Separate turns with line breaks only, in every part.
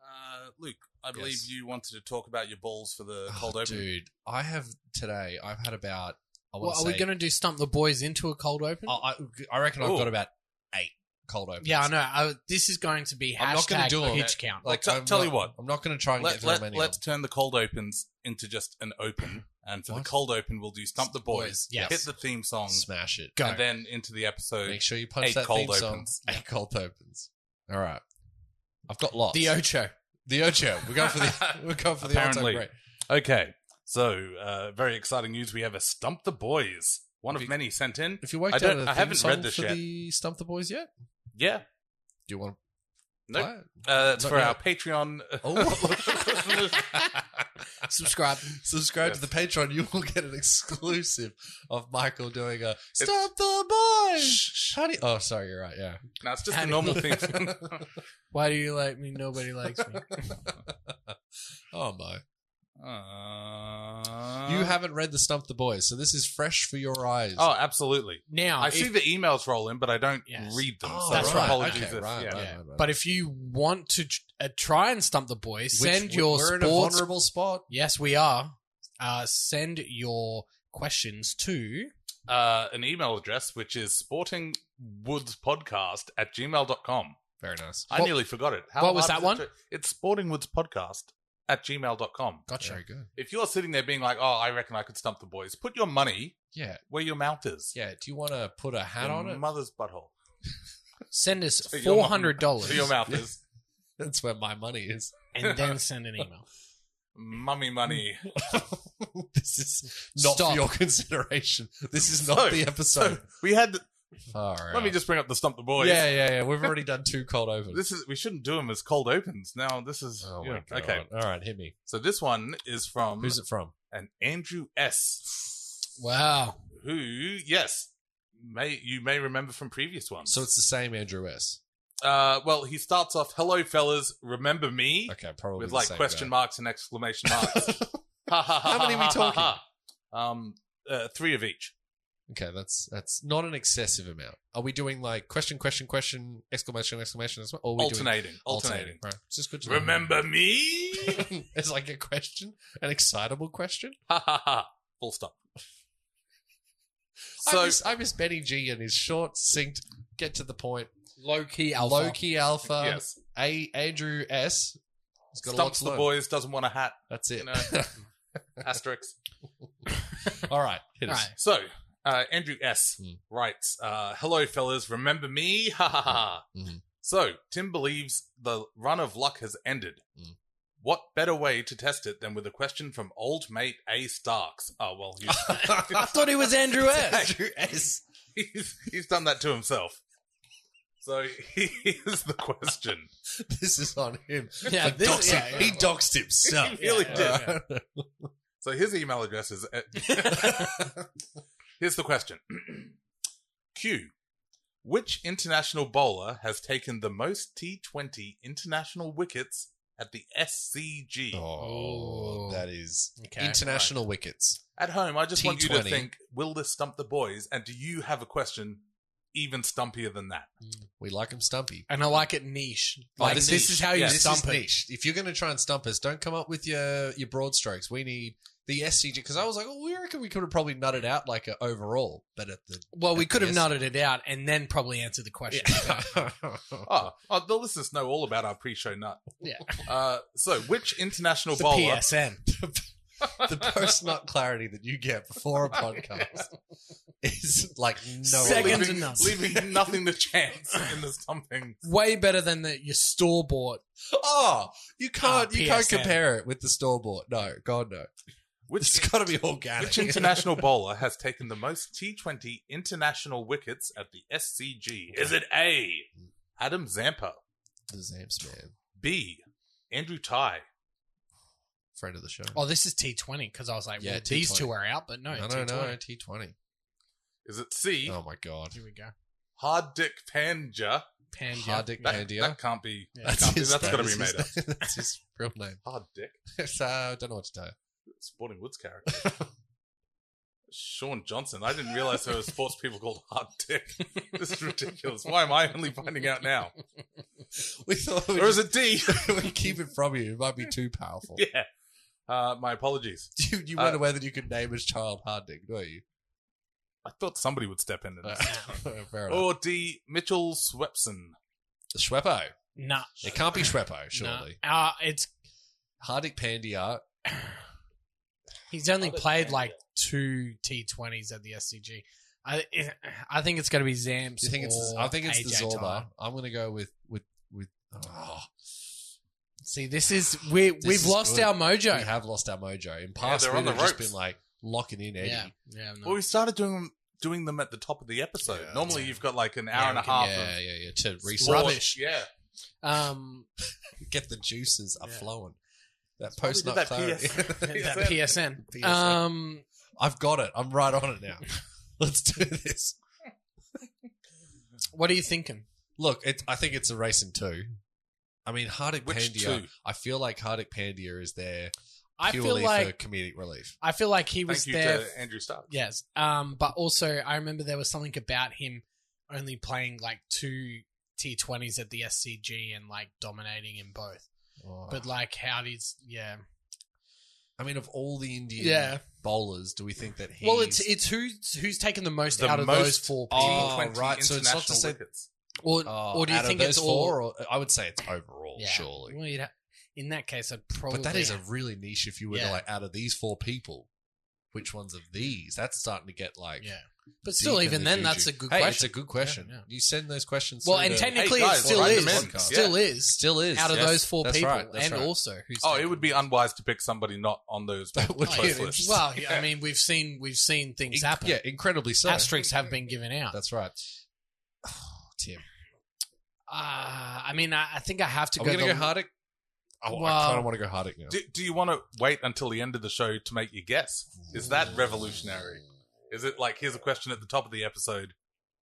Uh, Luke, I believe
Yes.
you wanted to talk about your balls for the
Oh,
cold open.
Dude, I have today. I've had about. I Oh,
Well,
want
are
to
we going to do stump the boys into a cold open?
I, I reckon I've
Ooh.
got about eight cold opens.
yeah, I know. I, this is going to be hashtag
I'm not gonna do it.
pitch count.
Like,
Well, t-
I'm
tell
not-
you what.
I'm not going to try and get
Let,
through many.
us
of
turn the cold opens into just an open, and for the
What?
cold open, we'll do stump the boys,
Yes.
hit the theme
them.
song,
smash it.
Go.
and then into the episode.
Make sure you punch
Eight
that
cold
theme song.
opens.
Eight cold opens. All right, I've got lots.
the Ocho.
the Ocho. We're going for the. We're going for the
Apparently.
Ocho break.
Okay, so uh, very exciting news. We have a stump the boys, one
Have
of
you-
many sent in.
If you worked
I
out
don't-
a
I
theme
haven't
song
read this
for
yet.
the Stump the Boys yet,
Yeah,
do you want to
Nope.
play it?
uh, that's
Not
for
yet.
our Patreon.
Oh.
Subscribe.
Subscribe to the Patreon. You will get an exclusive of Michael doing a Stump the Boys. How do you- oh, sorry, you're right. Yeah.
no, it's just the normal thing.
Why do you like me? Nobody likes me.
oh my!
uh,
you haven't read the Stump the Boys, so this is fresh for your eyes.
Oh, absolutely.
Now,
I
if-
see the emails roll in, but I don't
Yes.
read them.
Oh,
so
that's right.
Apologies.
Okay,
if-
right,
yeah.
right.
yeah. but if you want to tr- uh, try and stump the boys, send your
we're in a
sports
vulnerable spot.
Yes, we are. Uh, send your questions to.
Uh, an email address, which is sportingwoodspodcast at gmail.com.
Very nice.
I
What-
nearly forgot it.
what was
hard
that
is
one?
It to- it's sportingwoodspodcast at gmail.com.
Gotcha.
Very good.
If you're sitting there being like, oh, I reckon I could stump the boys, put your money
Yeah,
where your mouth is.
yeah. Do you want to put a hat
Your
on it?
Mm.
mother's butthole.
Send us
To your
four
mum.
hundred dollars,
Where your mouth is.
That's where my money is.
and then send an email.
Mummy money.
this is not
Stop.
for your consideration. This is not
So-
the
So
episode.
we had.
All right.
Let me just bring up the stump the boys.
Yeah, yeah, yeah. We've already done two cold opens.
This is we shouldn't do them as cold opens. Now this is
oh
yeah,
my god.
okay.
All right, hit me.
So this one is from
Who's it from?
an Andrew S.
Wow.
Who? Yes, may you may remember from previous ones.
So it's the same Andrew S.
uh, well, he starts off, "Hello, fellas, remember me?"
Okay, probably
with
the
like
same
question
guy.
marks and exclamation marks. How
many are we talking?
Um, uh, three of each.
Okay, that's that's not an excessive amount. Are we doing like question, question, question, exclamation, exclamation? As well? Or are we doing-
alternating, alternating.
Right. It's just good to know.
Remember me?
it's like a question, an excitable question.
Ha ha ha. Full stop.
I,
So
miss, I miss Benny G and his short, succinct, get to the point,
Low key alpha.
low key alpha.
yes,
A Andrew S. uh, He's got a lot
stumps
to
the
learn.
boys. Doesn't want a hat.
That's it.
You know. Asterix.
All right, hit
All
us.
right.
So, uh, Andrew S.
Mm.
writes, uh, Hello, fellas, remember me? Ha ha ha.
Mhm.
So, Tim believes the run of luck has ended.
Mm.
What better way to test it than with a question from old mate A. Starks? Oh, well,
I
he's,
thought it was Andrew S.
Andrew S.
he's, he's done that to himself. So, here's the question.
This is on him.
yeah,
Like, doxed
this, yeah,
him.
yeah.
He doxed himself.
He really
Yeah.
did.
All right.
So his email address is. uh, Here's the question Q. Which international bowler has taken the most T20 international wickets at the SCG?
Oh,
Oh.
that is
Okay,
international wickets.
At home, I just want you to
T20.
think will this stump the boys? And do you have a question even stumpier than that?
We like him stumpy.
And I like it niche. Like
this
this,
is-
is how you
yeah,
This is
stump it.
niche. If you're going to try and stump us, don't come up with your your broad strokes. We need the SCG because I was like, oh, we reckon we could have probably nutted out like a overall, but at the
Well, we
At
could have
this-
nodded it out and then probably answered the question.
Oh, oh the listeners know all about our pre show nut.
Yeah.
Uh, so, which international
It's a
bowler.
PSN.
the post nut clarity that you get before a podcast is like no
Second
other.
to
leaving,
none.
leaving nothing to chance in the stumping.
Way better than the, your store bought.
Oh, you can't
Ah,
you can't
PSN.
compare it with the store bought. No, God no. It's
Which
got to be organic.
Which international bowler has taken the most T20 international wickets at the SCG? Is it A. Adam Zampa,
the Zamps man,
B. Andrew Ty,
friend of the show.
Oh, this is T20 because I was like,
Yeah,
well, these
T20.
two are out, but no,
no, no,
T20.
no, T twenty.
is it C.
Oh my God,
Here we go.
Hard Dick Panja?
Pandia.
Hardik
That,
Pandya.
that can't be.
Yeah.
That's, can't be, that's got to be
that's
made up.
his- That's his real name. uh,
Hard Dick,
So I don't know what to tell you.
Sporting Woods character. Sean Johnson. I didn't realize there were sports people called Hard Dick. This is ridiculous. Why am I only finding out now?
We thought we
Or is it D?
we keep it from you. It might be too powerful.
yeah. Uh, my apologies.
You, you
Uh,
weren't aware that you could name his child Harding, were you?
I thought somebody would step in.
Uh,
And
fair enough.
or D. Mitchell Swepson.
Schweppo.
Nah.
It can't be Schweppo,
nah.
surely.
Uh, it's
Hardik Pandya.
He's only
Other
played
than
like two T20s at the SCG. I I think it's going to be Zamps.
Do you think it's the,
or
I think it's
AJ
the Zorba.
Tyler.
I'm going to go with with with. Oh,
See, this is we we've
is
lost
good.
our
we
mojo.
have lost our mojo. In past,
they're
we've
on the
just
ropes.
been like locking in Eddie.
yeah, yeah. no.
Well, we started doing them, doing them at the top of the episode.
Yeah.
Normally, you've got like an hour and
Yeah,
a
we can-
half
yeah, yeah, yeah. To
of
research,
sport. Yeah,
Um,
get the juices are
Yeah.
flowing. That
Probably
post
did
nut
that
clarity.
that
PSN.
PSN.
PSN.
Um,
I've got it. I'm right on it now. Let's do this.
what are you thinking?
Look, it, I think it's a race in two. I mean, Hardik
Which
Pandya.
two?
I feel like Hardik Pandya is there
I feel
purely
like
for comedic relief.
I feel like he was
Thank you
there.
to Andrew Stark.
yes. Um, but also I remember there was something about him only playing like two T20s at the SCG and like dominating in both. But like how does yeah.
Oh. I mean, of all the Indian
Yeah.
bowlers, do we think that he's
Well, it's it's who's who's taken the most
The
out of those
most
four people,
Oh,
T20
right, so it's not to
international
say-
wickets.
or
uh,
or do you
out of
think
those
it's
four?
all?
Or, I would say it's overall,
Yeah.
surely.
Well, you'd ha- in that case, I'd probably.
But that is a really niche. If you were to,
Yeah.
like, out of these four people, which ones of these? That's starting to get like.
yeah. But still,
deep in
even
the
then,
juju.
that's a good
hey,
question.
It's a good question.
Yeah, yeah.
You send those questions.
well,
through
and
to-
technically,
Hey, guys,
it still
write
is.
them in.
Still is.
still is
Out of
Yes,
those four
that's
people,
right, that's
and
right.
also who's
Oh,
taken-
it would be unwise to pick somebody not on those
That would
Oh,
be
yeah,
close
an
lists.
well, yeah, I mean, we've seen we've seen
Inc-
things happen.
Yeah, incredibly so.
Asterisks have been given out.
That's right. Oh, Tim,
Uh, I mean, I, I think I have to
are
go.
we gonna
the-
go Hardik? Oh, I
Well-
kind of want to go Hardik now.
Do, do you want to wait until the end of the show to make your guess? Is that revolutionary? Is it like here's a question at the top of the episode?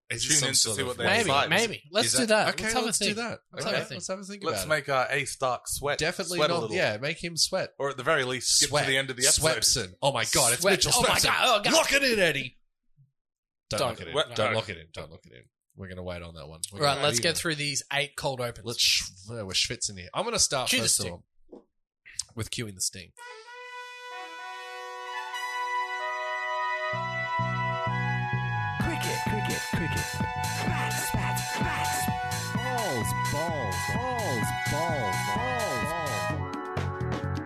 Is it
Tune
some
in to
sort
see
of-
what they
maybe,
decide?
maybe. Let's
Is
do that.
Okay,
let's
let's,
have a
do
think.
that.
Let's
okay,
have a
think.
let's have a think
Let's
about
make uh, A Stark sweat.
it. Definitely
sweat a
not.
little.
Yeah, make him sweat.
Or at the very least, skip
sweat.
to the end of the episode.
Swepson. Oh my god, it's
Sweat.
Mitchell
Oh my
Swepson.
God. Oh, God.
Lock it in, Eddie. Don't,
Don't.
lock it in.
What-
Don't
no.
lock it in. Don't lock it in. We're gonna wait on that one. We're
All right,
gonna
let's
wait.
get through these eight cold opens.
Let's. Sh- uh, we're schwitzing here. I'm gonna start
Cue the
first of
sting.
all with cueing the sting.
Cricket, cricket, cricket. Bats, bats, bats. Balls, balls, balls, balls, balls, balls.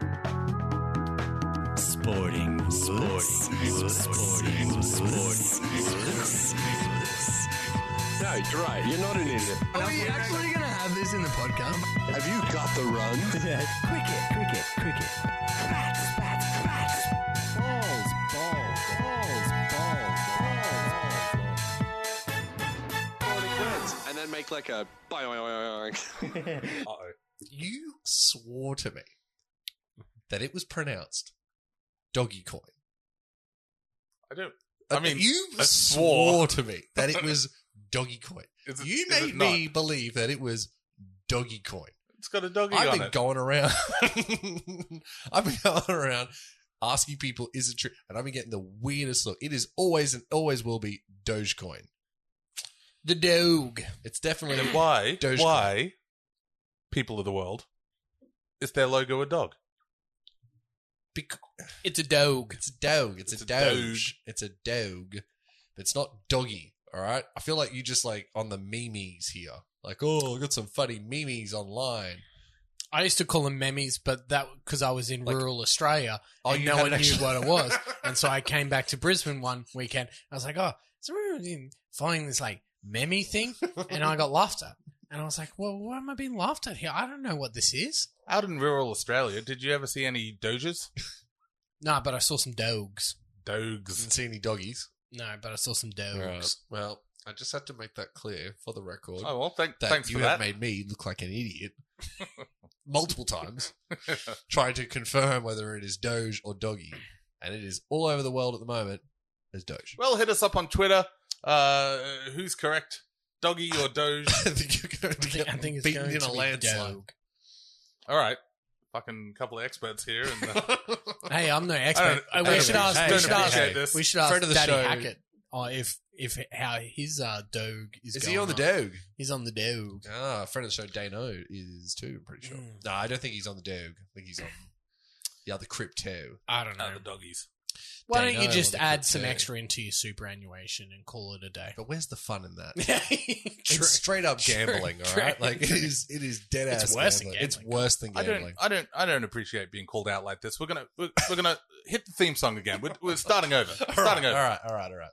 Sporting, sporting, sporting, sporting, No, you're right. You're not an idiot.
Are we actually going to have this in the podcast?
Have you got the run? cricket, cricket, cricket. Bats, bats, bats. Balls, balls, balls, balls, balls, balls, balls.
And then make like a.
Uh-oh.
You swore to me that it was pronounced doggy coin.
I don't. I mean,
you
I swore.
swore to me that it was doggy coin.
Is it,
You
is
made
it not?
me believe that it was doggy coin.
It's got a doggy
I've
on
been
it.
going around. I've been going around asking people, "Is it true?" And I've been getting the weirdest look. It is always and always will be Dogecoin.
the dog.
It's definitely
Then why?
Dogecoin.
Why? People of the world, is their logo a dog?
bec-
It's a dog.
it's a dog. It's,
It's
a,
a
doge.
doge.
It's a dog. It's not doggy. All right. I feel like you just like on the memes here. Like, oh, I got some funny memes online.
I used to call them memes, but that because I was in
Like-
rural Australia
Oh,
and
you
no
had
one
an
knew
actual-
what it was, and so I came back to Brisbane one weekend. I was like, "Oh, so we're in- following this like meme thing," and I got laughed at. And I was like, "Well, why am I being laughed at here? I don't know what this is."
Out in rural Australia, did you ever see any doges?
No, but I saw some dogs.
Dogs.
Didn't see any doggies.
No, but I saw some dogs.
Right. Well, I just have to make that clear for the record.
Oh well, thank,
that
thanks
you
for
have
that.
made me look like an idiot multiple times trying to confirm whether it is Doge or Doggy. And it is all over the world at the moment as Doge.
well, hit us up on Twitter. Uh, who's correct, doggy or doge?
I think you're going
I think, I think it's
beaten
going
in
to
a
be
landslide.
dog.
All right, fucking couple of experts here. And, uh,
Hey, I'm no
I
expert.
don't-
Uh,
I
we
don't
should ask.
appreciate-
we
don't
should ask.
appreciate this.
We should ask
Friend of the
Daddy
show.
Hackett uh, if if how his uh, dog is.
Is he
going
on the
up.
dog?
He's on the dog.
Ah, a friend of the show, Dano, is too, I'm pretty sure.
Mm.
No, I don't think he's on the dog. I think he's on the other crypto.
I don't know.
the doggies.
Why don't
Dano
you just
on the
add
crypto.
some extra into your superannuation and call it a day?
But where's the fun in that?
True.
It's straight up
True.
gambling, all
True.
right? Like it is, it is dead
It's
ass.
worse than
gambling. It's
gambling.
worse than
I don't,
gambling.
I don't, I don't appreciate being called out like this. We're gonna, we're, we're gonna hit the theme song again. We're, we're starting over.
All
starting
right, all
over.
right, all right, all right.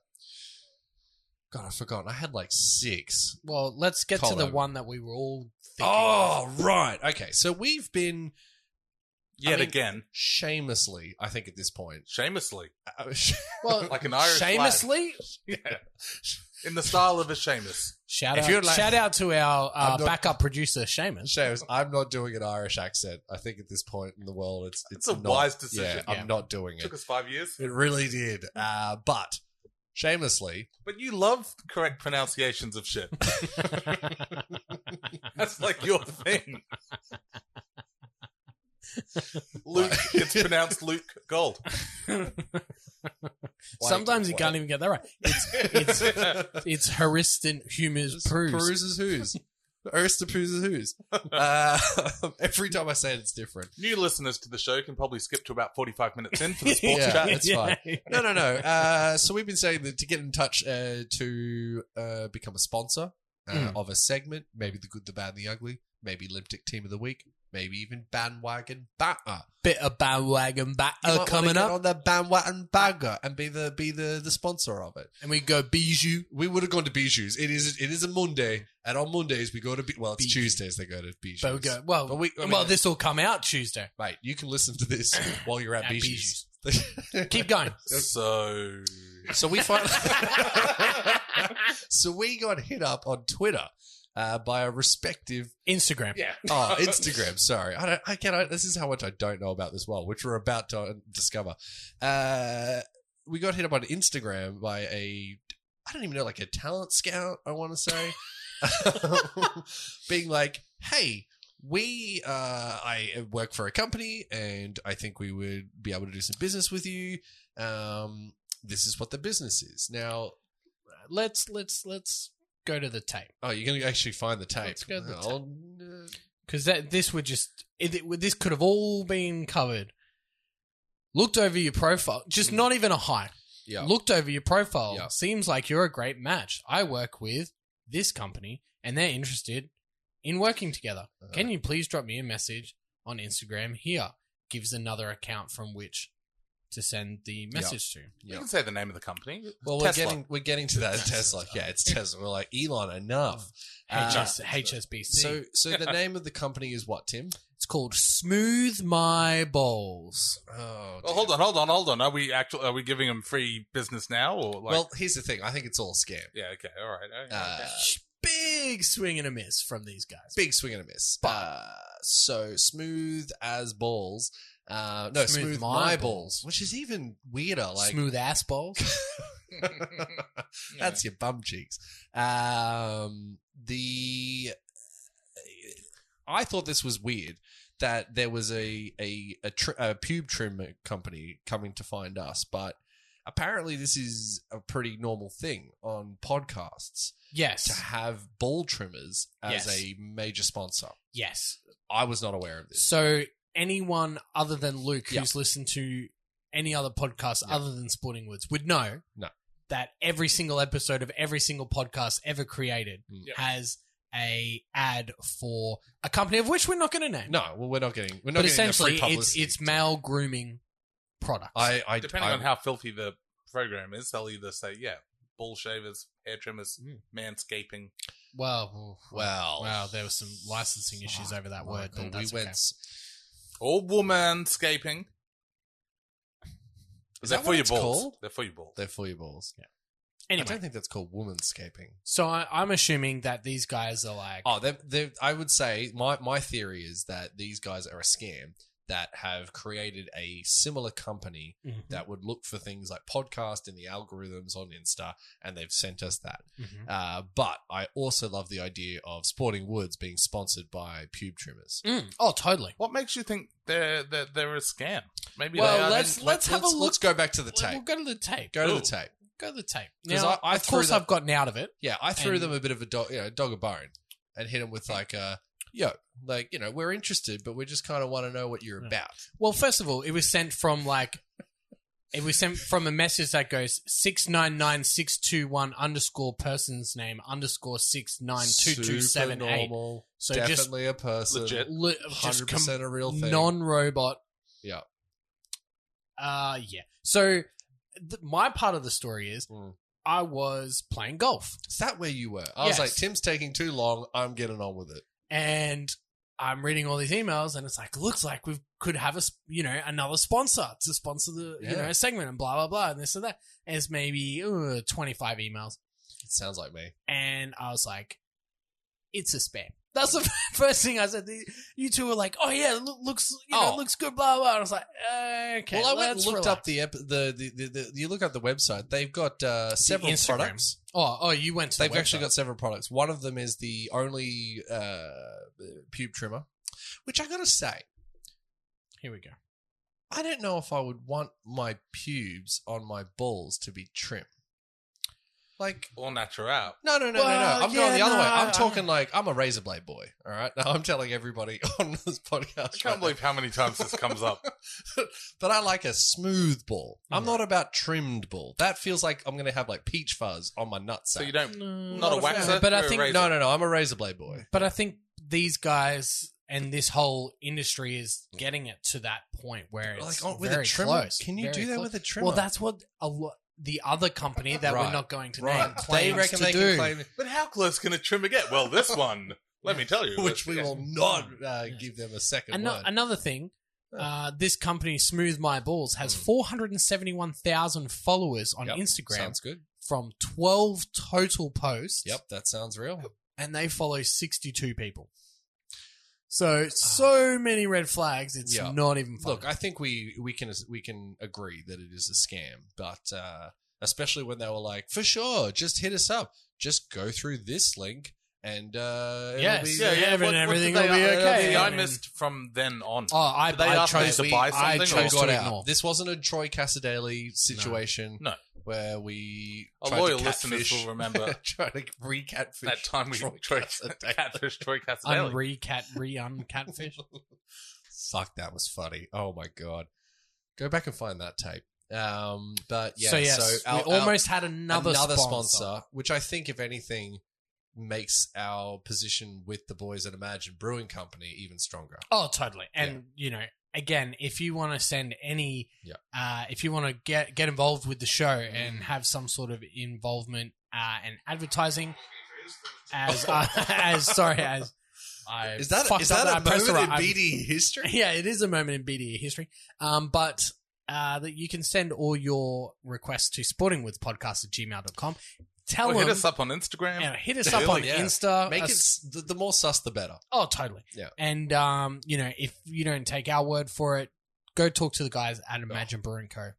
God, I've forgotten. I had like six.
Well, let's get to
Call
the
over.
one that we were all thinking.
Oh, right. Okay, so we've been
Yet
mean-
again,
shamelessly, I think, at this point,
shamelessly,
uh,
well,
like an Irish lad.
shamelessly.
in the style of a Seamus.
Shout
If
out,
you're like-
shout out to our uh,
I'm not-
backup producer, Seamus.
Shames, I'm not doing an Irish accent. I think at this point in the world, it's it's
It's a
not-
wise decision.
Yeah,
Yeah.
I'm not doing
Took
it.
us five years,
It really did. Uh, but shamelessly,
but you love correct pronunciations of shit. That's like your thing. Luke, it's pronounced Luke Gold.
Sometimes you can't even get that right. It's it's heuristic humors proves.
Peruses who's. Arista Peruses who's. Uh, every time I say it, it's different.
New listeners to the show can probably skip to about 45 minutes in for the sports
Yeah.
chat.
it's fine. No, no, no. Uh, so we've been saying that to get in touch uh, to uh, become a sponsor uh,
Mm.
of a segment, maybe the good, the bad, and the ugly, maybe Olympic Team of the Week, maybe even bandwagon batter.
Bit of bandwagon
You might
batter
wanna
Oh, coming
get
up,
on the bandwagon bagger and be the be the, the sponsor of it.
and we go Bijou.
We would have gone to Bijou's. It is it is a Monday, and on Mondays we go to Bi- well, it's
Bijou.
Tuesdays they go to Bijou's.
But we go well.
But we- I mean-
well, this will come out Tuesday.
Mate, you can listen to this while you're at,
At
Bijou's.
Keep going.
So,
So we finally, so we got hit up on Twitter uh, by a respective
Instagram.
yeah.
oh Instagram. Sorry, I don't. I cannot. This is how much I don't know about this world, which we're about to discover. Uh, we got hit up on Instagram by a I don't even know, like a talent scout. I want to say, being like, hey. We, uh, I work for a company, and I think we would be able to do some business with you. Um, this is what the business is. Now,
Let's let's let's go to the tape
Oh, you're gonna actually find the tape.
Let's go to the
Well, uh,
because that this would just it, it, would- this could have all been covered. Looked over your profile,
Mm.
just not even a high.
yeah.
Looked over your profile.
Yeah.
Seems like you're a great match. I work with this company, and they're interested in working together.
Uh-huh.
Can you please drop me a message on Instagram? Here gives another account from which to send the message to.
You
Yeah.
can say the name of the company.
Well, we're
Tesla.
getting we're getting to that Tesla. Yeah, it's Tesla. We're like Elon. Enough. Uh,
HS, HSBC.
so, so the name of the company is what, Tim?
it's called Smooth My Balls.
Oh,
Well, hold on, hold on, hold on. Are we actually are we giving them free business now or like?
well, here's the thing. I think it's all a scam.
yeah, okay, all right. okay,
Uh,
okay.
Big swing and a miss from these guys.
Big swing and a miss. Uh, so smooth as balls. Uh, no, smooth,
Smooth
my,
my
balls,
balls.
which is even weirder. Like
Smooth ass balls.
That's your bum cheeks. Um, the I thought this was weird that there was a a a, tr- a pube trim company coming to find us, but apparently this is a pretty normal thing on podcasts to
yes.
have ball trimmers as
Yes.
a major sponsor.
Yes.
I was not aware of this.
So anyone other than Luke
Yeah.
who's listened to any other podcast
Yeah.
other than Sporting Woods would know
No.
that every single episode of every single podcast ever created
Mm.
Yeah.
has a ad for a company of which we're not going to name.
No, well, we're not getting. We're not
but
getting the free
essentially, it's
publicity.
it's male grooming products.
I, I
Depending
I-
on how filthy the program is, they'll either say yeah, ball shavers, hair trimmers,
Hmm.
manscaping.
well,
well
wow, there were some licensing issues over that word,
Michael,
but that's
we went
okay.
s-
Or womanscaping.
Is
They're
that
for
what
your
it's
balls.
called?
They're for your balls.
They're for your balls. I
Anyway,
don't think that's called womanscaping.
so I, I'm assuming that these guys are like,
Oh, they're, they're, I would say my, my theory is that these guys are a scam. that have created a similar company
Mhm.
that would look for things like podcast and the algorithms on Insta, and they've sent us that.
Mhm.
Uh, but I also love the idea of Sporting Woods being sponsored by pube trimmers.
Mm. Oh, totally.
What makes you think they're they're, they're a scam? Maybe
Well,
they are.
let's-
Maybe-
let's have a look.
Let's go back to the
We'll- We'll
tape.
go to the tape.
Go to
Ooh.
the tape.
Go to the tape.
'Cause
Now,
I- I
of
threw
course,
that-
I've gotten out of it.
Yeah, I threw
And-
them a bit of a dog, you know, dog a bone, and hit them with like a yo, like you know, we're interested, but we just kind of want to know what you're
Yeah.
about.
Well, first of all, it was sent from like it was sent from a message that goes six nine nine six two one underscore person's name underscore six nine two two seven
Super
eight.
normal,
So just
definitely a person,
Legit.
li- just
hundred
com-
percent a real thing.
non-robot.
Yeah.
Uh yeah. So th- my part of the story is
Mm.
I was playing golf
Is that where you were? I was
Yes.
like, Tim's taking too long. I'm getting on with it.
and I'm reading all these emails and it's like looks like we could have a sp- you know another sponsor to sponsor the you
Yeah.
know segment and blah blah blah and this and that. And it's maybe uh, 25 emails
It sounds like me.
and I was like, it's a spam. That's the first thing I said. The- You two were like, oh yeah, it loo- looks you know
Oh.
looks good, blah blah. And I was like, okay.
well, I went and
let's
looked up
relax.
the, ep- the, the, the, the you look up the website. They've got uh, several
Instagram.
products.
Oh oh, you went to.
They've
the
actually got
website.
several products. One of them is the only uh, pube trimmer, which I gotta say,
Here we go.
I don't know if I would want my pubes on my balls to be trim. Like,
all natural.
no, no, no, no,
Well,
no. I'm going
yeah,
the other way.
no,
I'm
I-
talking like I'm a razor blade boy. All right, now I'm telling everybody on this podcast.
I can't believe how many times this comes up.
but I like a smooth ball. I'm
Right.
not about trimmed ball. That feels like I'm going to have like peach fuzz on my nutsack.
So you don't.
No,
Not a
not a
waxer,
fan. But I
you're a
think-
razor.
No, no, no. I'm a razor blade boy.
But I think these guys and this whole industry is getting it to that point where it's
Like oh, with
very
a trimmer,
close.
can you
very
do that
close.
with a trimmer?
Well, that's what a lot. The other company that we're
Right,
not going to
right.
name claims
they reckon
to
they
do.
can claim,
But how close can a trimmer get? Well, this one. Let me tell you. Mm.
which we will not uh,
Yeah.
give them a second
Ano-
word.
another thing, uh, this company, Smooth My Balls, has
Mm.
471,000 followers on
Yep,
Instagram
Sounds good.
from 12 total posts.
Yep, that sounds real.
And they follow 62 people. So, so many red flags, it's
Yeah.
not even funny.
Look, I think we we can we can agree that it is a scam, but uh, especially when they were like, for sure, just hit us up, just go through this link, and uh, it'll
Yes.
be-
Yeah, yeah, but everything
did
will be
uh,
okay.
I
I mean-
missed from then on.
oh, I,
Did they
I
ask
chose
me to buy
I
something
we
or-
chose
got
to
out.
ignore.
This wasn't a Troy Casadeli situation.
No.
where we
Our
tried to
loyal listeners
catfish-
will remember
tried to recatfish
that time we
Troy
Troy
Casadei.
catfish Troy Casadeli.
Unre cat, re uncatfish.
Fuck, that was funny. Oh my god, go back and find that tape. Um, but yeah,
so, yes,
our-
we
our-
almost had another, sponsor.
which I think, if anything, makes our position with the boys at Imagine Brewing Company even stronger.
Oh, totally. And you know, again, if you want to send any,
Yeah.
uh, if you want to get get involved with the show and
Mm.
have some sort of involvement uh, and advertising, as uh, as sorry as I
Is that
fucked
is
up
that a
I pressed the
moment in
right- I-
BD history?
Yeah, it is a moment in BDE history. Um, but. Uh, that you can send all your requests to sportingwithpodcast at gmail.com. Tell
Oh,
Or
them,
hit us up on Instagram.
yeah, hit us up
Really?
on
Yeah.
Insta.
Make
uh,
it s- the, the more sus, the better.
Oh, totally.
Yeah.
And um, you know, if you don't take our word for it, go talk to the guys
Oh.
at Imagine Brewing Co.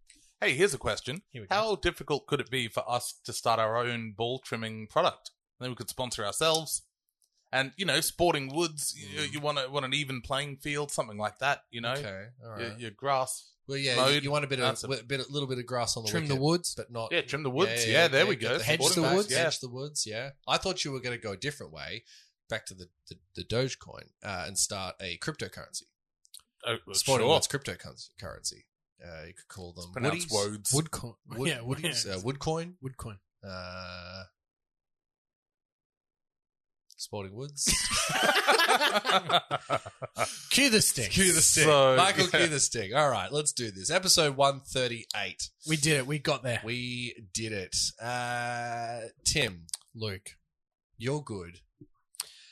Hey, here's a question.
Here we go.
How difficult could it be for us to start our own ball trimming product? Then we could sponsor ourselves. And you know, Sporting Woods, you,
Mm.
you want a, want an even playing field, something like that. You know,
Okay, all
your,
right.
your grass.
well, yeah, you,
Mode.
you want a bit
That's
of
a-
a bit, a little bit of grass on the
Trim the
wicket,
woods.
but not
Yeah, trim the woods. Yeah, there we
get
go.
the
Hedge
Sporting
the
bags,
woods.
Yeah.
hedge the woods. Yeah, I thought you were going to go a different way, back to the the, the Dogecoin uh, and start a cryptocurrency.
Oh, well,
Sporting
sure.
woods cryptocurrency. Uh, you could call them
Pronounced
woodies.
woads.
Woodcoin.
Wood,
yeah, wood,
Woodies, uh, Woodcoin,
Woodcoin.
uh, Sporting Woods.
Cue the stick.
cue the stick.
So,
Michael,
yeah.
cue the stick. All right, let's do this. Episode 138.
We did it. We got there.
We did it. Uh, Tim,
Luke.
you're good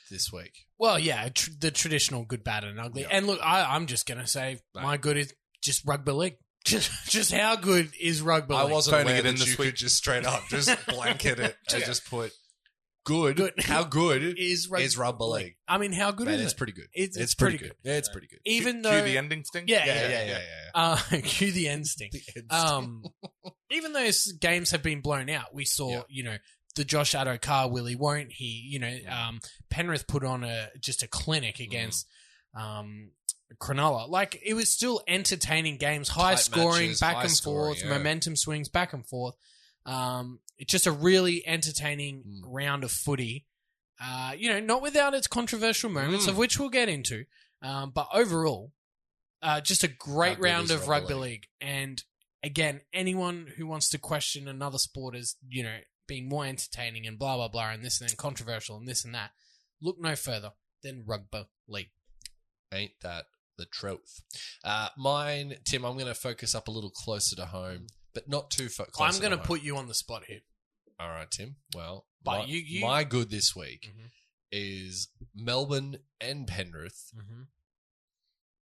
this week.
Well, yeah, tr- the traditional good, bad, and ugly.
Yeah.
And look, I, I'm just gonna say
Right.
my good is just rugby league. Just, just how good is rugby league?
I wasn't
phoning
aware
it in
that
this
you
week.
could just straight up just blanket it and
Yeah.
just put good,
Good.
how good
Is rugby,
is rugby league?
I mean, how good
Man,
is
it's
it?
pretty good.
It's- it's pretty good.
Yeah, it's pretty good.
Even
Cue-
though
cue the ending sting.
Yeah,
yeah, yeah, yeah, yeah.
uh, cue the end sting.
yeah.
Um, even though s- games have been blown out, we saw
Yeah.
you know the Josh Adokar car Willie won't he? You know,
Mm.
um, Penrith put on a just a clinic against um, Cronulla. Like it was still entertaining games, high
Tight
scoring,
matches,
back
high
and
scoring,
forth,
yeah.
momentum swings back and forth. Um, it's just a really entertaining
Mm.
round of footy. Uh, you know, not without its controversial moments,
Mm.
of which we'll get into. Um, but overall, uh, just a
How
great
good
round
is
of
rugby
rugby league. And again, anyone who wants to question another sport as, you know, being more entertaining and blah, blah, blah, and this and then controversial and this and that, look no further than rugby league.
Ain't that the truth? Uh, mine, Tim. I'm going to focus up a little closer to home, but not too fo- close.
Mm. I'm going to put you on the spot here.
All right, Tim. Well,
But
my,
you- you-
my good this week
Mhm.
is Melbourne and Penrith.
Mm-hmm.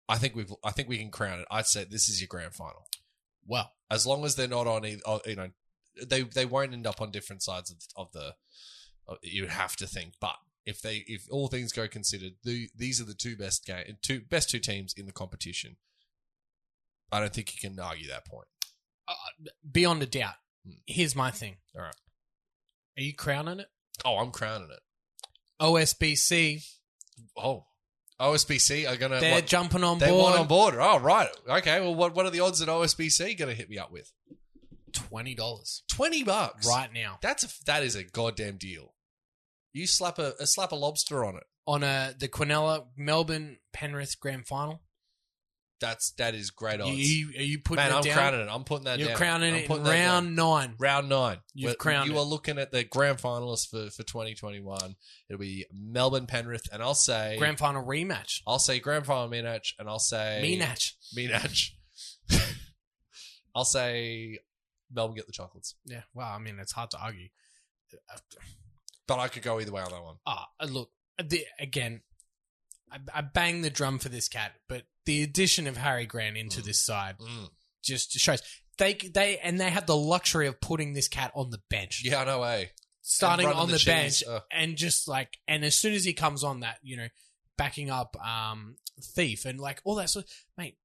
I think we've. I think we can crown it. I'd say this is your grand final.
Well,
As long as they're not on, either, you know, they they won't end up on different sides of of the. Of, you would have to think, but if they if all things go considered, the, these are the two best game two best two teams in the competition. I don't think you can argue that point.
beyond a doubt,
Mm.
here's my thing.
All right.
Are you crowning it?
Oh, I'm crowning it.
OSBC,
Oh, OSBC are gonna
they're
Uh, what-
jumping on
They
board.
want on board. Oh, right. Okay. Well, what, what are the odds that OSBC going to hit me up with?
$20
Twenty bucks.
right now.
That's a that is a goddamn deal. You slap a, a slap a lobster on it.
on uh, the Quinella Melbourne Penrith Grand Final.
That's that is great
You,
odds.
you- are you putting
Man,
it
I'm
down?
crowning it. I'm putting that.
You're
down.
crowning
I'm
it in
putting that
round
down.
nine.
round nine.
You've
Well,
crowned
You
it.
are looking at the grand finalists for for 2021. It'll be Melbourne Penrith, and I'll say
Grand final rematch.
I'll say grand final Minach, and I'll say
Minach.
Minach. I'll say Melbourne get the chocolates,
Yeah. Well, I mean, it's hard to argue. Uh,
but I could go either way on that one.
Ah, uh, look. The, again, I, I bang the drum for this cat, but the addition of Harry Grant into
Mm.
this side
Mm.
just shows they they and they had the luxury of putting this cat on the bench,
Yeah, no way.
starting
And running
on the, bench,
cheese. Uh,
and just like and as soon as he comes on that you know backing up um thief and like all that sort mate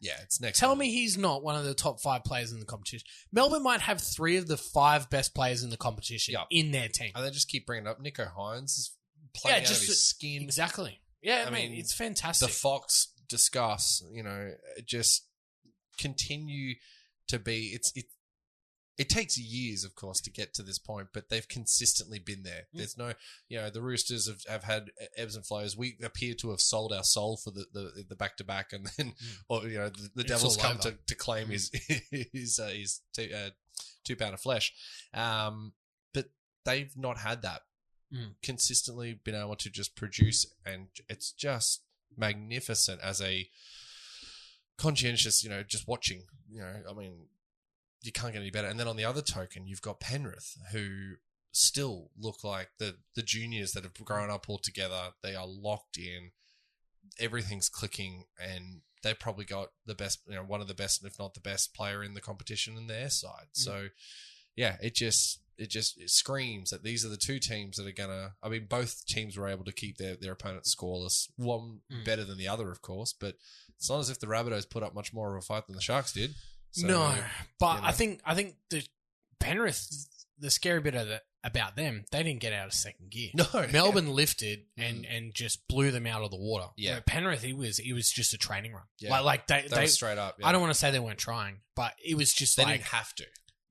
yeah, it's next.
tell
level.
me he's not one of the top five players in the competition melbourne might have three of the five best players in the competition
Yeah.
in their team
And they just keep bringing up Nico Hines is playing
Yeah,
out
just
of his skin.
exactly yeah
I
i, mean
mean,
it's
The
fantastic
Fox discuss, you know, just continue to be. It's it. It takes years, of course, to get to this point, but they've consistently been there.
Mm.
There's no, you know, the Roosters have, have had e, ebbs and flows. We appear to have sold our soul for the the, the back to back, and then, or you know, the, the
Mm. It's
Devils
all
come
over.
to,
Mm.
to claim his his uh, his two, uh, two pound of flesh. Um, but they've not had that
Mm.
consistently been able to just produce and it's just magnificent as a conscientious you know just watching you know i mean you can't get any better and then on the other token you've got penrith who still look like the the juniors that have grown up all together they are locked in everything's clicking and they probably got the best you know one of the best if not the best player in the competition in their side
Mm.
so yeah, it just it just it screams that these are the two teams that are gonna. I mean, both teams were able to keep their their opponents scoreless. One
Mm.
better than the other, of course, but it's not as if the Rabbitohs put up much more of a fight than the Sharks did. So,
no but
you know.
i think i think the penrith the scary bit of the, about them they didn't get out of second gear
no, Mm-hmm.
Melbourne lifted and and just blew them out of the water.
Yeah.
Where Penrith, it was it was just a training run.
Yeah.
Like like they,
That
they
was straight up. yeah.
I don't want to say they weren't trying, but it was just
They
like
didn't have to.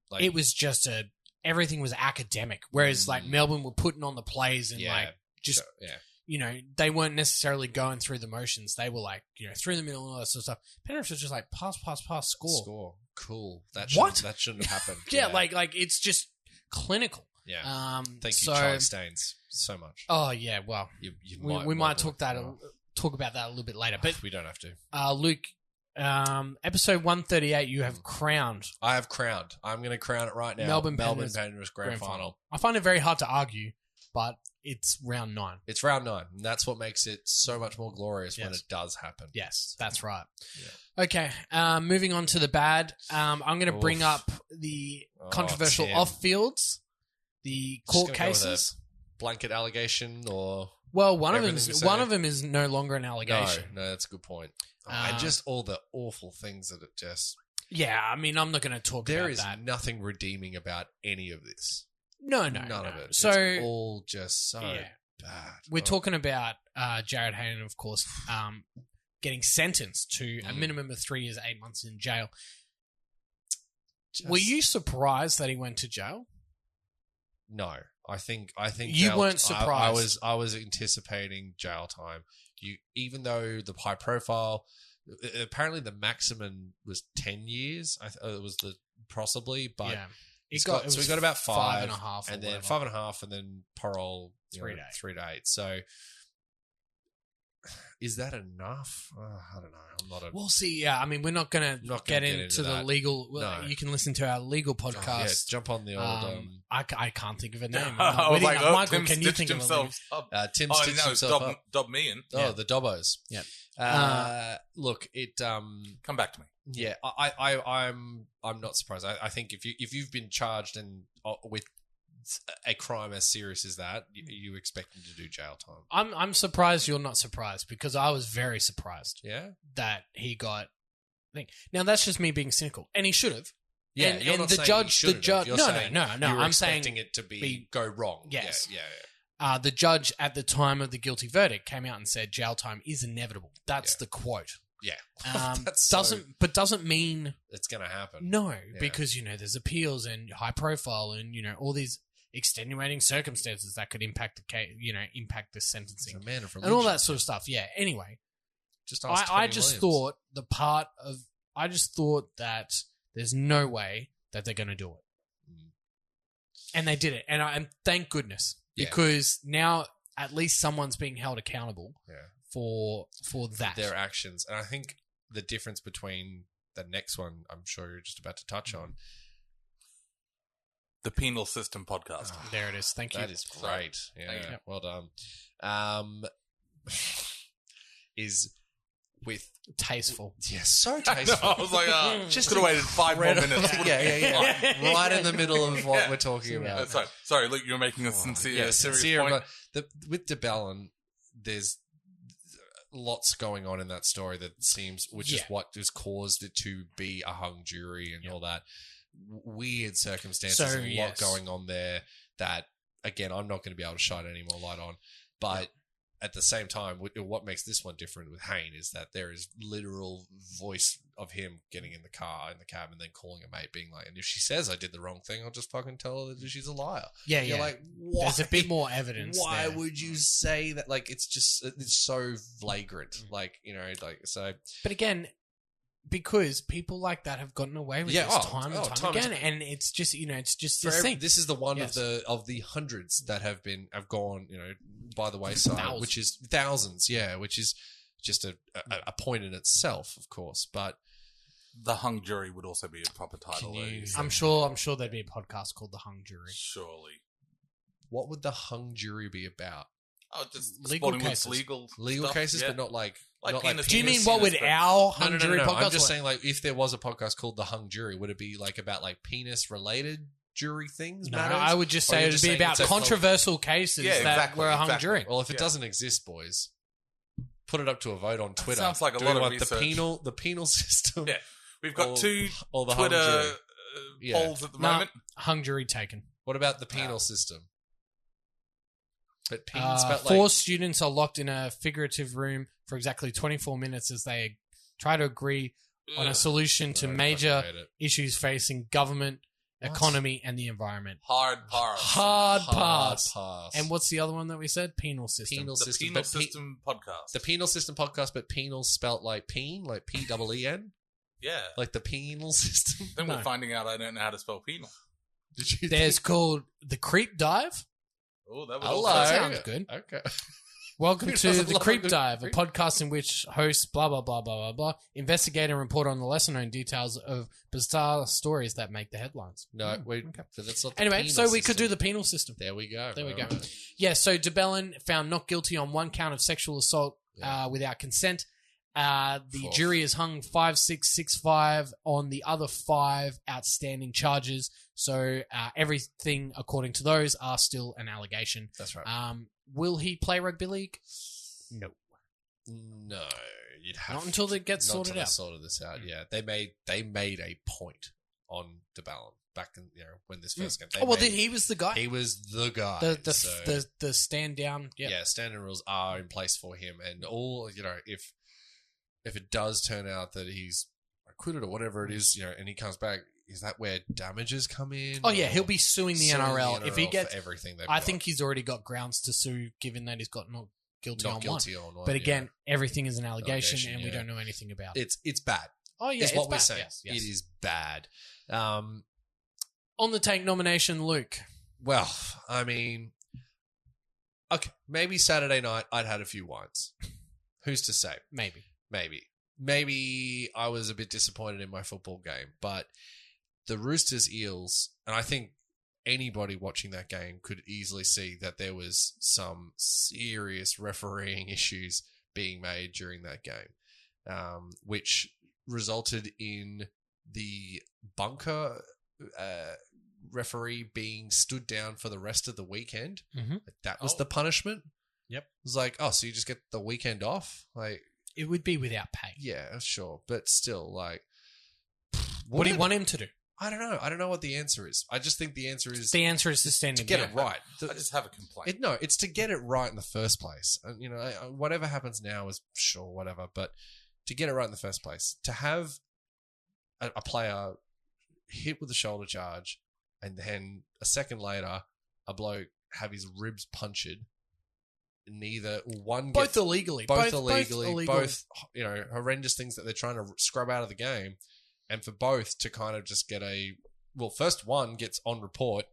Like
it was just a everything was academic. Whereas like
Mm.
Melbourne were putting on the plays and
Yeah.
like just
so, yeah,
you know they weren't necessarily going through the motions. They were like you know through the middle and all that sort of stuff. Penrith was just like pass pass pass score.
score. Cool. That
What?
shouldn't- that shouldn't have happened.
Yeah, like like it's just clinical.
yeah.
Um,
Thank
so,
you, Charlie Staines, so much.
Oh yeah, well
you, you
we, we might
want
talk that
to-
a, talk about that a little bit later, but.
we don't have to.
uh, Luke, um, episode 138, you
Mm.
have crowned.
I have crowned. I'm going to crown it right now.
Melbourne
Melbourne
Penrith
Penrith grand,
grand final.
final.
I find it very hard to argue, but it's round nine.
It's round nine, and that's what makes it so much more glorious when
Mm. Yes.
it does happen.
Yes, that's right. Okay, um, moving on to the bad. Um, I'm going to bring
Oof.
up the
Oh,
controversial
Tim.
off fields, the court
gonna go with
cases.
blanket allegation or
Well, one of them
Everything
is
we
one
say.
of them is no longer an allegation.
No, no, that's a good point. Oh,
Uh,
and just all the awful things that it just.
Yeah, I mean, I'm not going to talk
There
about
is
that.
nothing redeeming about any of this.
No, no,
None
no.
of it.
So
it's all just so
yeah,
bad.
we're
Oh,
talking about uh, Jared Hayden, of course, um, getting sentenced to a
Mm.
minimum of three years, eight months in jail.
just-
Were you surprised that he went to jail?
No, I think I think
You
jail-
weren't
I- I,
surprised.
was I was anticipating jail time. You even though the high profile, uh, apparently the maximum was ten years. I th- uh, it was the possibly, but
yeah,
he's got,
it
so
was
he got about
five and a half, or
and then
whatever.
five and a half, and then parole you
Three
know,
to eight.
three to eight. So, is that enough? Uh, I don't know. I'm not a
We'll see. Yeah, I mean, we're not going to
Not
get
gonna
into,
get into
the
that.
legal.
No.
You can listen to our legal
Oh, yeah,
podcast.
jump on the old um,
um, I, ca- I can't think of a name. I'm not
I was
witty
like,
enough.
oh,
Michael,
Tim
can you
stitched
think of a name?
himself up.
uh, Tim
oh,
stitched
no, it's Dob,
himself up.
Dob Meehan.
Oh,
Yeah.
the Dobos.
Yeah.
Uh, look, it. Um,
Come back to me.
yeah, I, I, I, I'm, I'm not surprised. I, I think if you, if you've been charged and uh, with a crime as serious as that, you,
Mm.
you expect them to do jail time.
I'm I'm surprised you're not surprised because I was very surprised
Yeah,
that he got. Thing. Now that's just me being cynical, and he should have.
yeah.
and,
you're
and
not
the
saying you
judge, the
shouldn't have.
judge.
You're
No, no,
saying
no, no.
you were
I'm
expecting
saying
it to be,
be-
go wrong.
Yes.
Yeah, yeah, yeah.
uh, the judge at the time of the guilty verdict came out and said jail time is inevitable. That's
Yeah.
the quote.
Yeah,
Um,
That's so-
doesn't but doesn't mean
it's gonna happen?
no because you know there's appeals and high profile and you know all these extenuating circumstances that could impact the case, you know, impact the
It's
sentencing
a man of religion.
and all that sort of stuff. Yeah. Anyway,
Just
I,
ask
I
Tony Williams.
just thought the part of I just thought that there's no way that they're going to do it,
Mm.
and they did it, and I and thank goodness
Yeah.
because now at least someone's being held accountable
Yeah.
for for that.
their actions. And I think the difference between the next one, I'm sure you're just about to touch on,
Mm-hmm. The Penal System podcast.
there it is. Thank you.
that is great. Yeah,
Thank
you.
well done. Um, is with
tasteful.
yeah, so
I, know,
tasteful.
I was like, uh,
Just
just could have waited five more
incredible.
minutes.
yeah, yeah, yeah. right in the middle of what
Yeah.
we're talking about.
Uh, sorry, sorry, Luke, you're making a
Oh,
sincere,
yeah,
serious
sincere,
point.
But the, with DeBellin, there's lots going on in that story that seems, which is
Yeah.
what has caused it to be a hung jury and all that W- weird circumstances.
So,
There's a lot
yes.
going on there that, again, I'm not going to be able to shine any more light on. But at the same time, wh- what makes this one different with Hayne is that there is literal voice of him getting in the car, in the cab, and then calling a mate, being like, and if she says I did the wrong thing, I'll just fucking tell her that she's a liar.
Yeah,
You're
yeah.
like, why?
There's a bit more evidence.
Why
there.
would you say that? Like, it's just it's so flagrant.
Mm.
Like, you know, like so.
But again. Because people like that have gotten away with
Yeah,
this
oh,
time and
oh,
time,
time and
again, and it's just you know it's just
for
this
every-
thing.
this is the one
Yes.
of the of the hundreds that have been have gone, you know, by the wayside,
Thousands.
which is thousands. Yeah, which is just a, a
Mm.
a point in itself, of course. But
The hung jury would also be a proper title.
Can you-
eh?
I'm sure. I'm sure there'd be a podcast called The Hung Jury.
Surely.
what would the hung jury be about?
Oh, just
Legal
legal cases.
cases.
legal
Legal
stuff,
cases,
yeah.
but not like
Like
not
penis-
like
Do you mean
penis-
what would
but-
our
No,
hung
no, no,
jury
no, no.
podcast?
I'm just
like-
saying, like, if there was a podcast called The Hung Jury, would it be like about like penis related jury things?
No,
matters?
I would just
Or you're
say it'd
just
be
saying
about
it's a-
controversial cases
Yeah,
that
exactly,
were a hung
exactly.
jury.
Well, if it
Yeah.
doesn't exist, boys, put it up to a vote on Twitter.
sounds like a
Do
lot
we
of
want the
research.
penal, the penal system.
Yeah. We've got
or-
two
or the
Twitter
hung
uh,
jury. Yeah.
polls at the
Nah.
moment.
Hung jury taken.
What about the penal system? But pen,
Uh,
spelt like
four students are locked in a figurative room for exactly 24 minutes as they try to agree on a
Ugh.
solution
I
to
fucking
major
hate it.
issues facing government,
What?
economy, and the environment.
Hard pass.
Hard,
Hard
pass.
pass.
And what's the other one that we said? Penal system.
penal
the
system?
penal
but pe-
system podcast.
the penal system podcast, but penal spelt like peen, like P double E N,
yeah.
like the penal system.
Then
No.
we're finding out I don't know how to spell penal.
Did you
There's called the creep dive.
Oh, that was
Hello.
also-
Sounds good.
Okay.
Welcome
Who
to
doesn't
The
love a
Creep
good
Dive, a
creep?
podcast in which hosts blah, blah, blah, blah, blah, blah, investigate and report on the lesser known details of bizarre stories that make the headlines.
No,
Hmm.
wait. so that's not the
Anyway,
penal
so we could
system.
do the penal system.
There we go.
There we
Right,
go.
right.
Yeah, so DeBellin found not guilty on one count of sexual assault
Yeah.
uh, without consent Uh, the
Fourth.
jury has hung 5665 on the other five outstanding charges. So uh, everything according to those are still an allegation.
That's right.
Um, will he play rugby league? No.
no, you'd have
Not until it gets
not
sorted
until they
out.
Sorted this out. Yeah, they made they made a point on DeBallon back in you know when this first game. They
Oh, well,
made-
then he was the guy.
he was the guy.
the, the,
so-
the, the stand down. Yeah.
yeah. standard rules are in place for him, and all you know if if it does turn out that he's acquitted or whatever it is, you know, and he comes back, is that where damages come in?
Oh, yeah.
Or
He'll be suing the,
suing
NRL. If he
for
gets.
everything, they've
I
got.
think he's already got grounds to sue, given that he's got not guilty
not
on
guilty on one.
one. But
yeah.
again, everything is an allegation,
Allegation,
and we
yeah.
don't know anything about it.
it's it's bad.
Oh, yeah.
is what
it's
we're
bad.
saying.
Yes, yes.
It is bad. Um,
On the tank nomination, Luke.
Well, I mean, okay, maybe Saturday night I'd had a few wines. Who's to say?
Maybe.
Maybe. Maybe I was a bit disappointed in my football game, but the Roosters Eels, and I think anybody watching that game could easily see that there was some serious refereeing issues being made during that game, um, which resulted in the bunker uh, referee being stood down for the rest of the weekend.
Mhm.
Like, that was
Oh.
the punishment.
Yep.
It was like, oh, so you just get the weekend off? Like,
It would be without pay.
yeah, sure, but still, like,
What do you
would-
want him to do?
I don't know. I don't know what the answer is. I just think the answer is
The answer is to stand
to
him
get
down.
it right. The-
I just have a complaint.
it, no, it's to get it right in the first place. And, you know, I, I- whatever happens now is sure, whatever, but to get it right in the first place, to have a, a player hit with a shoulder charge and then a second later, a bloke have his ribs punctured, neither one
Both
gets-
illegally.
both,
both
illegally,
illegal.
both you know horrendous things that they're trying to scrub out of the game, and for both to kind of just get a well, first one gets on report,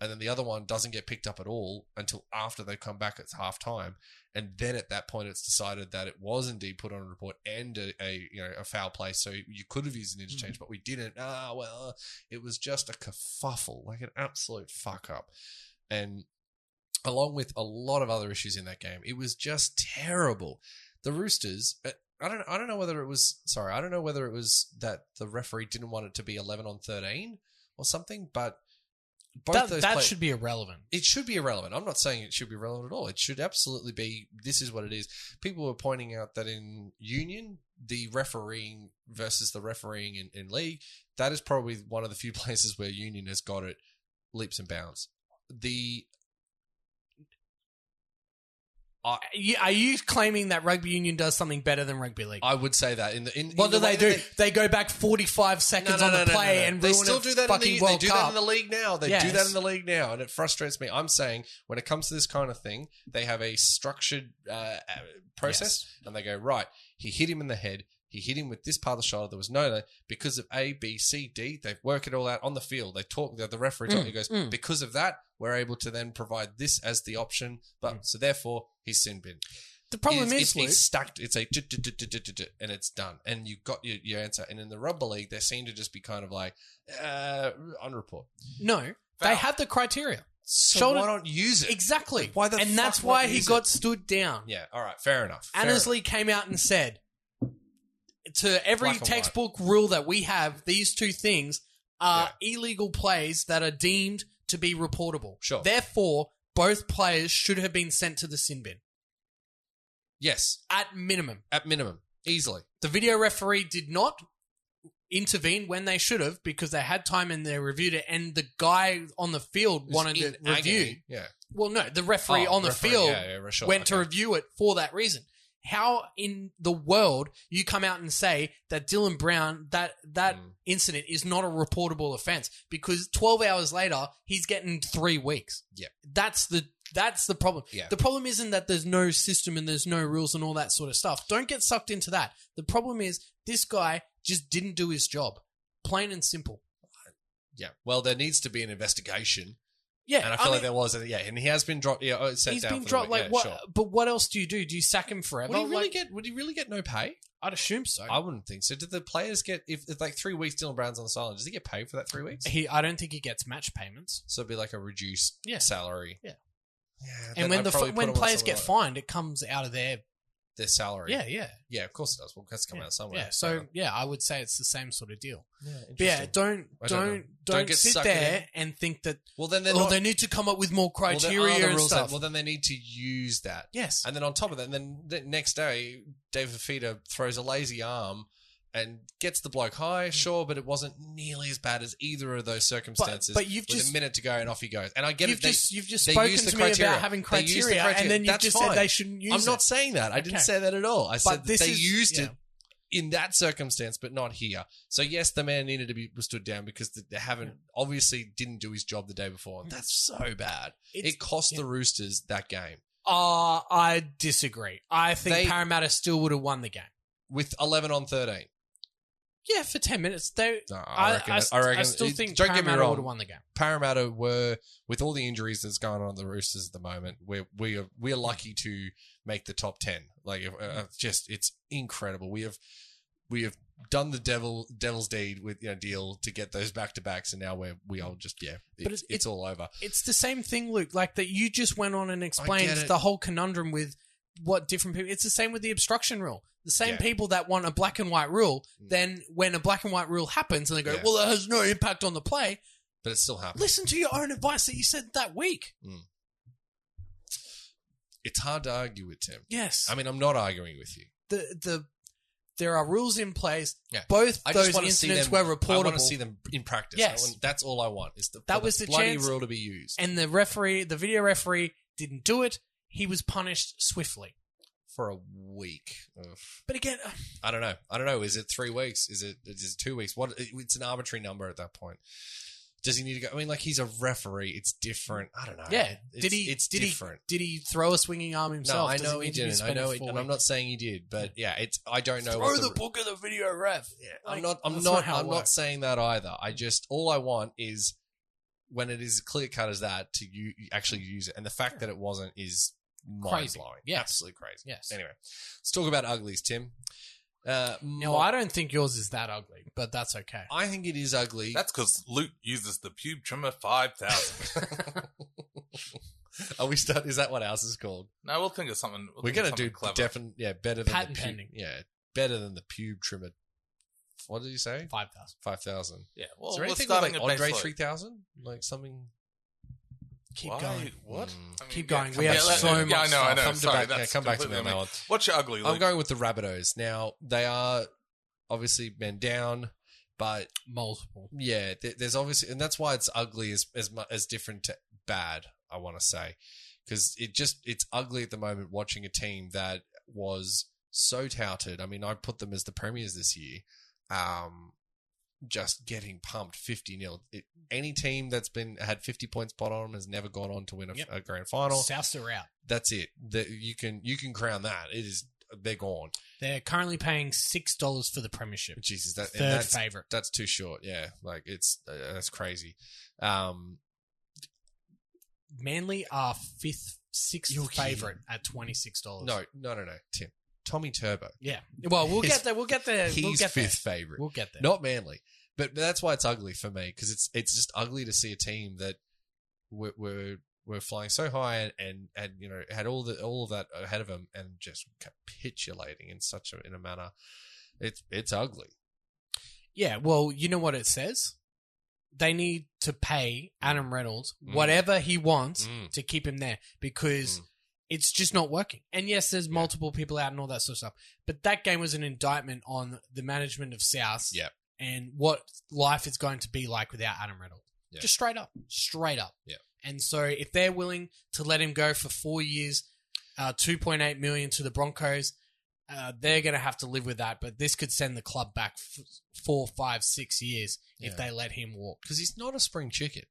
and then the other one doesn't get picked up at all until after they come back at half time, and then at that point it's decided that it was indeed put on report and a, a you know a foul play, so you could have used an interchange,
Mm.
but we didn't. Ah, well, it was just a kerfuffle, like an absolute fuck up, and along with a lot of other issues in that game. It was just terrible. The Roosters. uh, I don't. I don't know whether it was. Sorry, I don't know whether it was that the referee didn't want it to be eleven on thirteen or something. But both
That,
those
that
play-
should be irrelevant.
it should be irrelevant. I'm not saying it should be relevant at all. It should absolutely be. This is what it is. People were pointing out that in union, the refereeing versus the refereeing in, in league, that is probably one of the few places where union has got it leaps and bounds. The
Are you, are you claiming that rugby union does something better than rugby league?
I would say that in the in,
what
in
do
the way
they do?
that
They go back 45 seconds on the play and
they
ruin
still
a
do that. In
fucking
the, they
World
do
Cup.
that in the league now. They do that
Yes.
in the league now, and it frustrates me. I'm saying when it comes to this kind of thing, they have a structured uh, uh, process, and they go right. He hit him in the head. He hit him with this part of the shoulder. There was no there because of A, B, C, D. They work it all out on the field. They talk. The, the referee talk,
Mm,
he goes
mm.
because of that. We're able to then provide this as the option, but so therefore he's sin bin.
The Mm. problem
It's-
is,
it's,
Luke,
it's stacked. It's a du- du- du- du- du- du- du- and it's done, and you got your, your answer. And in the rugby league, they seem to just be kind of like uh, on report.
no, they
Foul.
have the criteria.
So
Shoulder-
why not use it?
Exactly.
Why the
and
fuck
that's
not
why he
use it?
got stood down.
Yeah. All right. Fair enough. fair
Annesley came out and said to every
Black and white.
textbook rule that we have, these two things are illegal plays that are deemed to be reportable.
Sure.
Therefore, both players should have been sent to the sin bin
enough. Yes.
at minimum.
At minimum, easily.
The video referee did not intervene when they should have because they had time and they reviewed it and the guy on the field
It's
wanted
in
to
agony.
review.
Yeah.
Well, no, the referee
Oh,
on the
referee,
field
yeah, yeah, sure,
went to
okay.
review it for that reason. How in the world you come out and say that Dylan Brown that that
Mm.
incident is not a reportable offense because 12 hours later he's getting 3 weeks.
Yeah.
That's the that's the problem.
Yeah.
The problem isn't that there's no system and there's no rules and all that sort of stuff. Don't get sucked into that. The problem is this guy just didn't do his job. Plain and simple.
Yeah. Well, there needs to be an investigation,
Yeah.
and I feel
mean-
like there was. Yeah, and he has been dropped. Yeah, oh, set
He's
down
been
for the
dropped.
week.
Like
Yeah,
what?
sure.
But what else do you do? Do you sack him forever?
Would he really
Like,
get? Would he really get no pay?
I'd assume so.
I wouldn't think so. Did the players get if, if like three weeks? Dylan Brown's on the sideline. Does he get paid for that three weeks?
he, I don't think he gets match payments.
So it'd be like a reduced
Yeah.
salary.
Yeah.
yeah
And
then
when
I'd
the
probably
fi-
put
when
him on
players
something
get
like-
fined, it comes out of their
their salary.
Yeah, yeah,
yeah, of course it does. Well, that's come
yeah.
out somewhere.
Yeah, so yeah, I would say it's the same sort of deal.
yeah,
But yeah,
interesting.
don't
I
don't
don't know.
don't,
Don't get
sit
sucked
there
in.
and think that
well, then they're
oh
not,
they need to come up with more
well, there are
criteria
the
and
rules that-
stuff.
well, then they need to use that.
yes,
And then on top of that, and then the next day, David Fafita throws a lazy arm and gets the bloke high, sure, but it wasn't nearly as bad as either of those circumstances.
Mm. but you've
with
just-
a minute to go and off he goes. And I get
you've
it. They,
just you've just
they
spoken
use the
to me
criteria.
about having
They use the
criteria, and then
criteria.
you
That's
just
fine.
said they shouldn't use
I'm not
it.
saying that. I didn't
Okay.
say that at all. I said
But
that
this
they
is-
used
yeah.
it in that circumstance, but not here. So yes, the man needed to be was stood down because they haven't obviously didn't do his job the day before. And that's so bad.
Mm. It's-
it cost
yeah.
the Roosters that game. Ah,
Uh, I disagree. I think
They-
Parramatta still would have won the game.
With eleven on thirteen,
Yeah, for ten minutes they.
No,
I,
I,
I,
reckon.
I,
it- I, reckon.
still
it-
think
Don't get me
Parramatta would have
wrong.
won the game.
Parramatta were with all the injuries that's going on at the Roosters at the moment. We're we are we are lucky to make the top ten. Like uh, uh, just it's incredible. We have we have done the devil devil's deed with you know deal to get those back to backs, and now we're we are just yeah. It's,
But
it's,
it's-
all over.
It's the same thing, Luke. Like that you just went on and explained
it.
the whole conundrum with what different people. It's the same with the obstruction rule. The same
Yeah.
people that want a black and white rule,
Mm.
then when a black and white rule happens and they go,
Yeah.
"Well, it has no impact on the play."
But it's still happening.
Listen to your own advice that you said that week.
It's hard to argue with Tim.
Yes,
I mean, I'm not arguing with you.
the the there are rules in place.
Yeah.
Both
I
those
just want to see
incidents
them.
were
I want
reportable.
to see them in practice.
Yes.
I want- that's all I want. Is the,
That
for
was
the
the
bloody
chance-
rule to be used
and the referee, the video referee, didn't do it. He was punished swiftly.
for a week of
But again, uh,
I don't know. I don't know. Is it three weeks? Is it is it two weeks? What? It's an arbitrary number at that point. Does he need to go? I mean, like he's a referee. It's different. I don't know.
yeah.
It's,
did he?
It's
did
different.
he? Did he throw a swinging arm
no,
himself?
I
Does
know
need
he
to be
didn't. I
suspended
know.
for
It,
four
and I'm
weeks?
not saying he did, but yeah, it's. I don't know.
Throw
what
the, book at the video ref.
Yeah,
Like,
I'm not. I'm
that's
not.
not how it
I'm not
works.
saying that either. I just all I want is when it is clear cut as that to you actually use it, and the fact that it wasn't is mind
Crazy.
blowing.
Yes.
Absolutely crazy.
Yes.
Anyway, let's talk about uglies, Tim. Uh,
No, I don't think yours is that ugly, but that's okay.
I think it is ugly.
That's because Luke uses the pube trimmer 5000.
Are we start? Is that what ours is called?
no, we'll think of something. We'll
We're
think of
gonna do
something clever.
definitely yeah better than
Patent
the pube,
pending.
yeah better than the pube trimmer. What did you say?
Five thousand.
Five thousand.
yeah, well,
is there
we're
anything
starting at
with like Andre
baseline.
three thousand? Like something?
Keep
Why?
going.
What?
Mm.
I mean,
Keep
yeah,
going.
come
We
back
have
to that.
so much
Yeah, I know. I
stuff.
know.
Come to
Sorry,
back, yeah,
that's
come back to me
completely
on that
on me.
one.
What's your ugly?
I'm
Luke?
going with the Rabbitohs. Now they are obviously men down, but
Multiple.
yeah, th- there's obviously, and that's why it's ugly as as mu- as different to bad. I want to say because it just it's ugly at the moment watching a team that was so touted. I mean, I put them as the premiers this year. Um, just getting pumped 50 nil. It, any team that's been had 50 points spot on them has never gone on to win a,
Yep.
a grand final.
Souths are out.
That's it. That you can you can crown that. It is they're gone.
They're currently paying six dollars for the premiership.
Jesus, that uh, and
Third
that's
favorite.
that's too short. Yeah, like it's uh, that's crazy. Um,
Manly are fifth, sixth
You're kidding.
favorite at twenty six dollars.
no, no, no, no, Tim. Tommy Turbo.
Yeah. Well, we'll
He's-
get there. We'll get there.
He's
we'll get
fifth
There.
favorite,
We'll get there.
not Manly, but, but that's why it's ugly for me because it's it's just ugly to see a team that were were, were flying so high and, and and you know had all the all of that ahead of them and just capitulating in such a in a manner. It's it's ugly.
Yeah. Well, you know what it says. They need to pay Adam Reynolds
Mm.
whatever he wants
Mm.
to keep him there because
Mm.
it's just not working. And yes, there's multiple people out and all that sort of stuff. But that game was an indictment on the management of South.
Yep.
And what life is going to be like without Adam Reynolds.
Yeah.
Just straight up. Straight up.
Yeah.
And so if they're willing to let him go for four years, uh, 2.8 million to the Broncos, uh, they're going to have to live with that. But this could send the club back f- four, five, six years
Yeah.
if they let him walk.
Because he's not a spring chicken,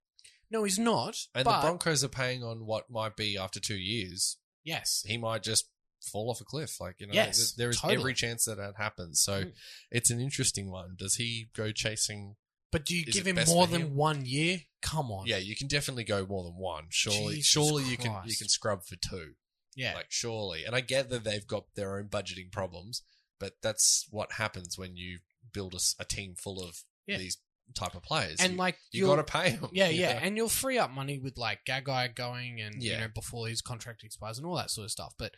No, he's not.
and
but
the Broncos are paying on what might be after two years
yes,
he might just fall off a cliff. Like, you know,
Yes,
there- there is
totally.
every chance that that happens. So
Mm.
it's an interesting one. Does he go chasing?
But do you
Is
give
it
him
best
more
for
than
him?
one year? Come on.
Yeah, you can definitely go more than one. Surely,
Jesus
surely you can you
Christ.
can scrub for two.
Yeah.
Like, surely. And I get that they've got their own budgeting problems, but that's what happens when you build a, s- a team full of
Yeah.
these type of players.
and
you,
like
you
you'll-
got to pay them.
Yeah, yeah, and you'll free up money with like Gagai going and
Yeah.
you know before his contract expires and all that sort of stuff. But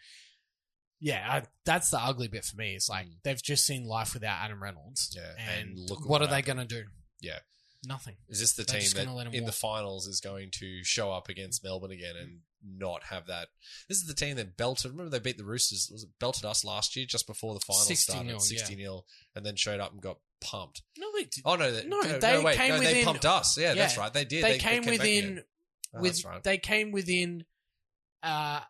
yeah, I, that's the ugly bit for me. It's like they've just seen life without Adam Reynolds.
Mm. Yeah,
and,
and look
what are
what
they going to do?
Yeah.
nothing.
Is this the
They're
team
just
that
gonna let 'em
in the
walk.
finals is going to show up against Melbourne again and not have that? This is the team that belted. Remember they beat the Roosters. Was it belted us last year just before the finals
60
started,
nil, yeah.
sixty nil, and then showed up and got pumped.
No, they did.
Oh no, they,
No,
no, no,
they
wait,
came
no, they
within-
pumped us. Yeah, that's
yeah.
right. They did.
they, came
back again.
within.
Oh,
with
that's right.
they came within uh,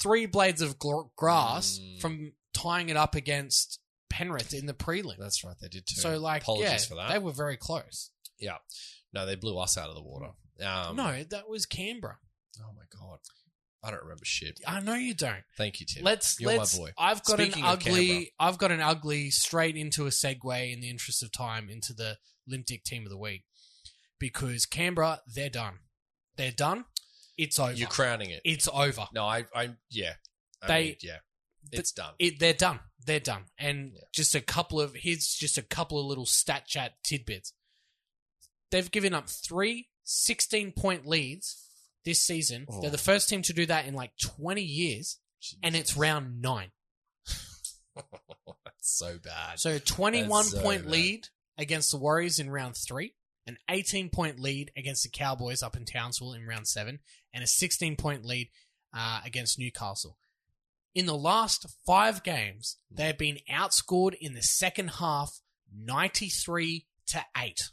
three blades of gl- grass
Mm.
from tying it up against Penrith in the prelim.
That's right. They did too.
so like,
apologies
yeah,
for that.
they were very close.
yeah, no, they blew us out of the water. Um,
no, that was Canberra.
Oh my god, I don't remember shit.
I know you don't.
Thank you, Tim.
Let's
You're my
let's.
boy.
I've got
Speaking
an
of Canberra.
ugly. I've got an ugly straight into a segue in the interest of time into the Limtic team of the week because Canberra they're done. They're done. It's over.
You're crowning it.
it's over.
No, I, I, yeah, I
They-
mean, yeah, it's done.
it, they're done. They're done. And
Yeah.
just a couple of here's just a couple of little stat chat tidbits. They've given up three 16 point leads this season.
Oh.
They're the first team to do that in like 20 years, and it's round nine.
That's so bad.
So a 21
so
point
bad.
lead against the Warriors in round three, an 18 point lead against the Cowboys up in Townsville in round seven, and a 16 point lead uh, against Newcastle. In the last five games, they have been outscored in the second half 93 to 8.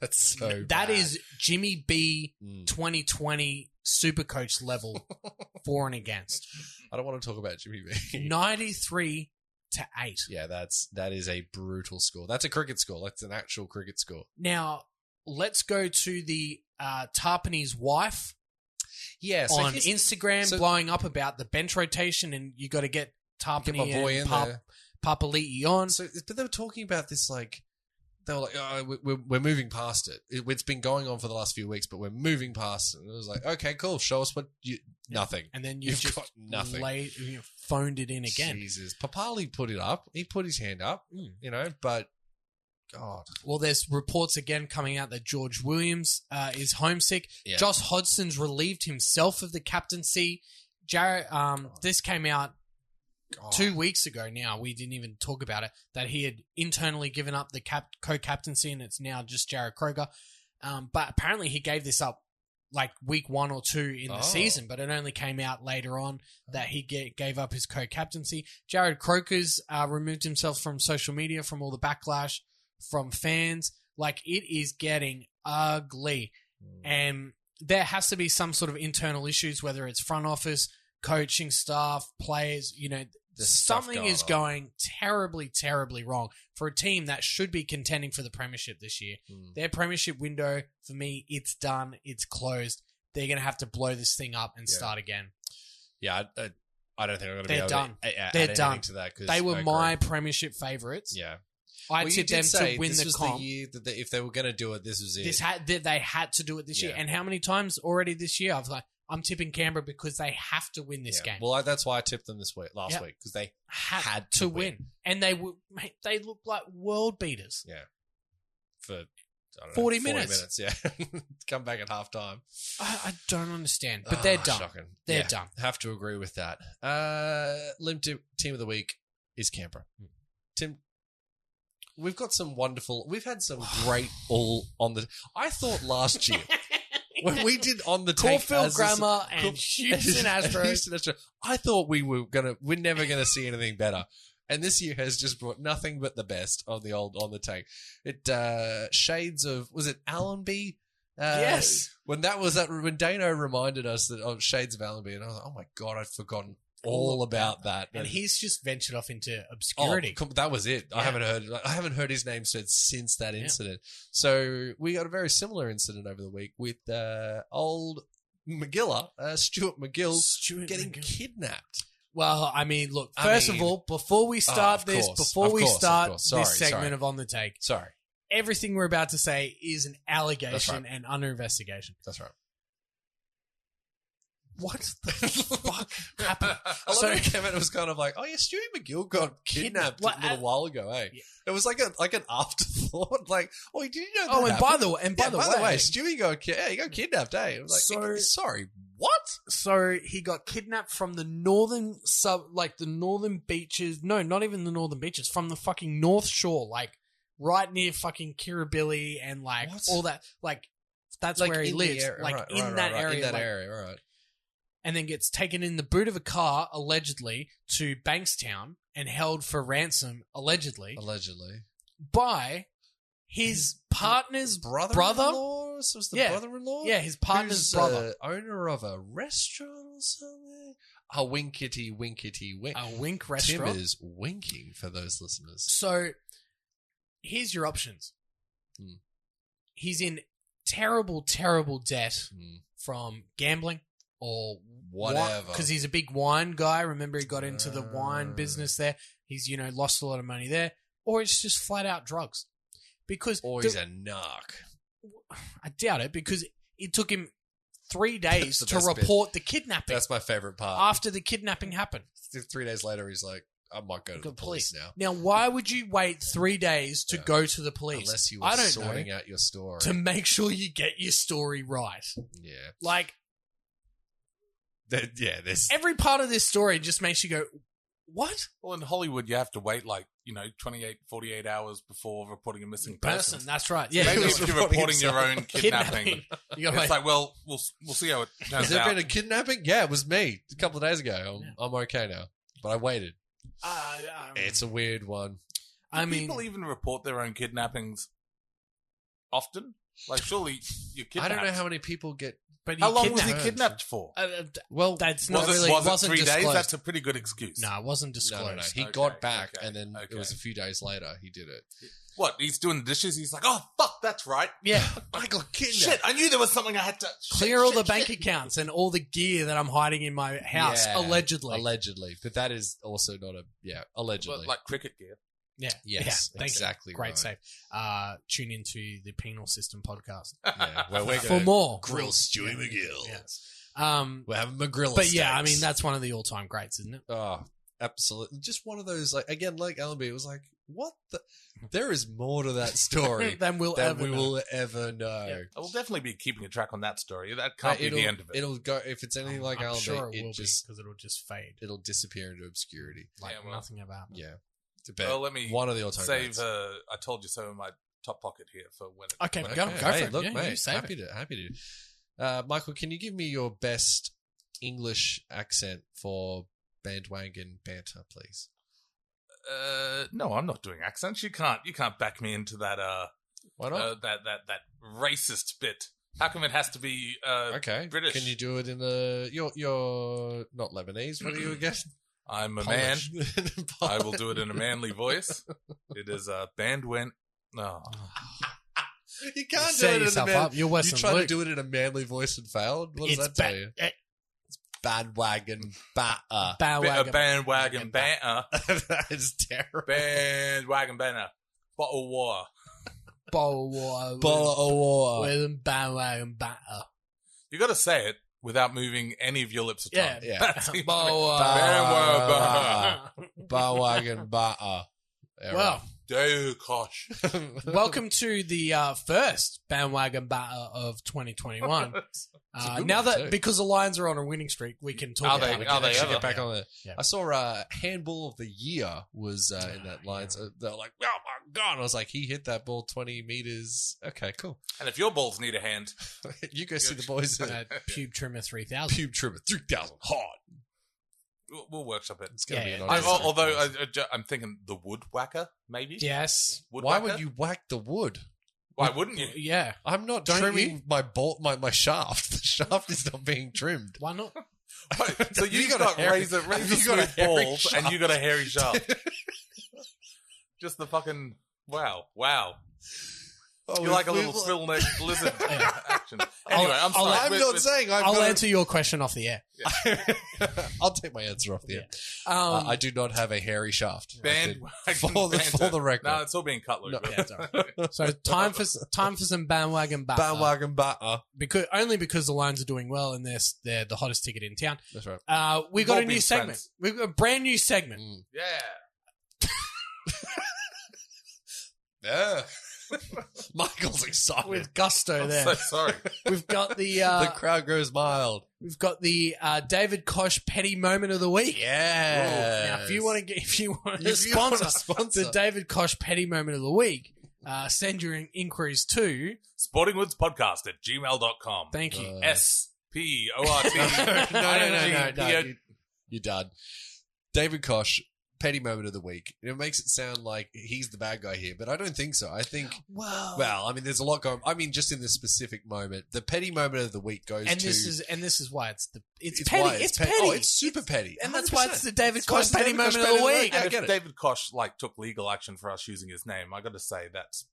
That's so.
that
bad.
is Jimmy B
Mm.
2020 supercoach level for and against.
I don't want to talk about Jimmy B.
93 to 8.
Yeah, that's that is a brutal score. That's a cricket score. That's an actual cricket score.
Now, let's go to the uh, Tarpany's wife
Yeah, so
on
here's-
Instagram
so-
blowing up about the bench rotation, and you got to get
get
Tarpany
my boy in
and Pap-
there.
Papali'i on.
So, but they were talking about this like they were like, oh, we- we're, we're moving past it. it. It's been going on for the last few weeks, but we're moving past it. And it was like, okay, cool. Show us what you nothing.
and then you've,
You've
just
got nothing.
laid- you know, phoned it in again.
Jesus, Papali put it up. He put his hand up.
Mm.
You know, but oh, God,
Well, there's reports again coming out that George Williams uh, is homesick.
Yeah.
Josh Hodgson's relieved himself of the captaincy. Jarrett, um, this came out
Oh.
God.
two weeks ago now we didn't even talk about it that he had internally given up the cap- co-captaincy and it's now just jared kroger um, but apparently he gave this up like week one or two in the
Oh.
season but it only came out later on that he ga- gave up his co-captaincy jared kroger's uh, removed himself from social media from all the backlash from fans like it is getting ugly
Hmm.
and there has to be some sort of internal issues whether it's front office coaching staff players you know
There's stuff
something
going
is
on.
going terribly terribly wrong for a team that should be contending for the premiership this year
Mm.
their premiership window for me it's done it's closed they're going to have to blow this thing up and
Yeah.
start again
yeah, I, I, I don't think I'm gonna
They're
be able
done.
To, a- a- add
They're
anything
done.
to that 'cause
they were
I
my
agree.
premiership favorites
yeah.
i
Well, you
tipped
did
them
say
to win
this
the
was
comp
the year that they, if they were going to do it, this was it.
this had that they had to do it this year
Yeah.
and how many times already this year i've like i'm tipping canberra because they have to win this
Yeah.
game
Well, I, that's why I tipped them this week, last
Yeah.
week, because they
had,
had
to,
to
win. and they were mate, they looked like world beaters.
for I don't know,
40 minutes.
Yeah, come back at half time.
I, I don't understand, but
Ah,
they're done. They're done.
Have to agree with that. Uh, Lim Tim- team of the week is Canberra. Tim, we've got some wonderful. We've had some great all on the. I thought last year when we did on the take
Caulfield
as a sub-
Grammar and
Caul-
Houston Astros.
Houston Astros. I thought we were gonna. We're never gonna see anything better. And this year has just brought nothing but the best on the old on the take. It uh, shades of was it Allenby? Uh,
yes,
When that was that when Dano reminded us that oh, shades of Allenby, and I was like, oh my god, I'd forgotten all about that.
and he's just ventured off into
Oh,
obscurity.
com- that was it.
Yeah.
I haven't heard. I haven't heard his name said since that
Yeah.
incident. So we got a very similar incident over the week with uh, old McGilla, uh, Stuart McGill,
Stuart
getting
McGill.
kidnapped.
Well, I mean, look.
I
First
mean- oh,
of all, before we start
of
this,
course,
before
of
we
course, of
start
course. Sorry,
this segment
sorry.
of on the take,
Sorry,
everything we're about to say is an allegation and under investigation.
that's right.
What the fuck
I
happened?
love
So-
how it came out. It was kind of like, oh yeah, Stuart McGill got kidnapped
Kidnapped. Well,
a little
I-
while ago. Eh?
Yeah.
It was like a like an afterthought. Like, oh, did you know?
Oh,
that
and by
happened?
the way, and by,
Yeah,
the,
by
way,
Stewie got ki- yeah, he got kidnapped. Eh? It was like,
So-
sorry, What?
So he got kidnapped from the northern sub, like the northern beaches. No, not even the northern beaches. From the fucking north shore, like right near fucking Kirribilli and like
What?
all that. Like that's where he
in the
lives,
area-
like
right,
in,
right, right,
that
right,
area,
In that
like-
area, all right.
and then gets taken in the boot of a car allegedly to Bankstown and held for ransom allegedly
Allegedly.
by his partner's
Brother?
brother.
So it's the
Yeah.
brother-in-law?
Yeah, his partner's
Who's,
brother.
uh, owner of a restaurant or something? A winkety winkety wink.
a wink
uh, Tim
restaurant.
is winking for those listeners.
So here's your options.
Hmm.
He's in terrible, terrible debt
Hmm.
from gambling or
Whatever.
Because he's a big wine guy. Remember, he got into the
Ah.
wine business there. He's, you know, lost a lot of money there. Or it's just flat out drugs. Because
Or
the-
he's a narc.
I doubt it because it took him three days
the
to
best bit.
report the kidnapping
That's my favorite part.
after the kidnapping happened.
Th- Three days later, he's like, I might go to the police now.
Now, why would you wait three days to
Yeah.
go to the police?
Unless you were
I don't
sorting
know,
out your story.
to make sure you get your story right.
yeah.
Like
That- yeah, there's.
every part of this story just makes you go, "What
Well, in Hollywood, you have to wait like, you know, 28, 48 hours before reporting a missing person.
person?" That's right. Yeah,
Maybe
He was
if you're
reporting
reporting your own kidnapping.
kidnapping. you got
It's
like,
like, well, we'll we'll see how it
Has
turns
there
out.
been a kidnapping? Yeah, it was me a couple of days ago. I'm,
Yeah.
I'm okay now. But I waited.
uh, um,
It's a weird one.
I
Do
mean,
people even report their own kidnappings often? Like, surely you're
I
kidnapped.
don't know how many people get.
but
How long was
kidnapped-
he kidnapped for?
Uh, uh, d-
Well,
was
that's not
it,
really
was it
wasn't
three
disclosed.
days? That's a pretty good excuse.
no, it wasn't
no,
disclosed.
no, no. He
Okay,
got back,
okay,
and then it was a
okay.
few days later he did it.
What? He's doing the dishes. He's like, oh fuck, that's right.
Yeah,
I got
Shit, I knew there was something I had to
clear
shit,
all
shit,
the bank
shit.
accounts and all the gear that I'm hiding in my house,
Yeah.
allegedly.
Allegedly, but that is also not a yeah. Allegedly,
Well, like cricket gear.
yeah,
yes,
yeah, thank you.
exactly.
Great
right.
save. Uh, tune into the Penal System podcast
Yeah, where we're
for
gonna
more
grill Stewie
Yeah,
McGill.
Yes. Um,
We're having McGrill.
but yeah, I mean
steaks.
that's one of the all-time greats, isn't it?
Oh, absolutely. Just one of those, like, again, like Allenby, it was like, what the? There is more to that story
Then we'll
than
ever
we
know.
will ever know.
Yeah.
I will definitely be keeping a track on that story. That can't
Uh,
be
it'll,
the end of it.
It'll go, if it's anything like
I'm
Allenby,
sure
it,
it will
just,
because it'll just fade
it'll disappear into obscurity.
like
Yeah, well-
nothing ever happened.
Yeah. It's a bet.
Well, let me
one of the all time
save. Uh, I told you so in my top pocket here for when. It,
Okay, go, go for
hey,
it.
Look,
yeah,
mate,
you save
happy
it.
to, happy to. Uh, Michael, can you give me your best English accent for bandwagon banter, please?
uh, no, I'm not doing accents. You can't. You can't back me into that. Uh,
Why not?
uh that that that racist bit. How come it has to be? Uh,
okay,
British.
Can you do it in a? You're you're not Lebanese. What are you again?
I'm a
Polish.
man. I will do it in a manly voice. It is a bandwagon. No,
You
Oh, You
can't do
set
it in a
yourself
man.
up. You're
You
Western
try to
Luke.
do it in a manly voice and failed. What does
It's
that tell
ba-
you?
eh,
Bandwagon uh, batter.
bow
a
wagga.
bandwagon banter.
that is terrible.
Bandwagon banter. Bottle war.
bowl water.
Bottle of water.
with them bow wagga batter.
You got to say it without moving any of your lips at all.
Yeah,
Yeah.
That's the-
Bow
Bandwagon
Bandwagon
wagga.
bandwagon batter. Yeah,
Well,
banter. Gosh.
right.
welcome to the uh, first bandwagon batter of 2021.
a
Uh,
good
now
one,
that
too.
because the Lions are on a winning streak, we can talk
Are
about
they-
it.
are they
actually
ever?
get back on it.
Yeah.
I saw uh, handball of the year was uh, in
Ah,
that line. So they're like, oh my god! I was like, he hit that ball twenty meters. Okay, cool.
And if your balls need a hand,
you go see the boys at
Uh, pube trimmer 3000.
Pube Trimmer three thousand hard.
we'll, we'll workshop it.
It's gonna
Yeah,
be
yeah.
an
I,
honor.
al- although uh, I, I ju- I'm thinking the wood whacker, maybe.
Yes.
Wood
why
whacker?
would you whack the wood?
Why wouldn't you?
Yeah.
I'm not
Don't
trimming
you?
my bolt, my my shaft. The shaft is not being trimmed.
Why not?
Wait, so
Have
you,
you
got,
got a hairy-
razor,
have
razor
you got a
smooth
hairy
balls,
shaft?
and you got a hairy shaft. Just the fucking wow, wow.
Oh,
You're like a
we-
little
we-
swill neck lizard
Yeah.
action. Anyway, I'm
I'll-
sorry.
I'm
We're-
not
we're-
saying I've
I'll
got a-
answer your question off the air.
I'll take my answer off the
Yeah.
end. Uh,
Um,
I do not have a hairy shaft.
bandwagon.
For the- for
banter.
the record.
No, it's all being cut, Luke.
No,
but-
yeah, it's all so time for time for some bandwagon batter.
Bandwagon batter.
Because only because the Lions are doing well and they're they're the hottest ticket in town.
That's right.
Uh, we
We've
got
all
a new
been
segment.
friends.
We've got a brand new segment.
Mm.
yeah.
Yeah. Michael's excited.
With gusto
I'm
there.
so sorry.
We've got the
the
uh,
crowd grows mild.
We've got the uh, David Kosh petty moment of the week.
Yeah.
Now, if you want to get, if you want to
If you wanna
sponsor,
sponsor.
the David Kosh petty moment of the week, uh, send your in- inquiries to.
Sportingwoods Podcast at gmail.com.
Thank you.
Uh,
S P O R T.
no, no, no, no, no,
Yeah.
you, you're done. David Kosh, petty moment of the week. It makes it sound like he's the bad guy here, but I don't think so. I think,
wow.
well, I mean, there's a lot going. I mean, just in this specific moment, the petty moment of the week goes
and
to.
this is and this is why it's the it's,
it's
petty.
why
it's
pe-
petty.
Oh, it's super petty.
and that's why it's the David
That's why
Koch
it's the
petty
David
moment
Koch
of
petty
the
of the
week.
week. I
And if
get it.
David Kosh like took legal action for us using his name, I got to say that's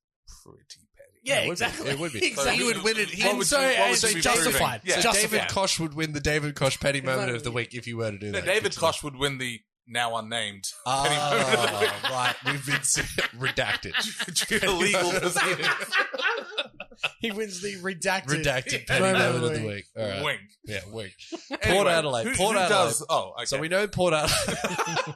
pretty petty.
Yeah,
It would be.
exactly.
It would be.
Exactly.
He would win it. He-
and
What would
so,
you- what
and
would
so
you be proving?
justified.
Yeah.
So
justified.
David Kosh would win the David Kosh petty moment of the week if you were to do
No,
that.
David
Continue.
Kosh would win the now unnamed petty moment of the
Ah,
week
right. We've been s- redacted.
due to legal proceedings.
he wins the redacted.
Redacted petty
Moment
moment
of
of
the
the week. All right.
Wink.
Yeah, wink.
Anyway,
Adelaide,
Who,
Port
who
Adelaide.
does? Oh, okay.
So we know Port Adelaide.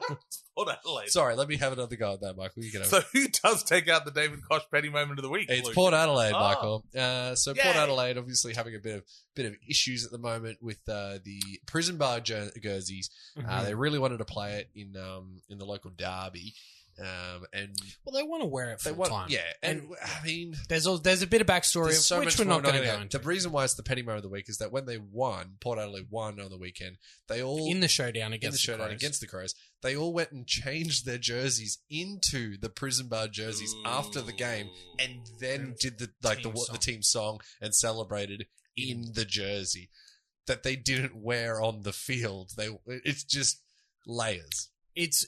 Port Adelaide.
Sorry, let me have another go at that, Michael. You can have
So who does take out the David Koch petty moment of the week?
It's
Luke?
Port Adelaide,
Ah.
Michael. Uh, so Port
Yay.
Adelaide obviously having a bit of bit of issues at the moment with uh, the prison bar jer- jerseys.
Mm-hmm.
Uh, they really wanted to play it in um, in the local derby, um, and
Well, they want to wear it for
they
a
want
time.
yeah. And,
And-
I mean,
There's all, there's a bit of backstory
there's
of
so
which
much
we're
more
not going to
going
go
on.
into
The reason why it's the petty moment of the week is that when they won, Port Adelaide won on the weekend. They all
in the showdown
in the
against the,
showdown
Crows.
against the Crows, they all went and changed their jerseys into the prison bar jerseys after the game, and then did the like the
Team
what
song.
the team song and celebrated in the jersey that they didn't wear on the field. They it's just layers.
It's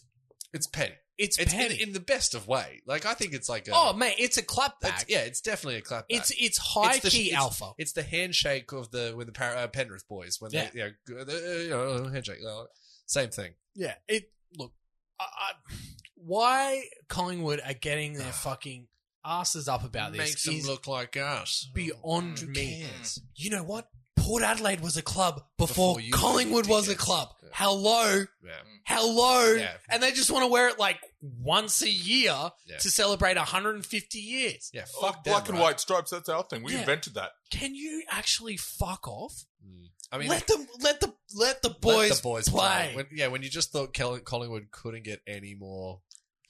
It's petty.
it's,
It's
petty.
In, in the best of way. Like I think it's like a,
oh mate, it's a clapback.
it's- yeah, it's definitely a clap.
It's it's high
It's the-
key
it's-
alpha.
It's the handshake of the when the Par- uh, Penrith boys when they yeah g- they, you know, handshake uh, same thing.
Yeah. It look, I, I, why Collingwood are getting their fucking asses up about this
Ah. makes them
is
look like us. Mm,
beyond
Who
me.
cares?
You know what? Port Adelaide was a club before,
Before you
Collingwood was a
dickheads.
club.
Yeah.
Hello,
Yeah.
hello,
Yeah.
and they just want to wear it like once a year
Yeah.
to celebrate 150 years.
Yeah,
Oh,
fuck them,
black and
right?
white stripes. That's our thing. We
Yeah.
invented that.
Can you actually fuck off?
Mm. I mean,
let them, let the, let the
let
boys,
the boys
play.
When- yeah, when you just thought Kel- Collingwood couldn't get any more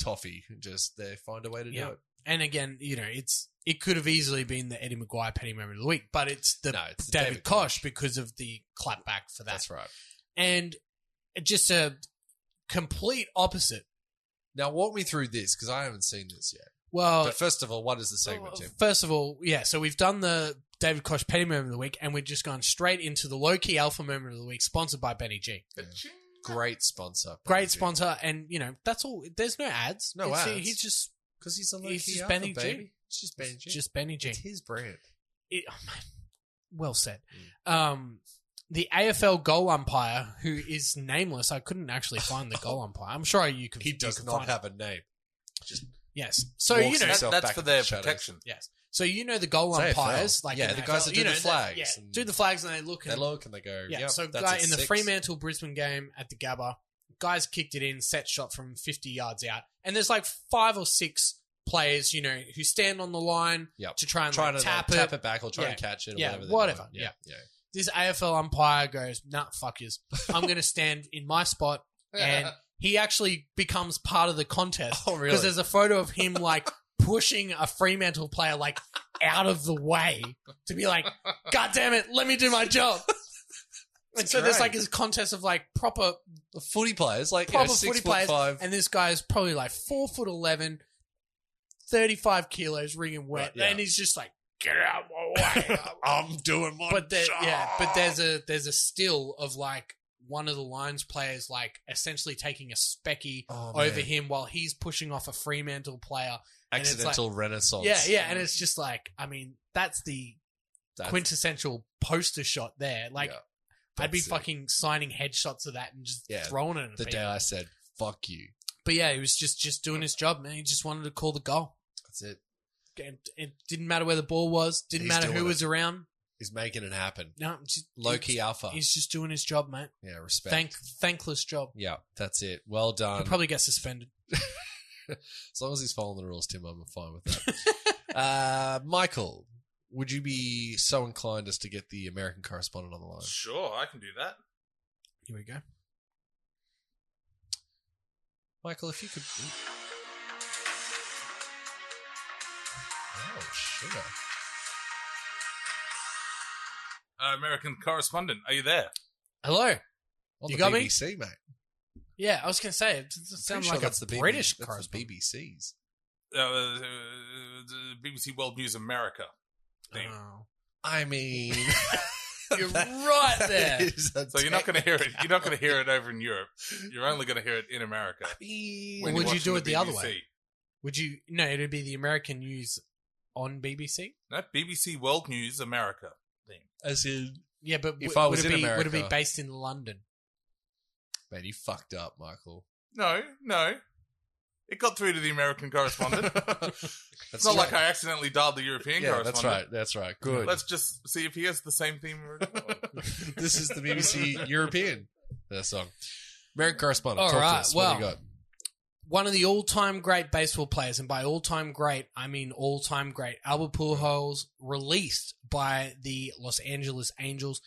toffee, just they find a way to
Yeah.
do it.
And again, you know, it's it could have easily been the Eddie McGuire petty moment of the week, but it's the
no, it's
David, Kosh, because of the clapback for that.
That's right.
And just a complete opposite.
Now walk me through this because I haven't seen this yet.
Well, oh,
but first of all, what is the segment? Tim?
First of all, yeah, so we've done the David Kosh Petty moment of the week, and we've just gone straight into the low key alpha moment of the week, sponsored by Benny G.
Great sponsor.
oh. Great sponsor, and you know that's all. There's no ads.
No
It's- uh,
ads.
He's just
because he's a low
he's
key
just
alpha,
Benny G.
baby. It's just Benny G.
just Benny G.
it's his brand.
It- oh, man. Well said.
Mm.
Um, the AFL goal umpire, who is nameless, I couldn't actually find the goal umpire. I'm sure you could.
He
you
does
could
not
find it.
have a name.
Yes. So
Walks
you know,
himself
That- that's
back
for
in
their
the shadows.
protection.
Yes. So you know the goal
It's AFL.
umpires, like
Yeah,
in
the guys that
AFL,
do
you
the
know,
flags
yeah,
and-
do the flags, and they look.
They
and,
look and they go,
yeah.
yep,
so
that's
guy
a
in the
six.
Fremantle Brisbane game at the Gabba, guys kicked it in, set shot from fifty yards out, and there's like five or six players, you know, who stand on the line
Yep.
to try and
trying
like,
to
tap,
like,
it.
tap it back or try
Yeah.
and catch it or
Yeah,
whatever. they're
whatever.
doing.
Yeah.
yeah.
This AFL umpire goes, "Nah, fuckers, I'm going to stand in my spot," and he actually becomes part of the contest.
oh, really?
because there's a photo of him like pushing a Fremantle player like out of the way to be like, God damn it, let me do my job. and so there's
great.
like this contest of like proper,
The footy players, like
proper
you know, six
footy
foot
players,
five.
and this guy's probably like four foot eleven, 35 kilos, ringing wet,
Right, yeah.
and he's just like, get out of my way.
I'm doing my
but there, yeah, but
job.
there's a there's a still of like one of the Lions players like essentially taking a specky
Oh,
over
man.
him while he's pushing off a Fremantle player. and it's like-
accidental renaissance.
Yeah, yeah, and it's just like I mean, that's the
That's-
quintessential poster shot there. Like
yeah.
I'd be
That's it.
fucking signing headshots of that and just
Yeah,
throwing it. At
the
people.
day I said "fuck you."
But yeah, he was just just doing his job, man. He just wanted to call the goal.
That's it.
And it didn't matter where the ball was. Didn't
He's
matter who
doing
was around.
He's making it happen.
No, just,
Low key alpha.
He's just doing his job, mate.
yeah, respect.
Thank thankless job.
yeah, that's it. Well done.
He'll probably get suspended.
as long as he's following the rules, Tim, I'm fine with that. uh, Michael, would you be so inclined as to get the American correspondent on the line?
Sure, I can do that.
Here we go.
Michael, if you could. Oh, sugar.
Uh, American correspondent, are you there?
Hello.
On the
You got me?
BBC, mate.
Yeah, I was gonna say it
I'm
doesn't sound
pretty sure
like
that's
a
the
British
BBC, that's the
correspondent.
BBC's.
Uh, uh, the BBC World News America. name.
Oh.
I mean,
You're right
that
there.
is a
so you're not going to hear it.
technicality.
You're not going to hear it over in Europe. You're only going to hear it in America.
I mean,
when
would you
watch
do it the other
BBC.
way? Would you? No, it'd be the American news on BBC.
No, BBC World News America.
as in,
Yeah, but
If I
w-
was
would it
in
be, would it be
America.
based in London?
man, you fucked up, Michael.
No, no. It got through to the American correspondent.
That's
it's not like
right.
I accidentally dialed the European
Yeah,
correspondent.
that's right. That's right. Good.
Let's just see if he has the same theme.
this is the BBC European that song. American correspondent.
All
talk
right,
to us. What do
well-
you got?
One of the all-time great baseball players, and by all-time great, I mean all-time great, Albert Pujols, released by the Los Angeles Angels.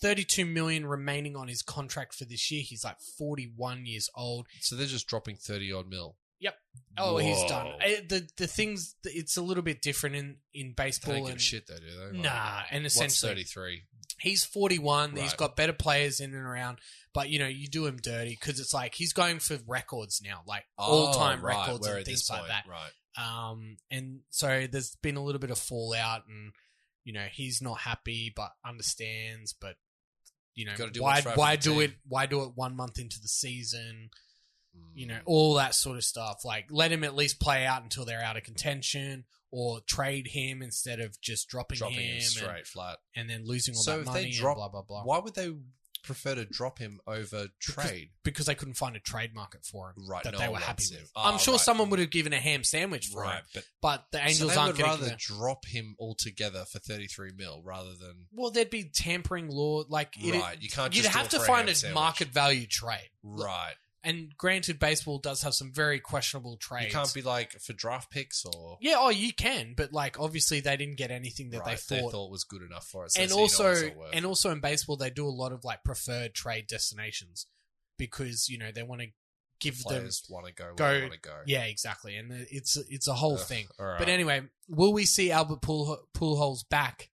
32 million remaining on his contract for this year. He's like 41 years old.
So they're just dropping thirty odd mil.
Yep. Oh, he's
Whoa.
done. Eh, the the things it's a little bit different in in
They
baseball
don't give a
and
shit though, do they?
nah, and
What's
essentially
thirty three?
he's 41 he's
Right.
got better players in and around but you know you do him dirty because it's like he's going for records now like
Oh,
all-time records and things like that
Right.
um and so there's been a little bit of fallout and you know he's not happy but understands but you know
Gotta do
why
what's right for
why
the
do
team.
it why do it one month into the season you know
Mm.
all that sort of stuff like let him at least play out until they're out of contention or trade him instead of just dropping,
dropping
him,
him
and-
straight flat.
and, then losing all
So
that
if they
money
drop-
and blah blah blah
Why would they prefer to drop him over trade?
because they couldn't find a trade market for him
Right,
that
no
they
one
were happy
wants
with.
him.
I'm
Ah,
sure
right.
someone would have given a ham sandwich for him,
but
but the
so
Angels
they
aren't
would
going
rather
to.
drop him altogether for thirty three mil rather than
Well, there'd be tampering law. Like it,
right. You can't.
you'd
just do
have
it
to
for
find
ham
a
sandwich.
market value trade.
Right.
And granted, baseball does have some very questionable trades.
You can't be like for draft picks or
Yeah, oh, you can, but like obviously they didn't get anything that
Right,
they thought.
was good enough for us.
and also, and also in baseball, they do a lot of like preferred trade destinations because you know they want to give
players want to go where
go-
they want to go.
them. Yeah, exactly, and it's it's a whole
Ugh,
thing.
all right.
But anyway, will we see Albert Pool- Pujols back?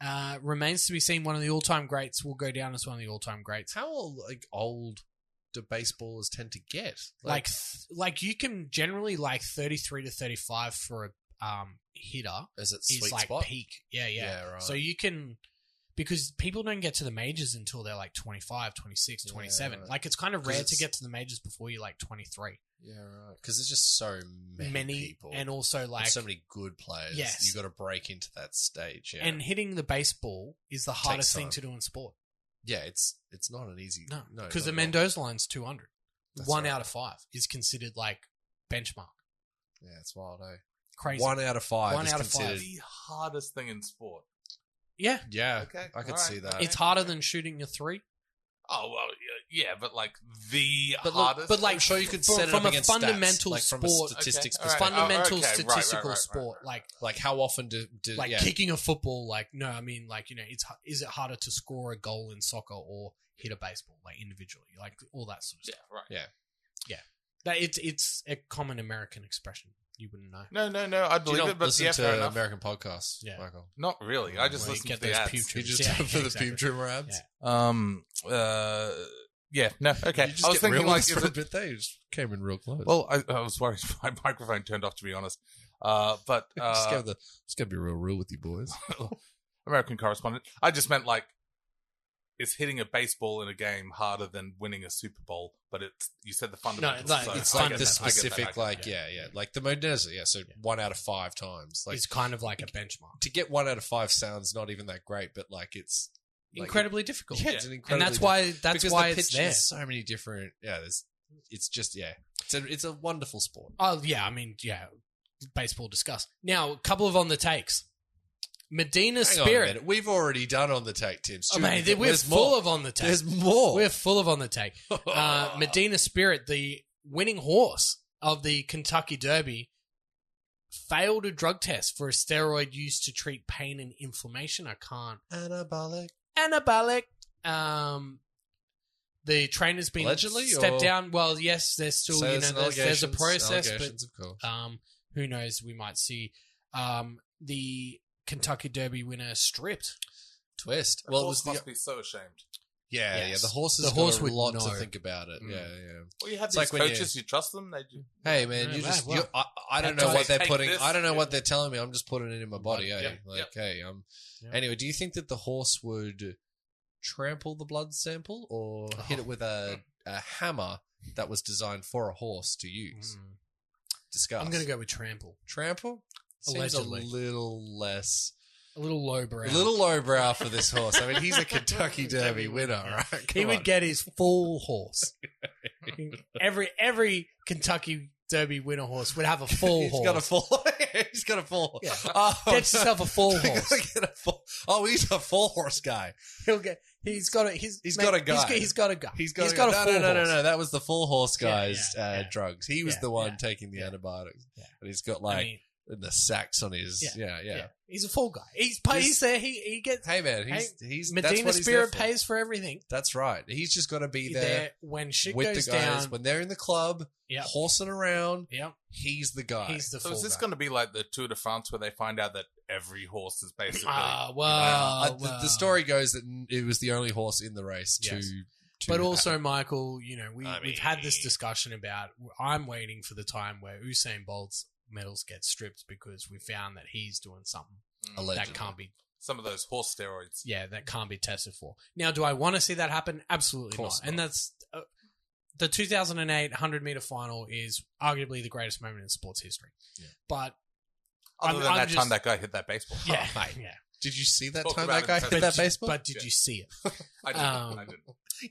Uh, remains to be seen. One of the all-time greats will go down as one of the all-time greats.
how old, like old do baseballers tend to get?
Like, th- like you can generally like thirty-three to thirty-five for a um, hitter
is it
is
sweet
like
spot?
peak. Yeah, yeah.
right.
So you can because people don't get to the majors until they're like 25, 26,
Yeah,
27.
right.
Like it's kind of
'Cause
rare to
it's-
get to the majors before you're like 23.
yeah, right. Because there's just so many,
Many,
people
and also like
and so many good players.
Yes.
you got to break into that stage. Yeah,
and hitting the baseball is the hardest thing
time.
to do in sport.
yeah, it's it's not an easy
No,
no
because the
not at all.
Mendoza line's 200.
That's
one
right.
out of five is considered like benchmark.
Yeah, it's wild. Eh?
Crazy.
One out of five.
One
is
out of five.
considered,
the hardest thing in sport.
yeah.
Yeah,
Okay,
I could
all right.
see that.
It's harder than shooting a three.
Oh well, yeah, yeah, but like the
But look-
hardest.
but, like,
I'm sure you could
from-
set it
from
up
a
against
fundamental
stats, like from
sport-
a statistics
Okay, all right.
perspective.
Fundamental
okay, right, right,
statistical
right, right,
sport.
right.
Like
Like how often do, do
like
yeah,
kicking a football like no i mean like you know it's h- is it harder to score a goal in soccer or hit a baseball like individually like all that sort of
yeah,
stuff
right.
that it's it's a common american expression you wouldn't know
No, no, no. I
Do you
believe
not
it, but
listen
yeah,
to
fair enough.
American podcasts,
Yeah.
Michael?
Not really. I just
Well, you
listen
get
to the
those
ads.
pubes
You
Trims,
just
yeah,
for the
exactly.
pube trimmer ads.
Yeah.
Um. Uh. Yeah. No. Okay.
You just
I was
get
thinking
real
like,
ones
is
for a
it-
bit there. You just came in real close.
well, I, I was worried my microphone turned off. To be honest. Uh. But
just
uh,
gonna, just gonna be real, real with you boys.
American correspondent. I just meant like, is hitting a baseball in a game harder than winning a Super Bowl? But it's you said the fundamentals.
like,
so
it's
I
like
get
the
that, I get that, I
specific,
get
like
that.
yeah, yeah, like the Mendoza, yeah. So
Yeah.
one out of five times, like
it's kind of like a benchmark
to get one out of five sounds not even that great, but like it's like,
incredibly difficult
Yeah, it's an
and
incredibly
that's why that's
because
why
the pitch
it's there
There's so many different. Yeah, there's. It's just yeah. It's a it's a wonderful sport.
oh yeah i mean yeah baseball discuss now a couple of on the takes medina
Hang on a
spirit
minute, We've already done on the take, Tim.
I mean,
Stu,
we're
there's
full
more.
of on the take
There's more.
We're full of on the take. Uh, Medina Spirit, the winning horse of the Kentucky Derby, failed a drug test for a steroid used to treat pain and inflammation. I can't.
Anabolic.
Anabolic. Um, the trainer's been
Allegedly,
stepped
or-
down. Well, yes, there's still
So
you know
some
there's, there's a
allegations-
process, but
allegations, of course.
um, who knows? We might see um, the Kentucky Derby winner stripped.
Twist.
That
Well, it
horse
was the
must be so ashamed.
yeah,
Yes.
yeah. The horse has
The
got
horse
a
would
lot
know.
to think about it.
Mm.
Yeah, yeah.
Well, you have
It's
these
like when you-
coaches. You, trust them. They do.
Hey, man,
Yeah,
you
wow,
just
wow.
you I, I don't
That
know
guy-
what they're
Take
putting.
this,
I don't know
yeah.
what they're telling me. I'm just putting it in my body.
Yeah,
eh?
yeah.
like, hey, um.
Yeah.
Anyway, do you think that the horse would trample the blood sample or hit it
Oh,
with a, a hammer that was designed for a horse to use?
Mm.
Discuss.
I'm going to go with trample.
trample. Seems
Allegedly.
a little less,
A little lowbrow.
a little lowbrow for this horse. I mean, he's a Kentucky Derby winner, right?
he
Come
would
on.
get his full horse. every every Kentucky Derby winner horse would have a full
He's
horse.
got a full. he's got a full.
Yeah.
Oh,
Get yourself a full
no.
horse.
Get a full- Oh, he's a full horse guy.
He'll get. He's got a. He's,
He's
mate,
got a
He's
guy.
got, he's got a guy.
He's got,
he's got a
no,
full
no, no, no,
horse.
no. That was the full horse
Yeah,
guy's
yeah,
uh,
yeah.
drugs. He was
Yeah,
the one
yeah,
taking the
yeah.
antibiotics,
Yeah.
and he's got
I
like
mean,
the sacks on his.
Yeah,
Yeah, yeah.
yeah. he's a full guy. He's pay,
He's-
he's there. He he gets
Hey man, he's he's that's
Medina
what he's there
Spirit
for.
pays for everything.
That's right. He's just got to be
He's
there,
there when shit
with
goes
the guys
down.
when they're in the club,
Yep.
horsing around.
Yep,
He's the guy.
he's the
So
full.
is this
guy.
going to be like the Tour de France where they find out that every horse is basically?
Ah,
Uh,
well,
the,
well.
the story goes that n- it was the only horse in the race to,
Yes.
to
But also, Michael, you know, we,
I
we've had this
mean-
discussion about. I'm waiting for the time where Usain Bolt's medals get stripped because we found that he's doing something
Allegedly.
that can't be,
mm, some of those horse steroids.
yeah, that can't be tested for. Now, do I want to see that happen? Absolutely
Of
not.
course
And
not.
that's uh, the 2008 100 meter final is arguably the greatest moment in sports history.
Yeah.
But
Other
I'm-
than
I'm
that
just-
time that guy hit that baseball.
yeah,
mate.
yeah.
Did you see that
Talk
time
about
that guy
it,
hit
but-
that baseball?
But did you see it?
I did.
Um,
I did.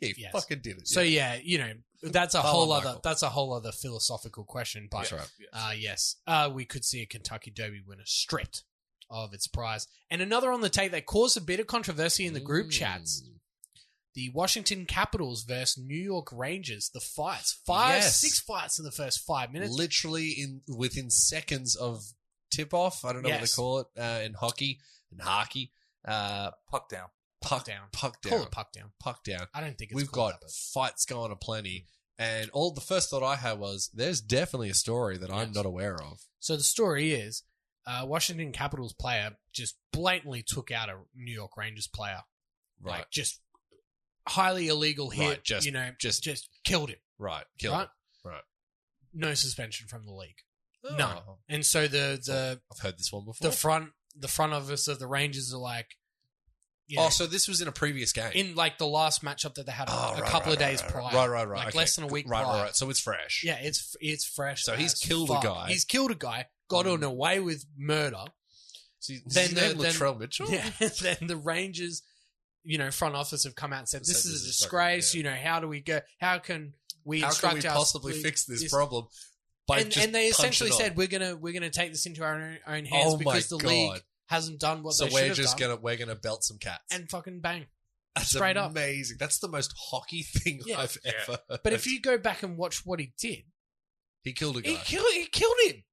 he
yes.
fucking did it.
So
yeah.
yeah, you know, that's a
Follow
whole other
Michael.
that's a whole other philosophical question. But
that's right.
Uh, yes, uh, we could see a Kentucky Derby winner stripped of its prize. And another on the take that caused a bit of controversy in the group chats.
Mm.
The Washington Capitals versus New York Rangers, the fights. Five,
Yes.
six fights in the first five minutes.
literally in within seconds of tip off. I don't know what they
Yes.
call it uh, in hockey and hockey. Uh,
Puck down.
puck
down.
puck
Call
down,
it puck down.
puck down.
I don't think it's
We've
called
got
that, but-
fights going aplenty, and all the first thought I had was there's definitely a story that I'm
Yes.
not aware of.
So the story is uh, Washington Capitals player just blatantly took out a New York Rangers player.
Right,
Like, just highly illegal hit.
Right, just-
you know,
just-
just killed him.
right, kill
right?
it. Right.
No suspension from the league.
Oh,
None. And so the the
I've heard this one before.
the front the front of us of the Rangers are like, you know,
Oh, so this was in a previous game.
in like the last matchup that they had
Oh,
a
right,
couple
right,
of days
right, right,
prior,
right, right, right.
like
okay.
less than a week
Right,
prior.
right, right. So it's fresh.
Yeah, it's it's fresh.
So he's
as
killed a
fuck.
guy. Mm.
He's killed a guy. Got on away with murder.
See,
Then
then, uh,
the-
then,
then-
Latrell Mitchell.
Yeah. then the Rangers, you know, front office have come out and said
Said
this
this
is a
is fucking-
disgrace.
yeah.
You know, how do we go? How can we?
How can
instruct
we
our-
possibly fix this, problem? By
And,
just
and
punch
they
it
essentially
on?
said we're gonna we're gonna take this into our own, own
Oh
hands
my
because the league
God.
hasn't done what
so
they should
we're
have
just
done.
gonna we're gonna belt some cats.
and fucking bang.
That's
straight up.
amazing. That's the most hockey thing
Yeah.
I've
Yeah.
ever.
But if you go back and watch what he did,
he killed a guy,
he killed he killed him.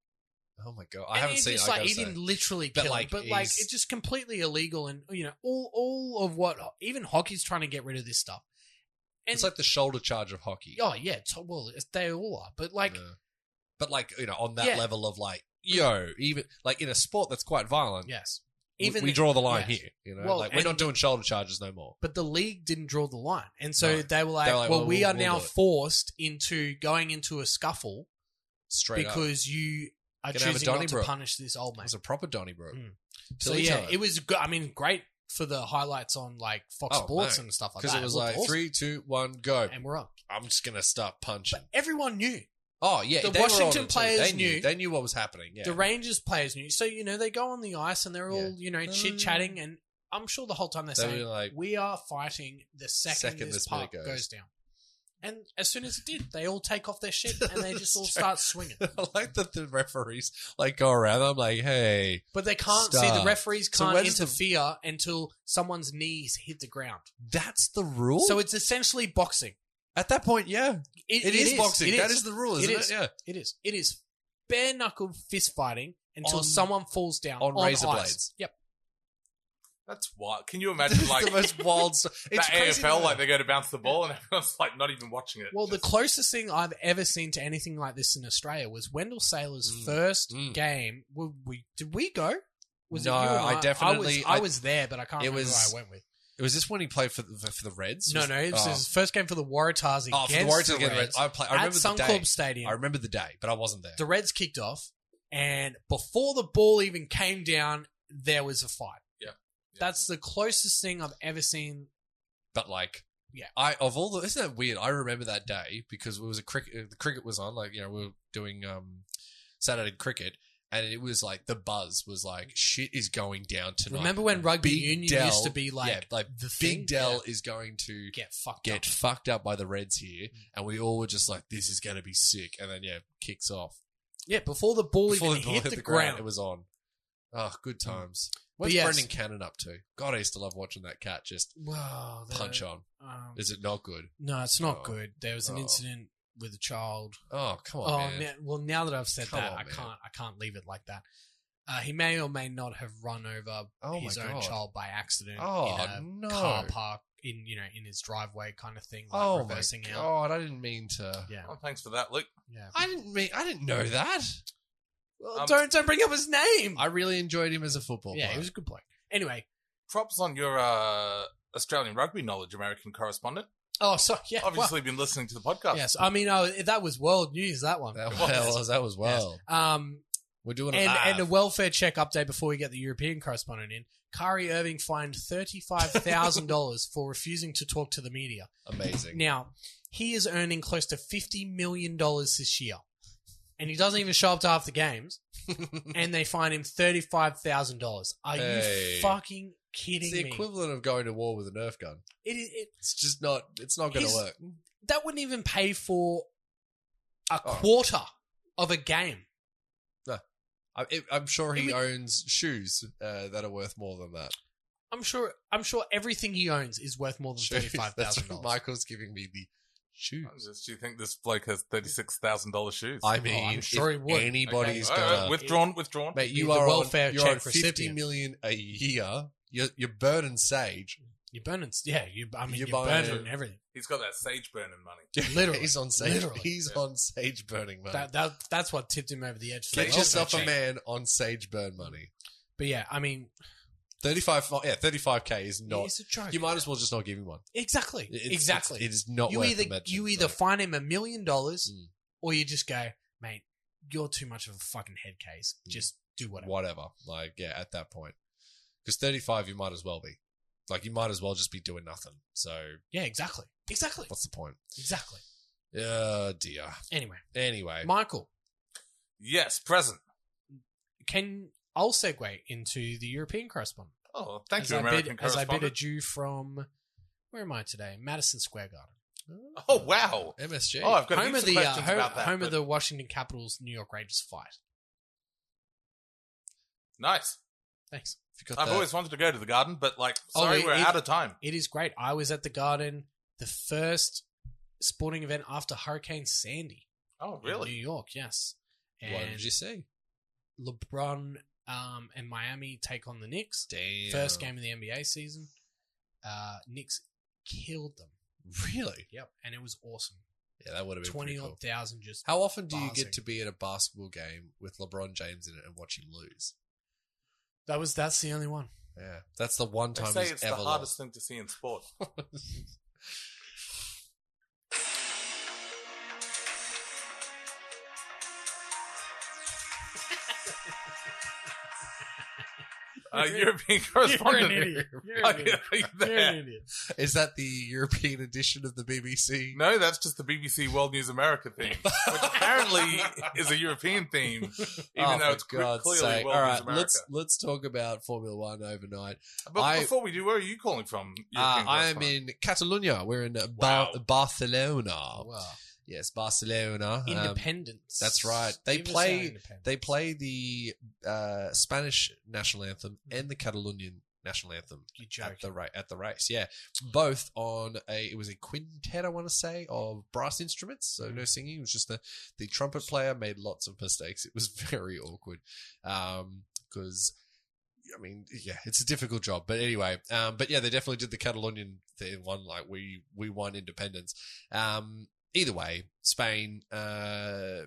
oh my god, I
And
haven't
he
seen. it,
Just
I
like
gotta
he
say.
didn't literally
But,
kill,
like,
him, but like
he's-
it's just completely illegal, and you know all all of what even hockey's trying to get rid of this stuff. And
it's like the shoulder charge of hockey.
oh yeah, to- well it's- they all are, but like
Yeah. but like you know, on that
Yeah.
level of like, yo, even like in a sport that's quite violent,
yes,
we-
even
we,
the-
draw the line
yes.
here. You know,
Well,
like we're
and-
not doing shoulder charges no more.
But the league didn't draw the line, and so
No.
they were like,
They were like,
"Well,
well,
we
we'll-
are
we'll
now
do it."
forced into going into a scuffle
Straight up,
because you are
Gonna have a
choosing not to
Donnybrook.
punish this old
it
man."
was a proper Donnybrook.
Mm.
Till
So
he
yeah,
turned.
it was. Go- I mean, great for the highlights on like Fox
Oh,
Sports
mate.
and stuff like that.
because it was
looked
like
awesome.
three, two, one, go.
and we're up.
I'm just gonna start punching.
But everyone knew.
oh yeah,
the
they were on
Washington
it too.
players
They
knew.
They knew what was happening. Yeah,
The Rangers players knew. So you know they go on the ice and they're all
Yeah.
you know
yeah.
chit chatting, and I'm sure the whole time they're
They
saying
were like-
we are fighting the second,
Second
this,
this
puck goes.
minute goes."
down. And as soon as it did, they all take off their shit and they just all
Straight-
start swinging.
I like that the referees like go around. I'm like, hey,
But they can't see the
Stop.
referees
So
can't
where does the-
interfere until someone's knees hit the ground.
that's the rule.
So it's essentially boxing.
at that point, yeah,
It-
it is, boxing.
It
That is the rule,
It
isn't it?
is.
Yeah,
It is. It is bare knuckle fist fighting until
On-
someone falls down
on razor
ice.
blades.
Yep.
That's wild. Can you imagine, like,
the most wild stuff.
that
It's crazy
AFL,
though.
like, they go to bounce the ball and everyone's, like, not even watching it.
Well, the
Just-
closest thing I've ever seen to anything like this in Australia was Wendell Saylor's
Mm.
first
Mm.
game. Were we did we go? Was
No,
it you and
I definitely-
I was, I
I-
was there, but I can't
It
remember
was-
who I went with.
was this when he played for the, for the Reds?
No,
Was-
no, it was
oh.
his first game for the Waratahs against
Oh, for the Warriors against the
Reds.
Reds. I, play, I
at
remember the
Suncorp
day.
Stadium.
I remember the day, but I wasn't there.
the Reds kicked off, and before the ball even came down, there was a fight.
Yeah. Yeah.
That's the closest thing I've ever seen.
but like,
Yeah.
I of all the isn't that weird? I remember that day because it was a cricket. The cricket was on. Like you know, we were doing um Saturday cricket, and it was like the buzz was like shit is going down tonight.
Remember when rugby
Big
union
Del-
used to be like,
yeah, like
the
Big
thing?
Dell
Yeah.
is going to
get fucked Mm.
get
up.
fucked up by the Reds here, and we all were just like, this is going to be sick. And then yeah, kicks off.
Yeah, before the ball
Before
even
ball
hit, the, ground. Mm.
it was on. Oh, good times. What's
yes.
Brendan Cannon up to? God, I used to love watching that cat just
Wow, the-
punch on.
Um,
Is it not good?
no, it's not
Oh.
good. There was an
Oh.
incident with a child.
Oh, come on,
Oh,
man.
now- well, now that I've said
Come
that,
on,
I
man.
can't. I can't leave it like that. Uh, he may or may not have run over
Oh,
his
my
own
God.
child by accident
Oh,
in a
no.
car park in you know in his driveway kind of thing, like
oh, my
reversing out.
God. I didn't mean to.
Yeah,
Oh, thanks for that, Luke.
yeah.
I didn't mean. I didn't know that.
Well,
Um,
don't don't bring up his name.
I really enjoyed him as a football
yeah,
player.
he was a good bloke. Anyway,
Props on your uh, Australian rugby knowledge, American correspondent.
oh, sorry. Yeah,
Obviously, been listening to the podcast.
well, yes. I mean, I, that was world news. That one.
that,
It
was, that
was.
was. That was well.
Um,
We're doing it
and,
live.
and a welfare check update before we get the European correspondent in. Kari Irving fined $35,000 for refusing to talk to the media.
Amazing.
Now, he is earning close to $50 million this year. And he doesn't even show up to half the games. and they fine him $35,000. Are
Hey.
you fucking kidding
it's the
me?
equivalent of going to war with a Nerf gun.
It, is- it,
It's just not. It's not going to
His-
work.
that wouldn't even pay for a
Oh.
quarter of a game.
I, it, I'm sure he
It would-
owns shoes uh, that are worth more than that.
I'm sure. I'm sure everything he owns is worth more than
Shoes.
thirty-five
That's
thousand
what
dollars.
Michael's giving me the shoes.
I Just, do you think this bloke has thirty-six thousand dollars shoes?
I mean,
I'm sure
if
he would.
anybody's
Okay, all right,
gonna,
withdrawn, withdrawn.
mate,
He's
you
a
are
welfare
on, you're
check
on fifty
recipient.
million a year. You're, you're burning sage.
You're burning, yeah. You, I mean,
You're
you're,
buying-
burning everything.
He's got that sage burning money.
Literally,
he's on sage.
Literally.
He's
Yeah.
on sage burning money.
that, that that's what tipped him over the edge. for the
Get
welfare
yourself a
check.
man on sage burn money.
But yeah, I mean,
Thirty-five, yeah, thirty-five k is not.
it's a joke.
You might as well just not give him one.
exactly,
It's-
exactly.
it's- it is not.
you
worth
either
the mention,
you either
mate.
fine him a million dollars,
Mm.
or you just go, mate. You're too much of a fucking head case.
Mm.
Just do whatever.
whatever. Like, yeah, at that point. Because 35, you might as well be. Like, you might as well just be doing nothing. So,
Yeah, exactly, exactly,
what's the point?
exactly.
Oh, dear.
Anyway,
Anyway.
Michael,
Yes, present.
can I'll segue into the European correspondent.
Oh, thank
as
you,
I
American
bid, as I bid
correspondent.
adieu from where am I today? Madison Square Garden,
oh wow.
MSG.
Oh, I've got
home
heaps
of the uh,
questions
home,
about that.
home
but-
of the Washington Capitals New York Rangers fight.
nice.
Thanks.
Forgot
I've
that.
always wanted to go to the garden, but like,
Oh,
sorry,
it-
we're
it-
out of time.
It is great. I was at the Garden, the first sporting event after Hurricane Sandy.
Oh,
in
really?
New York, yes.
What
And
did you see?
LeBron um, and Miami take on the Knicks.
Damn.
First game of the NBA season. Uh, Knicks killed them.
Really?
Yep, and it was awesome.
Yeah, that would have been
Twenty
pretty
odd
cool.
thousand just
How often do you
Buzzing.
get to be at a basketball game with LeBron James in it and watch him lose?
That was that's the only one.
Yeah. That's the one
They
time
say
he's
it's the
ever
hardest
lost.
thing to see in sport. Uh, European correspondent.
You're
Are
an
you- are
idiot.
you
You're an
there?
idiot.
Is that the European edition of the BBC?
No, that's just the BBC World News America theme, which apparently is a European theme, even
Oh,
though
for
it's clearly
God's
World
sake.
News
All right,
America.
let's let's talk about Formula One overnight.
But
I-
before we do, where are you calling from?
Uh,
European
I am
correspondent?
in Catalonia. We're in uh, Bar-
Wow.
Barcelona.
Wow.
Yes, Barcelona. Um,
Independence.
that's right. They
Give us
play-
our independence.
they play the uh, Spanish national anthem and the Catalonian national anthem
You
at
joke.
the ra- at the race. Yeah, both on a it was a quintet I want to say of brass instruments, so no singing. It was just the the trumpet player made lots of mistakes. It was very awkward because. I mean, yeah, it's a difficult job, but anyway, um, but yeah, they definitely did the Catalonian thing, one like we we won independence. Um, either way, Spain uh,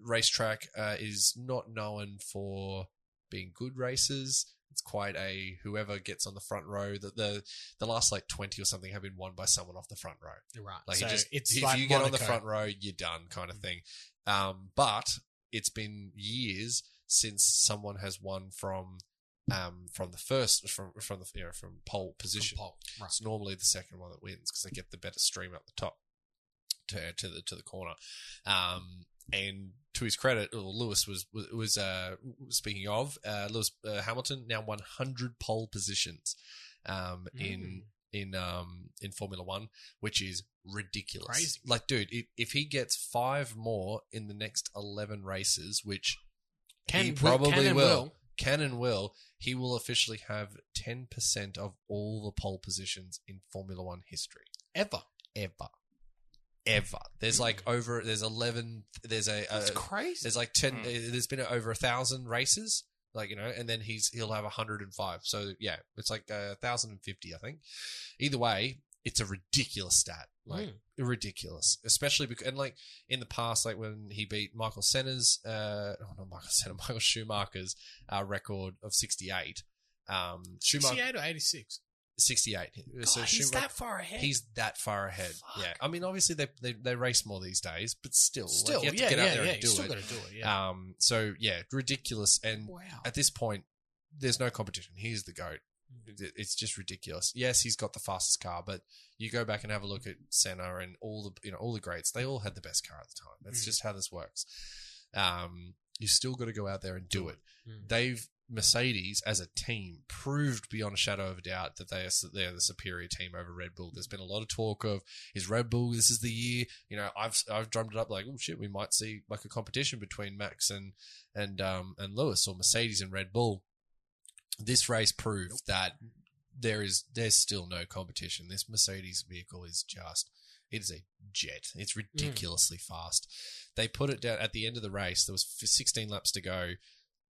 racetrack uh, is not known for being good races. It's quite a whoever gets on the front row. The the, the last like twenty or something have been won by someone off the front row.
Right.
Like
so
it just
it's
if
like
you get on the
Monaco. Mm.
front row, you're done, kind of thing. Um, but it's been years since someone has won from um, from the first from from the you know, from pole position.
pole, right.
It's normally the second one that wins because they get the better stream up the top to to the to the corner. Um, and to his credit, well, Lewis was was, was uh, speaking of uh, Lewis uh, Hamilton now 100 pole positions um,
Mm.
in in um, in Formula One, which is ridiculous.
Crazy.
Like, dude, if, if he gets five more in the next 11 races, which
Can-
he
will-
probably
can and
will,
will.
can and will, he will officially have 10% of all the pole positions in Formula One history
Ever.
ever, ever. There's like over there's eleven. There's a, a
That's crazy.
there's like ten.
Hmm.
Mm.
uh, There's been over a thousand races, like you know, and then he's he'll have hundred and five. So yeah, it's like uh, a thousand and fifty, I think. Either way, it's a ridiculous stat, like
Hmm.
ridiculous, especially because and like in the past, like when he beat Michael Senna's, uh, oh, not Michael Senna, Michael Schumacher's uh, record of sixty eight. Um, Schumacher
68 or 86?
68.
God, he's
Schumacher-
that far ahead.
He's that far ahead.
Fuck.
Yeah. I mean, obviously they, they they race more these days, but still, like,
still,
you have
yeah,
to get
yeah,
out there
yeah.
and do
he's still got
it.
to do it. Yeah.
Um. So yeah, ridiculous. And
wow.
at this point, there's no competition. He's the goat.
Mm-hmm.
It- It's just ridiculous. Yes, he's got the fastest car, but you go back and have a look at Senna and all the you know all the greats. They all had the best car at the time. That's
Mm.
just how this works. Um, you still got to go out there and do it.
Mm.
They've Mercedes as a team proved beyond a shadow of a doubt that they are su- they're the superior team over Red Bull. There's been a lot of talk of is Red Bull this is the year. You know, I've I've drummed it up like oh shit, we might see like a competition between Max and and um and Lewis or Mercedes and Red Bull. This race proved that there is there's still no competition. This Mercedes vehicle is just it is a jet. It's ridiculously fast. They put it down at the end of the race. There was 16 laps to go,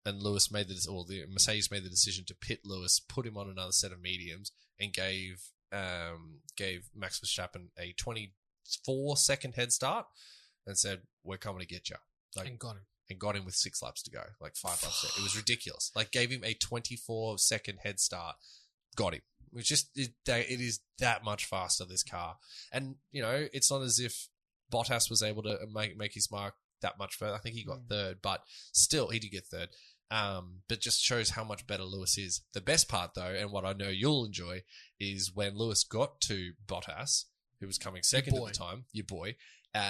and Lewis made the or the Mercedes made the decision to pit Lewis, put him on another set of mediums, and gave um gave Max Verstappen a 24 second head start, and said, "We're coming to get you." Like
and got him.
and got him with six laps to go, like five laps. To go. It was ridiculous. Like gave him a 24 second head start, got him. It's just it, they, it is that much faster this car, and you know it's not as if Bottas was able to make make his mark that much further. I think he got
Mm.
third, but still he did get third. Um, but just shows how much better Lewis is. The best part though, and what I know you'll enjoy, is when Lewis got to Bottas, who was coming second at
boy.
the time, your boy. Uh,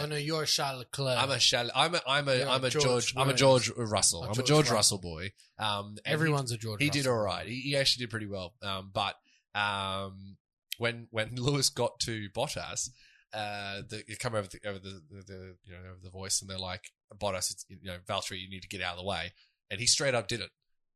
oh, no, you're a Charles Leclerc.
I'm a Shall- I'm a I'm a
You're
am a
a
George,
George
I'm a
Williams.
George Russell.
A
I'm a
George
George Russell
Russell.
boy. Um, and he-
Everyone's a George
He, did
Russell.
all right. He, he actually did pretty well. Um, but um, when when Lewis got to Bottas, uh, the, you come over the over the, the, the you know over the voice, and they're like Bottas, it's, you know Valtteri, you need to get out of the way, and he straight up did it.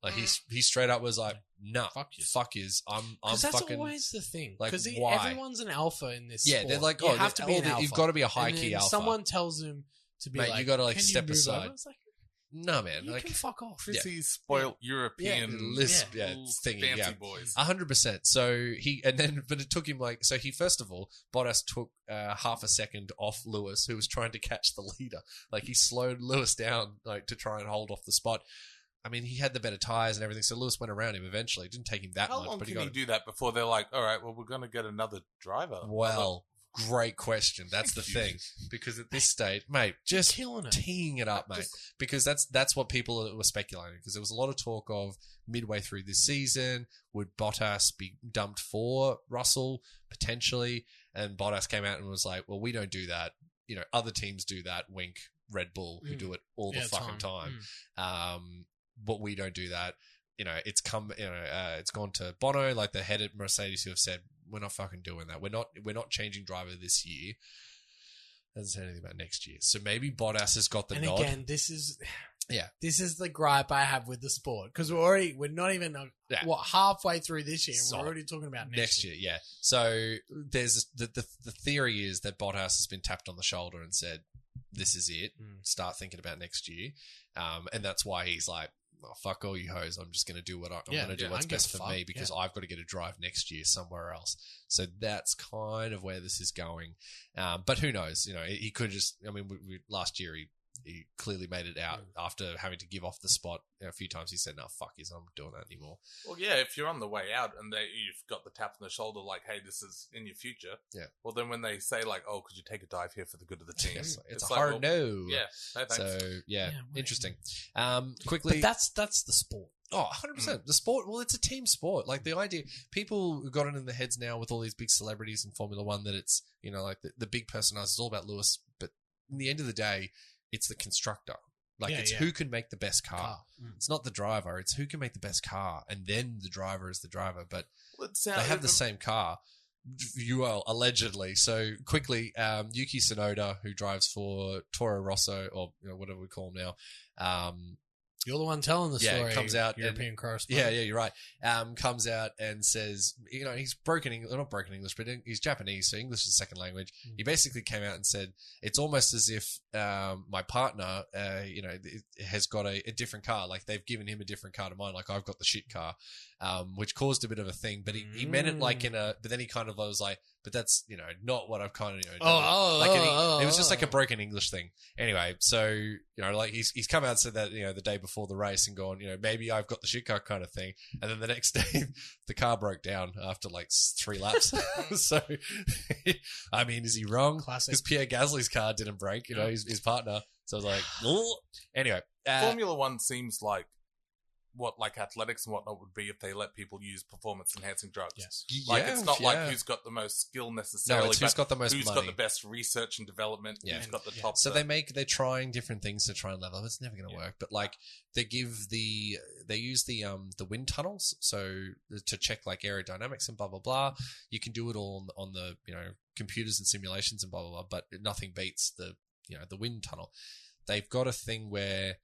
Like he he straight up was like, nah,
Fuck yous.
fuck is I'm I'm
Because that's
fucking.
always the thing.
like,
Because
why?
everyone's an alpha in this.
yeah,
sport.
they're like,
you
oh,
have to be an alpha.
you've got to be a high
And
key
then
alpha.
Someone tells him to be
Mate, you
like,
gotta, like,
"Can you
step
move
aside."
over?" It's like,
no man,
you
like,
can fuck off.
Yeah.
Pretty spoiled European
Yeah, lisp, yeah,
little
thingy,
fancy
yeah.
boys.
A hundred percent. So he and then, but it took him like so. He first of all, Bottas took uh, half a second off Lewis, who was trying to catch the leader. Like he slowed Lewis down, like to try and hold off the spot. I mean, he had the better tires and everything, so Lewis went around him eventually. It didn't take him that
How
much,
long can
but he
you
got it.
do that before they're like, all right, well, we're going to get another driver?
Well, great question. That's the thing because at this stage, mate, just
killing it.
teeing it up, mate.
Just-
because that's that's what people were speculating. Because there was a lot of talk of midway through this season, would Bottas be dumped for Russell potentially? And Bottas came out and was like, "Well, we don't do that. You know, other teams do that. Wink, Red Bull, who
Mm.
do it all
Yeah,
the fucking time.
Mm.
Um, but we don't do that. You know, it's come. You know, uh, it's gone to Bono, like the head at Mercedes, who have said, "We're not fucking doing that. We're not. We're not changing driver this year." Hasn't said anything about next year. So maybe Bottas has got the
and
nod.
again, this is
Yeah.
this is the gripe I have with the sport because we're already we're not even uh,
Yeah.
what halfway through this year, and
Solid.
we're already talking about next,
next, year. yeah. So there's the, the the theory is that Bottas has been tapped on the shoulder and said, "This is it.
Mm.
Start thinking about next year," um, and that's why he's like, oh, "Fuck all you hoes. I'm just going to do what I, I'm
Yeah,
going to do
yeah,
what's
I don't
best
give a
for me
fuck,
because I've got to get a drive next year somewhere else." So that's kind of where this is going. Um, but who knows? You know, he, he could just. I mean, we, we, last year he. He clearly made it
Hmm.
out after having to give off the spot a few times. He said, "No, fuck this, I'm not doing that anymore."
Well, yeah, if you're on the way out and they, you've got the tap on the shoulder, like, hey, this is in your future.
Yeah.
Well, then when they say, like, oh, could you take a dive here for the good of the team?
It's, it's a
like,
hard
well,
no.
Yeah, no thanks.
So yeah,
Yeah, well,
interesting. Um, quickly,
But that's that's the sport. Mm.
oh, 100 percent. The sport. Well, it's a team sport. Like the idea, people have got it in their heads now with all these big celebrities in Formula One that it's you know like the, the big personage is all about Lewis, but in the end of the day, it's the constructor. Like
Yeah,
it's
yeah.
who can make the best car.
Car. Mm.
It's not the driver. It's who can make the best car, and then the driver is the driver. But
Well, uh, it sounds-
they have the
it-
same car. You are allegedly so quickly. Um, Yuki Tsunoda, who drives for Toro Rosso or you know, whatever we call him now, um,
You're the one telling the
Yeah, it
story.
comes out and-
European
yeah,
correspondent.
yeah, you're right. Um, comes out and says, you know, he's broken English, not broken English, but he's Japanese, so English is second language.
Mm.
He basically came out and said, it's almost as if um, my partner, uh, you know, th- has got a, a different car. Like they've given him a different car to mine. Like I've got the shit car, um, which caused a bit of a thing. But he, he meant it like in a, but then he kind of was like, but that's you know not what I've kind of you know, done."
Oh, oh,
like and he-
oh, oh,
it was just like a
oh.
broken English thing. Anyway, so you know, like he's he's come out and said that you know the day before the race and gone, you know, maybe I've got the shit car kind of thing. And then the next day, the car broke down after like s- three laps. so, I mean, is he wrong?
Classic.
Because Pierre Gasly's car didn't break, you know, his, his partner. So I was like, "Ugh." anyway, uh,
Formula One seems like what, like athletics and whatnot would be if they let people use performance enhancing drugs.
Yes.
Like,
yeah,
it's not
yeah.
like who's got the most skill necessarily,
no, it's who's
but
got the most
who's
money.
got the best research and development,
Yeah.
who's got the
Yeah.
top.
So they make they're trying different things to try and level. up. It's never going to
Yeah.
work. But like they give the they use the um the wind tunnels so uh, to check like aerodynamics and blah blah blah. You can do it all on, on the you know computers and simulations and blah blah blah. But nothing beats the you know the wind tunnel. They've got a thing where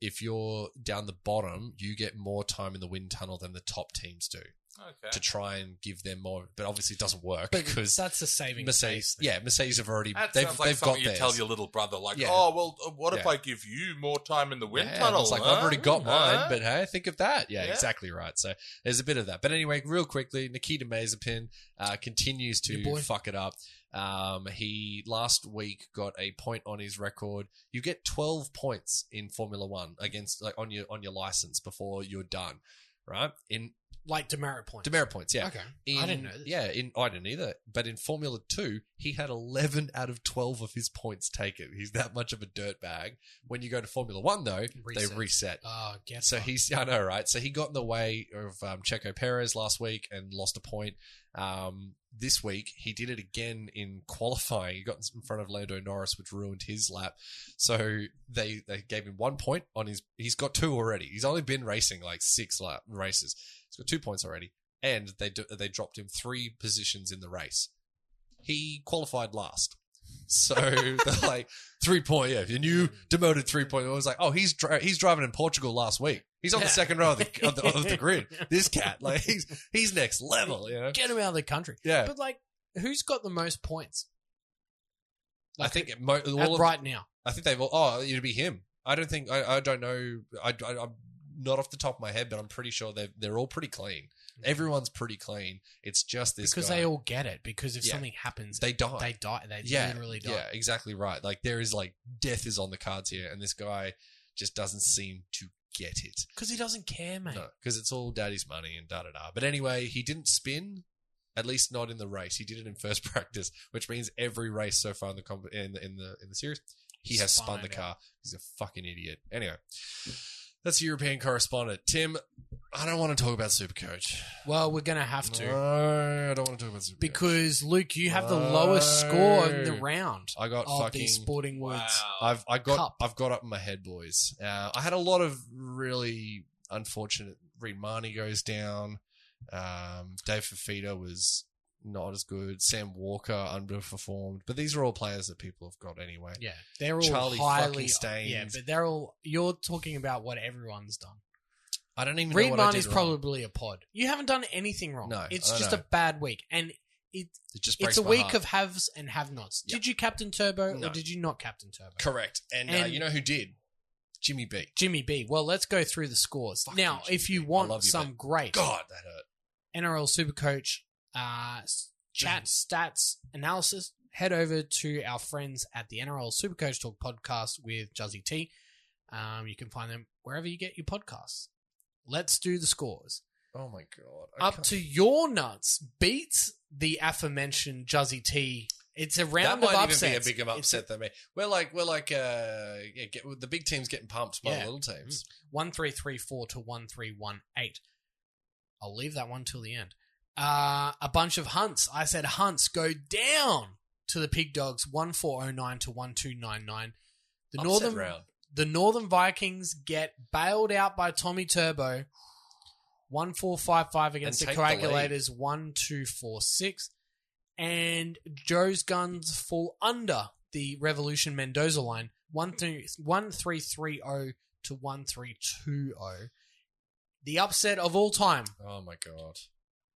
if you're down the bottom, you get more time in the wind tunnel than the top teams do
okay.
to try and give them more. But obviously, it doesn't work
But
because
that's the saving
Mercedes,
grace thing.
yeah, Mercedes have already
That
they've
sounds like
they've got
something you
theirs.
tell your little brother, like,
Yeah.
"Oh, well, uh, what if
Yeah.
I give you more time in the wind
Yeah,
tunnel?"
It's like,
huh?
I've already got mine,
Huh?"
but hey, think of that. Yeah,
Yeah.
exactly right. So there's a bit of that. But anyway, real quickly, Nikita Mazepin uh, continues
Your
to
boy.
fuck it up. Um, he last week got a point on his record. You get 12 points in Formula One against like on your on your license before you're done, right? In
like demerit points.
demerit points, yeah.
Okay,
In,
I didn't know this.
Yeah, in I didn't either. But in Formula Two, he had eleven out of twelve of his points taken. He's that much of a dirtbag. When you go to Formula One, though, they
Reset.
reset.
Oh, get
So
fucked.
he's, I know, right? So he got in the way of um, Checo Perez last week and lost a point. Um, this week, he did it again in qualifying. He got in front of Lando Norris, which ruined his lap. So they they gave him one point on his. He's got two already. He's only been racing like six lap races. He's got two points already, and they do, they dropped him three positions in the race. He qualified last. So they're like three point, yeah. And you demoted three point. I was like, oh, he's dri- he's driving in Portugal last week. He's on the
Yeah.
second row of the, of the, of the grid. This cat, like he's he's next level, you know.
get him out of the country.
Yeah,
But like, who's got the most points
I think mo- all
at
of-
right now?
I think they've all. Oh, it'd be him. I don't think. I, I don't know. I, I, am not off the top of my head, but I'm pretty sure they're they're all pretty clean. Everyone's pretty clean. It's just this
because
guy.
they all get it. Because if
Yeah.
something happens,
they die.
they die. They
yeah,
literally die.
yeah, exactly right. Like there is like death is on the cards here, and this guy just doesn't seem to get it.
Because he doesn't care, mate.
No, because it's all daddy's money and da da da. But anyway, he didn't spin, at least not in the race. He did it in first practice, which means every race so far in the comp- in the in the, in the series, he has
Spun
spun the
it
car. He's a fucking idiot. Anyway, that's the European correspondent Tim. I don't want to talk about Supercoach.
Well, we're gonna have to
No, I don't want to talk about Supercoach
because Luke, you have the lowest score in the
No.
round
I got
of
fucking.
the sporting words.
I've I got
Cup.
I've got up in my head, boys. Uh, I had a lot of really unfortunate. Reed Marnie goes down. Um, Dave Fafita was not as good. Sam Walker underperformed, but these are all players that people have got anyway.
Yeah, they're all
Charlie
highly
fucking Staines.
Yeah, but they're all. You're talking about what everyone's done.
I don't even
Reed
know what
Barney's
I did wrong.
probably a pod. You haven't done anything wrong.
No,
it's
I
just
know.
a bad week, and it
It just breaks
it's a
my
week
heart.
of haves and have-nots.
Yeah.
Did you captain Turbo
No.
or did you not captain Turbo?
correct. And, uh,
And-
you know who did? Jimmy B.
Jimmy B. Well, let's go through the scores
Fuck
now.
you,
if
Jimmy
you
B. I
want
love you,
some
mate.
great
God, that hurt.
NRL Supercoach uh, s- chat stats analysis, head over to our friends at the NRL Supercoach Talk podcast with Juzzy T. Um, you can find them wherever you get your podcasts. Let's do the scores.
Oh my god. I
Up
can't-
to your nuts beats the aforementioned Juzzy T. It's a round
that might
of
even
upsets.
be a big of
It's
upset than me. We're like we're like uh yeah, get, the big teams getting pumped by
Yeah.
the little teams.
one three three four to one three one eight. I'll leave that one till the end. Uh, a bunch of hunts. I said hunts go down to the pig dogs one four oh nine to one two nine nine. The
Upset
northern
round.
the northern Vikings get bailed out by Tommy Turbo one four five five against the
take the lead.
coagulators one two four six, and Joe's guns fall under the Revolution Mendoza line one three one three three oh to 1320. oh. The upset of all time.
Oh my god.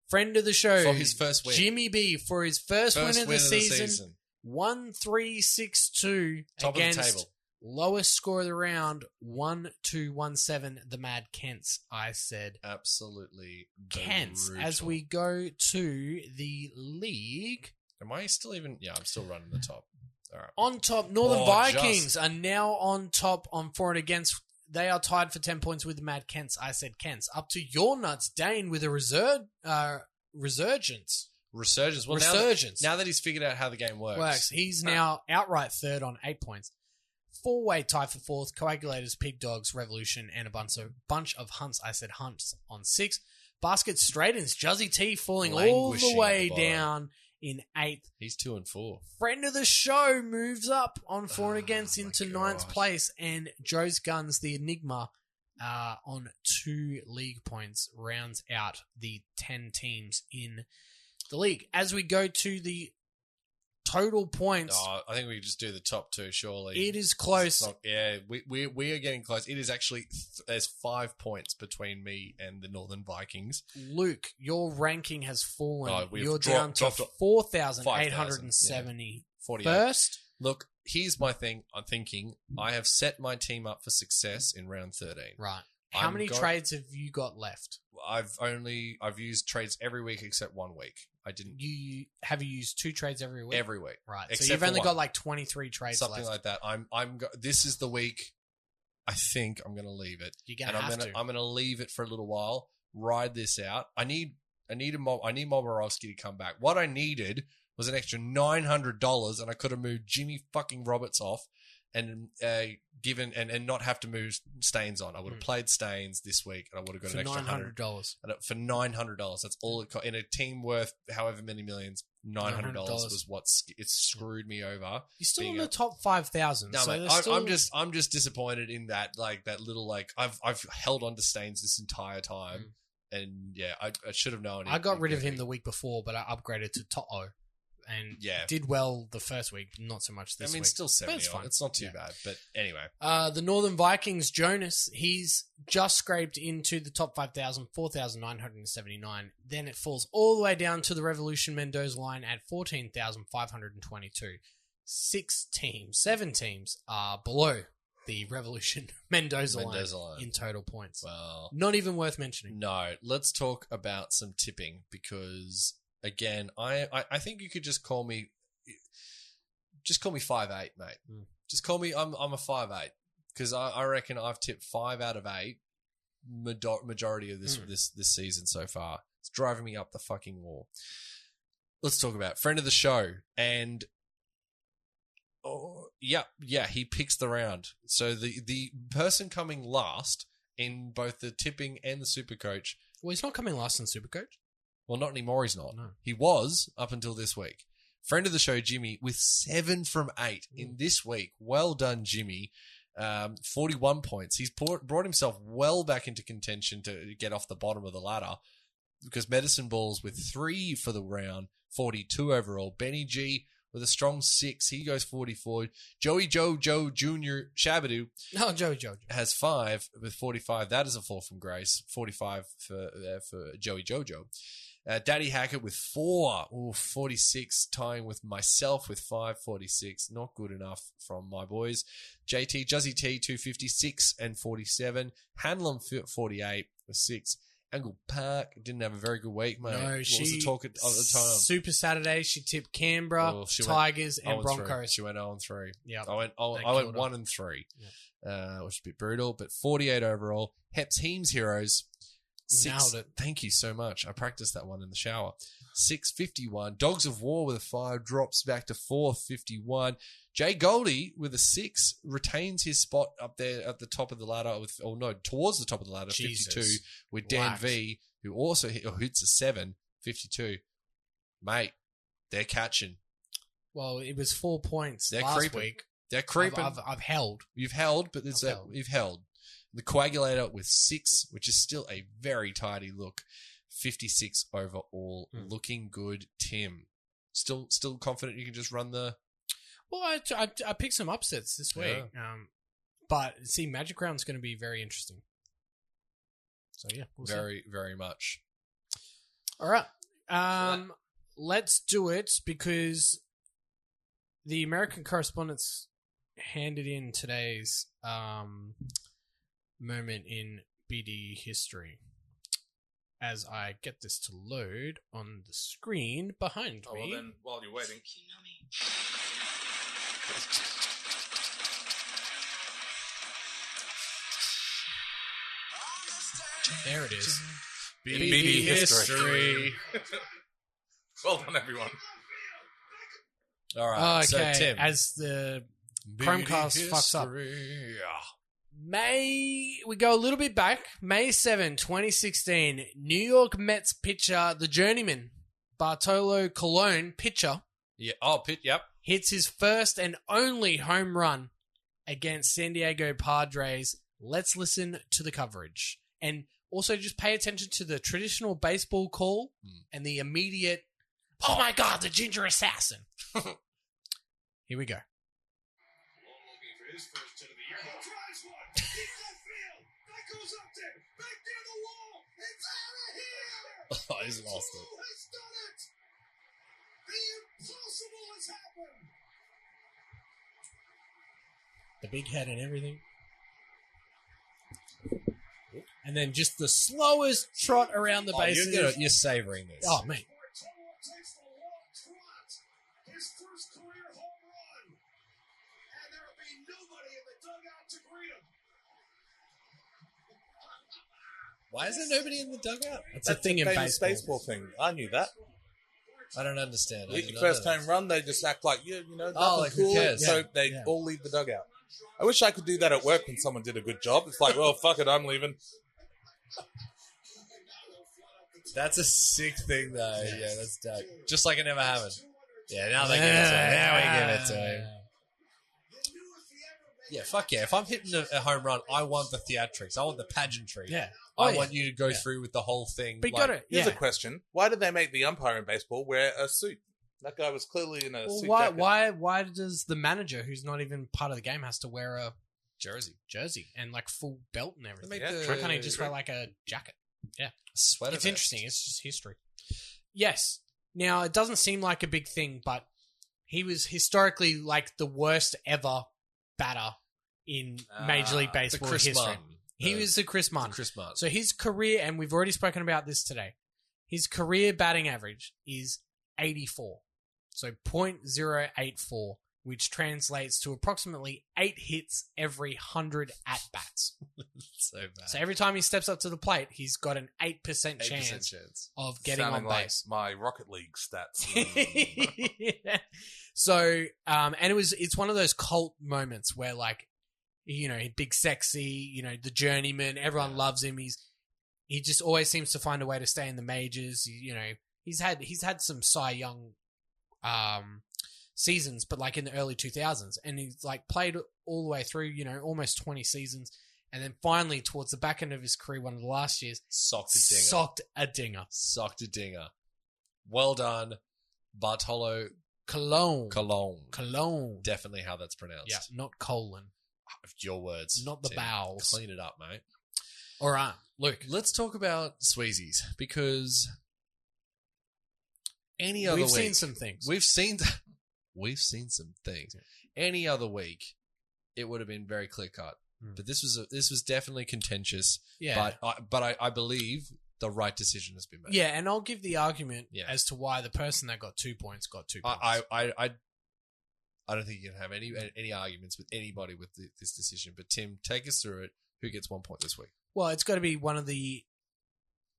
Friend of the show.
For his first win.
Jimmy B for his first, win, of, the, season,
season.
1362
Top
against
of the table.
lowest score of the round 1217 the Mad Kents. I said
Absolutely.
Kents as
brutal.
we go to the league.
Am I still even yeah, I'm still running the top. All right.
On top, Northern
Oh,
Vikings
just.
are now on top on for and against. They are tied for 10 points with the Mad Kents. I said Kents. Up to your nuts, Dane, with a resurg- uh, resurgence.
Resurgence. Well, now that-
resurgence.
Now that, he's figured out how the game works.
works. He's now outright third on eight points. Four way tie for fourth. Coagulators, Pig Dogs, Revolution, and a bunch of, bunch of hunts. I said hunts on six. Basket straightens. Juzzy T falling all
Languishing at
the
the
way
bottom.
down in eighth.
He's two and four.
friend of the show moves up on four and
Oh,
against
my
into ninth
God.
place, and Joe's Guns, the Enigma, uh, on two league points, rounds out the 10 teams in the league. As we go to the total points,
Oh, I think we just do the top two, surely.
it is close.
It's not- yeah, we, we we are getting close. It is actually th- there's five points between me and the Northern Vikings.
Luke, your ranking has fallen.
Oh, we've
You're down
dropped-
to
dropped-
4,870
Forty
first.
Look, here's my thing. I'm thinking I have set my team up for success in round thirteen.
Right. How
I'm
many
go-
trades have you got left?
I've only I've used trades every week except one week. I didn't
You have you used two trades every week?
every week.
Right.
Except
so you've
for
only
one.
got like 23 trades
something
left.
like that. I'm I'm go- this is the week. I think I'm going to leave it,
You're going
and
to
I'm
have
gonna
to.
I'm going to leave it for a little while. Ride this out. I need I need a Mo- I need Moborowski to come back. What I needed was an extra nine hundred dollars, and I could have moved Jimmy fucking Roberts off, and uh, given and, and not have to move Staines on. I would have
Hmm.
played Staines this week, and I would have got
for
an extra hundred
$900.
and it- for nine hundred dollars. That's all it cost in a team worth however many millions. Nine hundred dollars was what sc- it screwed me over.
You're still
Being
in the
a-
top 5,000.
No,
so
mate,
there's
I,
still-
I'm just I'm just disappointed in that like that little like I've I've held on to Staines this entire time, and yeah, I, I should have known.
Mm. I
it-
got
it
rid of
would
him
be-
the week before, but I upgraded to To'o and
Yeah.
did well the first week, not so much
I
this
mean,
week.
still
But
seventy.
it's
It's,
fine.
it's not too
Yeah.
bad, but anyway,
Uh, the Northern Vikings, Jonas, he's just scraped into the top 5,000, 4,979. Then it falls all the way down to the Revolution Mendoza line at 14,522. Six teams, seven teams are below the Revolution Mendoza,
Mendoza
line,
line. Mm.
in total points.
well,
Not even worth mentioning.
No, let's talk about some tipping because again, I I, I think you could just call me, just call me five eight, mate.
Mm.
Just call me. I'm I'm a five eight because I, I reckon I've tipped five out of eight major- majority of this
Mm.
this this season so far. It's driving me up the fucking wall. Let's talk about friend of the show and Oh, yeah, yeah, he picks the round. So the the person coming last in both the tipping and the super coach.
Well, he's not coming last in Supercoach.
Well, not anymore. He's not.
No.
He was up until this week. Friend of the show, Jimmy, with seven from eight in this week. Well done, Jimmy. Um, Forty-one points. He's brought, brought himself well back into contention to get off the bottom of the ladder. because Medicine Balls with three for the round, 42 overall. Benny G with a strong six, he goes 44. Joey Joe Joe Jr. Shabadoo
No, Oh, Joey Jojo.
has five with 45. That is a fall from grace. 45 for uh, for Joey Jojo. Uh, Daddy Hackett with four, ooh, 46, tying with myself with 546. Not good enough from my boys. JT Juzzy T, 256 and 47. Hanlon, fi- 48 with six. Angle Park didn't have a very good week, mate.
No,
what
she
was the talk at, of the time?
Super Saturday, she tipped Canberra,
Well, she went
Tigers, and
0 3.
Broncos.
She went 0 and 3.
Yeah,
I went, I,
They
I went
killed
one and three, uh, which is a bit brutal. But forty-eight overall. Heps Heems Heroes.
Nailed it.
Thank you so much. I practiced that one in the shower. Six fifty-one. Dogs of War with a five drops back to four fifty-one. Jay Goldie with a six retains his spot up there at the top of the ladder with, oh no, towards the top of the ladder, fifty-two
Jesus.
with Dan
Whacked.
V, who also hit, or hits a seven, 52. Mate, they're catching.
Well, it was four points
They're
last
creeping.
week.
They're
I've-
creeping.
I've, I've held.
You've held, but it's
I've
a,
held.
you've held. The coagulator with six, which is still a very tidy look. Fifty-six overall,
Hmm.
looking good. Tim, still still confident you can just run the.
Well, I, I, I picked some upsets this week. Um, but see, Magic Round's going to be very interesting. So, yeah. We'll see.
very very much.
All right. Um, let's do it because the American correspondents handed in today's um, moment in BD history. As I get this to load on the screen behind
Oh, well,
me.
then, while you're waiting.
there it is.
BD history. Well done, everyone.
All right,
Okay.
so Tim,
As the Chromecast fucks up.
Yeah,
May we go a little bit back. May 7, 2016, New York Mets pitcher, the journeyman, Bartolo Colon, pitcher,
yeah. Oh, pit. Yep.
hits his first and only home run against San Diego Padres. Let's listen to the coverage. And also just pay attention to the traditional baseball call
Hmm.
and the immediate, oh my God, the ginger assassin. Here we go.
looking for his first hit of the year. He tries one. Deep left field. That goes up there. Back near the wall. It's out of here.
Oh, he's lost it.
Who has done it? The impossible has happened.
the big head and everything. And then just the slowest trot around the
Oh,
bases.
you're, gonna, you're savoring this.
oh man,
Portola takes the long trot. His first career home run. And there'll be nobody in the dugout to greet him.
Why is there nobody in the dugout?
it's a thing in
famous baseball
baseball.
thing. I knew that.
I don't understand. I
Hit
did
your
not
first
know
home run, they just act like you, you know, nothing
Oh, like, who
cool.
cares?
So
Yeah,
they
yeah.
all leave the dugout. I wish I could do that at work when someone did a good job. It's like, well, fuck it, I'm leaving.
that. That's a sick thing, though. Yeah, that's dope. Just like it never happened. Yeah, now they give it to him. Now we give it to him. Yeah, fuck yeah. If I'm hitting a, a home run, I want the theatrics. I want the pageantry.
Yeah.
I
Oh, yeah.
want you to go
Yeah.
through with the whole thing.
But you
like-
got it.
Here's
Yeah.
a question: Why did they make the umpire in baseball wear a suit? That guy was clearly in a
Well,
suit.
why?
jacket.
Why? Why does the manager, who's not even part of the game, has to wear a jersey, jersey, and like full belt and
They
everything?
make
Yeah,
the
true.
Why can't he Uh, just wear like a jacket?
sweater
It's
vest.
interesting. It's just history. Yes. Now it doesn't seem like a big thing, but he was historically like the worst ever batter in Major League
Ah,
The
Baseball
Chris
history.
Martin.
He
The-
was the Chris
the
Martin.
Chris Martin.
So his career, and we've already spoken about this today, his career batting average is 84. So 0.084, which translates to approximately eight hits every 100 at bats.
so bad.
So every time he steps up to the plate, he's got an 8%,
8%
chance
chance.
of getting
Sounding
on
like
base.
my Rocket League stats.
So, um, and it was it's one of those cult moments where like, you know, big sexy, you know, the journeyman, everyone loves him. He's he just always seems to find a way to stay in the majors. You, you know, he's had he's had some Cy Young, um, seasons, but like in the early two thousands, and he's like played all the way through. You know, almost twenty seasons. And then finally, towards the back end of his career, one of the last years,
Socked a dinger.
socked a dinger.
Socked a dinger. Well done, Bartolo
Cologne.
Colon.
Cologne.
Definitely how that's pronounced.
Yeah, not colon.
Your words.
Not the
Tim.
bowels. uh,
Clean it up, mate.
All right, Luke.
Let's talk about Sweezies because any other
We've
week,
seen some things.
we've seen we've seen some things. Any other week, it would have been very clear cut.
Mm.
But this was a, this was definitely contentious.
yeah.
But I, but I, I believe the right decision has been made.
yeah, and I'll give the argument
Yeah.
as to why the person that got two points got two points.
I I I, I, I don't think you can have any any arguments with anybody with thi- this decision. But Tim, take us through it. Who gets one point this week?
Well, it's got to be one of the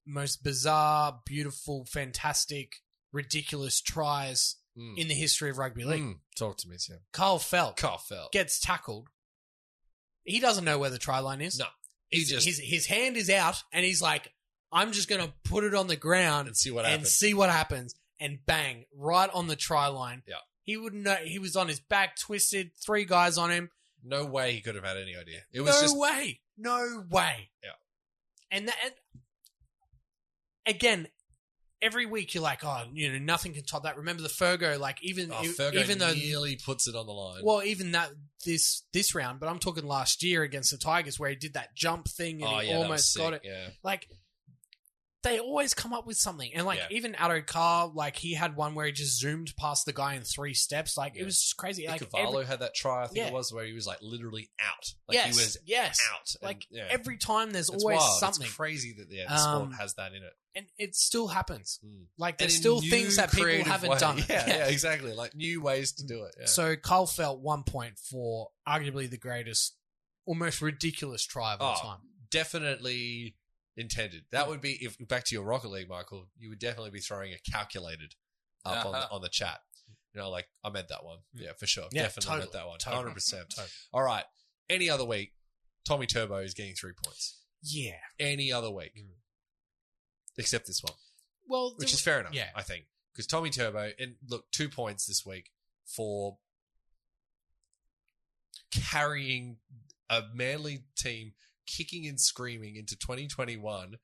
most bizarre, beautiful, fantastic, ridiculous tries
Mm.
in the history of rugby league.
Mm. Talk to me, Tim.
Carl Felt
Carfeld.
gets tackled. He doesn't know where the try line is.
No, he just
his his hand is out, and he's like, "I'm just gonna put it on the ground
and see what
and
happens.
see what happens." And bang, right on the try line.
Yeah.
he wouldn't know. He was on his back, twisted. Three guys on him.
No way he could have had any idea. It was
No
just
way. No way.
Yeah.
And that and again, every week you're like, oh, you know, nothing can top that. Remember the Fergo, like even
oh,
e-
Fergo
even though
nearly puts it on the line. Oh,
well, even that this this round, but I'm talking last year against the Tigers where he did that jump thing and
oh,
he
yeah, that was
almost got
sick,
it.
Yeah,
Like they always come up with something. And like
Yeah.
even Addo Carr, like he had one where he just zoomed past the guy in three steps. Like
Yeah.
it was just crazy. Like
Icavalo
every-
had that try. I think
Yeah.
it was where he was like literally out. Like
yes,
he was
yes.
out. and-
Like
yeah.
every time there's
It's
always
wild. It's
something.
crazy that yeah, the
Um,
sport has that in it.
and it still happens.
Mm.
Like there's
And in
still
new
things that people
creative
haven't
ways.
done.
Yeah,
Yeah.
yeah, exactly. Like new ways to do it. Yeah.
So Carl felt one point for arguably the greatest, almost ridiculous try of all
Oh.
time.
definitely intended. That would be if back to your Rocket League, Michael. You would definitely be throwing a calculated up on the,
Uh-huh.
on the chat. You know, like I meant that one. Yeah, for sure.
Mm. Yeah,
definitely meant
totally,
that one.
totally.
Hundred percent. All right. Any other week, Tommy Turbo is getting three points.
Yeah. Mm.
Any other week, except this one,
Well,
which
there-
is fair enough.
yeah.
I think because Tommy Turbo and look, two points this week for carrying a manly team kicking and screaming into 2021.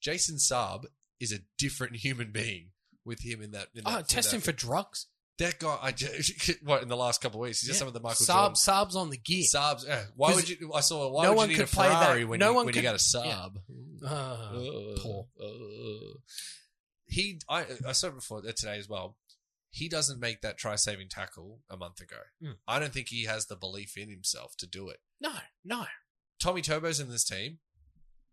Jason Saab is a different human being with him in that. In that
oh,
in
test
that-
him for drugs.
that guy. I just, what in the last couple of weeks? He's just
Yeah.
some of the Michael
Saab,
Jordan-
Saab's on the gear.
Saabs. yeah. why
'Cause
would you? I saw. Why
no
would
one
you need
could
a
play that-
Ferrari when
no
you
one
when you
could-
got a Saab?
Ah.
Ugh.
poor.
Ugh. Uh, He. I. I saw it before uh, today as well. He doesn't make that try saving tackle a month ago.
Mm.
I don't think he has the belief in himself to do it.
no, no.
Tommy Turbo's in this team.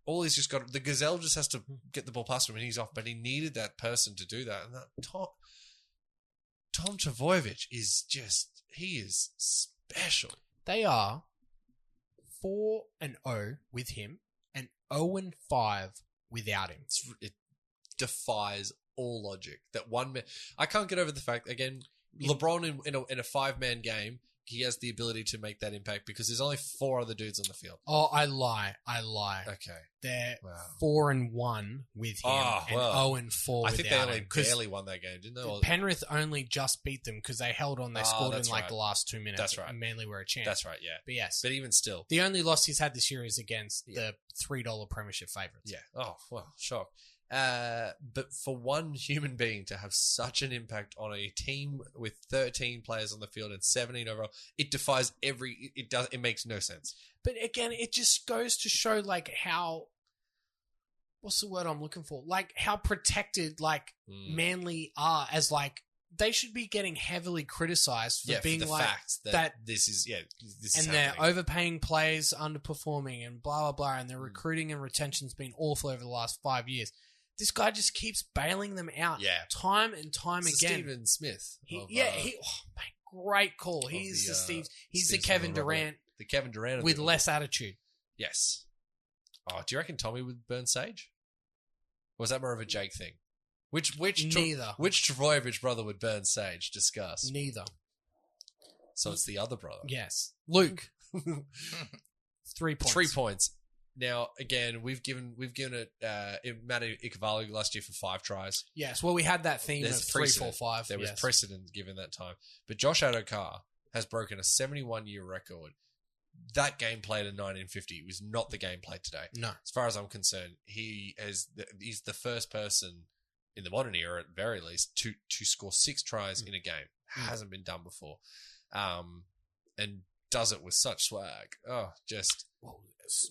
All he's just got the gazelle just has to
Hmm.
get the ball past him and he's off. But he needed that person to do that. And that Tom Tom Travojevic is just he is special.
They are four and O with him, and O and five without him.
It's, it defies all logic that one man. I can't get over the fact again. LeBron in, in a, in a five man game, he has the ability to make that impact because there's only four other dudes on the field.
Oh, I lie. I lie.
Okay,
They're
wow.
four and one with him,
Oh,
and
well.
O and four
I
without
think they only
him. 'Cause
barely won that game, didn't they? Or-
Penrith only just beat them because they held on. They
Ah,
scored in
that's
like
right.
the last two minutes.
That's right.
And Manly were a chance.
that's right, yeah.
But yes,
But even still,
the only loss he's had this year is against
Yeah.
the three dollar Premiership favourites.
Yeah. Oh, well, shock. Uh, but for one human being to have such an impact on a team with 13 players on the field and 17 overall, it defies every. It, it does. It makes no sense.
But again, it just goes to show like how. What's the word I'm looking for? Like how protected like
Mm.
Manly are as like they should be getting heavily criticised for
yeah,
being
for the
like
fact that,
that-
this is yeah, this is
and they're
happening.
overpaying players, underperforming, and blah blah blah.
Hmm.
And their recruiting and retention's been awful over the last five years. This guy just keeps bailing them out,
Yeah.
time and time
It's the
again.
Stephen Smith.
He,
of,
yeah,
uh,
he. Oh, mate, great call.
of
He's
the,
the,
uh,
Steve. He's
Steve's
the Kevin
another Robert.
Durant
the Kevin Durant of
with
the-
less attitude.
Yes. Oh, do you reckon Tommy would burn sage? Or was that more of a Jake thing? Which which Tro-
Neither.
which Travojevic brother would burn sage? Discuss.
Neither.
So it's the other brother.
Yes, Luke. three points.
Three points. Now, again, we've given we've given it uh, it- Matty Ikavalu last year for five tries.
Yes. Well, we had that theme
There's
of three, four,
precedent.
five.
There was
yes.
precedent given that time, but Josh Adokar has broken a 71 year record. that gameplay in 1950 was not the gameplay today.
No.
As far as I'm concerned, he is the, he's the first person in the modern era, at very least, to to score six tries in a game. Hasn't been done before, um, and does it with such swag. Oh, just I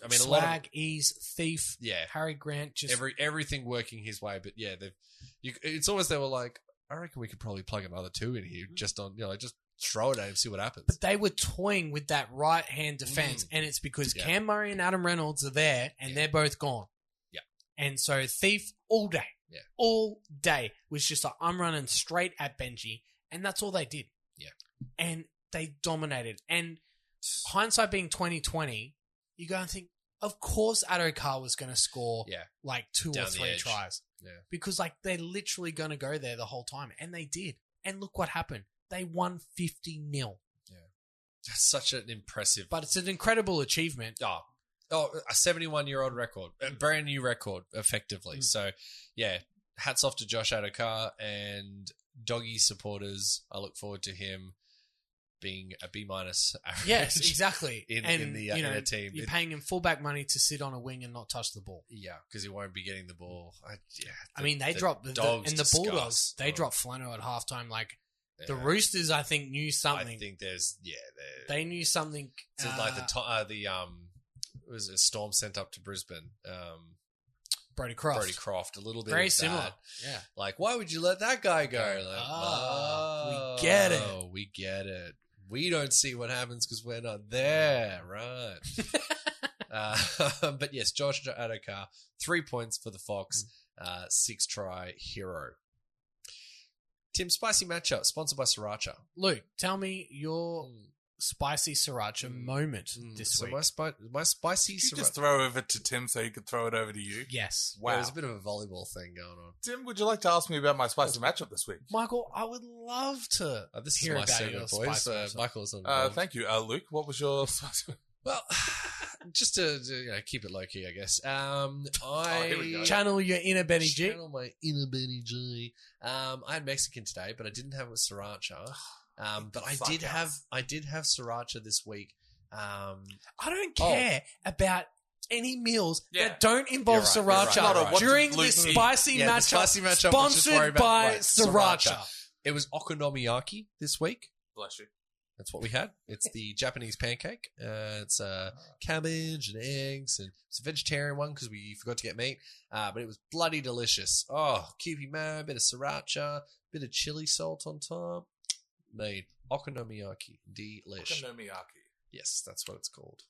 mean, a
Swag,
lot of-
ease, thief,
yeah,
Harry Grant just
every everything working his way. But yeah, they've. You, it's almost they were like, I reckon we could probably plug another two in
Mm-hmm.
here, just on you know, just throw it at him, see what happens.
but they were toying with that right hand defense,
Mm.
and it's because
Yeah.
Cam Murray and Adam Reynolds are there, and
Yeah.
they're both gone.
Yeah.
and so Thief all day,
Yeah.
all day was just like I'm running straight at Benji, and that's all they did.
Yeah.
and they dominated. And hindsight being 2020, you go and think, of course, Addo Carr was going to score
Yeah.
like two
Down
or
the
three
edge.
tries.
Yeah.
Because like they're literally going to go there the whole time, and they did. And look what happened. They won 50 nil.
That's such an impressive.
But it's an incredible achievement.
oh, oh, a 71 year old record, a brand new record, effectively.
Mm.
So, yeah, hats off to Josh Adokar and doggy supporters. I look forward to him being a B minus average.
Yes, exactly.
In-
and
in the, uh,
you know,
in the team.
you're
It-
paying him fullback money to sit on a wing and not touch the ball.
Yeah, because he won't be getting the ball. I, yeah,
I mean, they
the
dropped the,
dogs
and the Bulldogs.
disgust.
They
Oh.
dropped Flano at halftime. Like
the-
the
yeah.
Roosters, I think knew
I
something.
think there's yeah, there-
they knew something.
It's like the
uh,
to- uh, the um it was a storm sent up to Brisbane. Um,
Brody Cross.
Brody Croft, a little bit
Very
of
similar.
that.
Yeah.
Like, why would you let that guy go? Like,
Ah, we get it.
oh, We get it. We don't see what happens because we're not there, right? uh, but yes, Josh Adokar, three points for the Fox,
Mm.
uh, six try hero. Tim, spicy matchup sponsored by Sriracha.
Luke, tell me your spicy sriracha
Mm.
moment
Mm,
this
so
week.
my, spi- my Hmm. spicy
You could
sriracha.
just throw over to Tim so he could throw it over to you.
yes.
Wow.
Wow.
there's a bit of a volleyball thing going on.
Tim, would you like to ask me about my spicy matchup this week?
Michael, I would love to
Uh, this
hear
is my
about your
segment, boys.
spicy
Uh,
matchup.
Michael's on
Uh, thank you. Uh, Luke, what was your
Well, just to, to, you know, keep it low key, I guess. Um, I
here we go.
channel your inner Benny G.
channel my inner Benny G. Um, I had Mexican today, but I didn't have it with sriracha. Um, but I
Fuck
did
us.
have I did have sriracha this week. Um,
I don't
Oh.
care about any meals
Yeah.
that don't involve
You're right, you're
sriracha
right, you're right.
during
What
the
did Luke eat?
spicy,
Yeah, the
matchup
spicy matchup, I was just worried
sponsored
about-
by
right,
sriracha.
it was okonomiyaki this week.
Bless you.
That's what we had. It's the Japanese pancake. Uh, it's uh, cabbage and eggs, and it's a vegetarian one because we forgot to get meat. Uh, but it was bloody delicious. Oh, kiwi mayo, bit of sriracha, bit of chili salt on top. Made okonomiyaki, delish.
Okonomiyaki.
Yes, that's what it's called.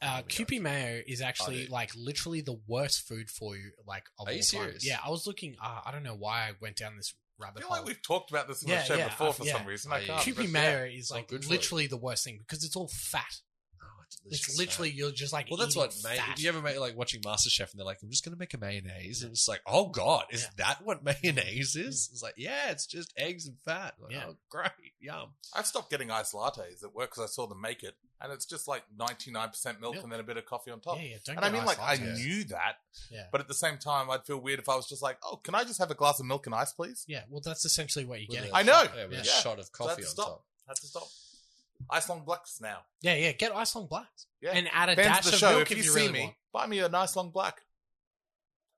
Uh,
Okonomiyaki.
Kewpie mayo is
Oh I
actually
did.
like literally the worst food for you. Like, of
Are you
all time.
serious?
Yeah, I was looking. Uh, I don't know why I went down this
I
rabbit
feel
hole.
like we've talked about this on
Yeah,
the show
yeah,
before
uh,
for
yeah.
some reason. I
I-
can't.
Kewpie
but-
mayo is
Ah, not
like
good for you.
literally the worst thing because it's all fat.
Oh, delicious.
It's literally you're just like
Well, that's
eating
what made.
fat.
You ever make like watching MasterChef and they're like, "I'm just going to make a mayonnaise," and it's like, "Oh God, is
Yeah. Mm-hmm.
that what mayonnaise is?" It's like, "Yeah, it's just eggs and fat." Like,
Yeah.
Oh, great, yum.
I've stopped getting iced lattes at work because I saw them make it, and it's just like 99% milk,
Milk.
and then a bit of coffee on top.
yeah, yeah, don't
And I
get
mean, like,
iced
I
lattes.
knew that,
Yeah.
but at the same time, I'd feel weird if I was just like, oh, can I just have a glass of milk and ice, please?
Yeah, well, that's essentially what you're
With
getting.
a
I know.
shot- yeah, with a
Yeah.
shot of
So I had
coffee
to
on
stop.
top.
I had to stop. Ice long blacks now.
Yeah, yeah, get ice on blacks.
Yeah.
And add a
Fans of
dash
the
of
show,
milk
if you, see
really
me,
want.
buy me a nice long black.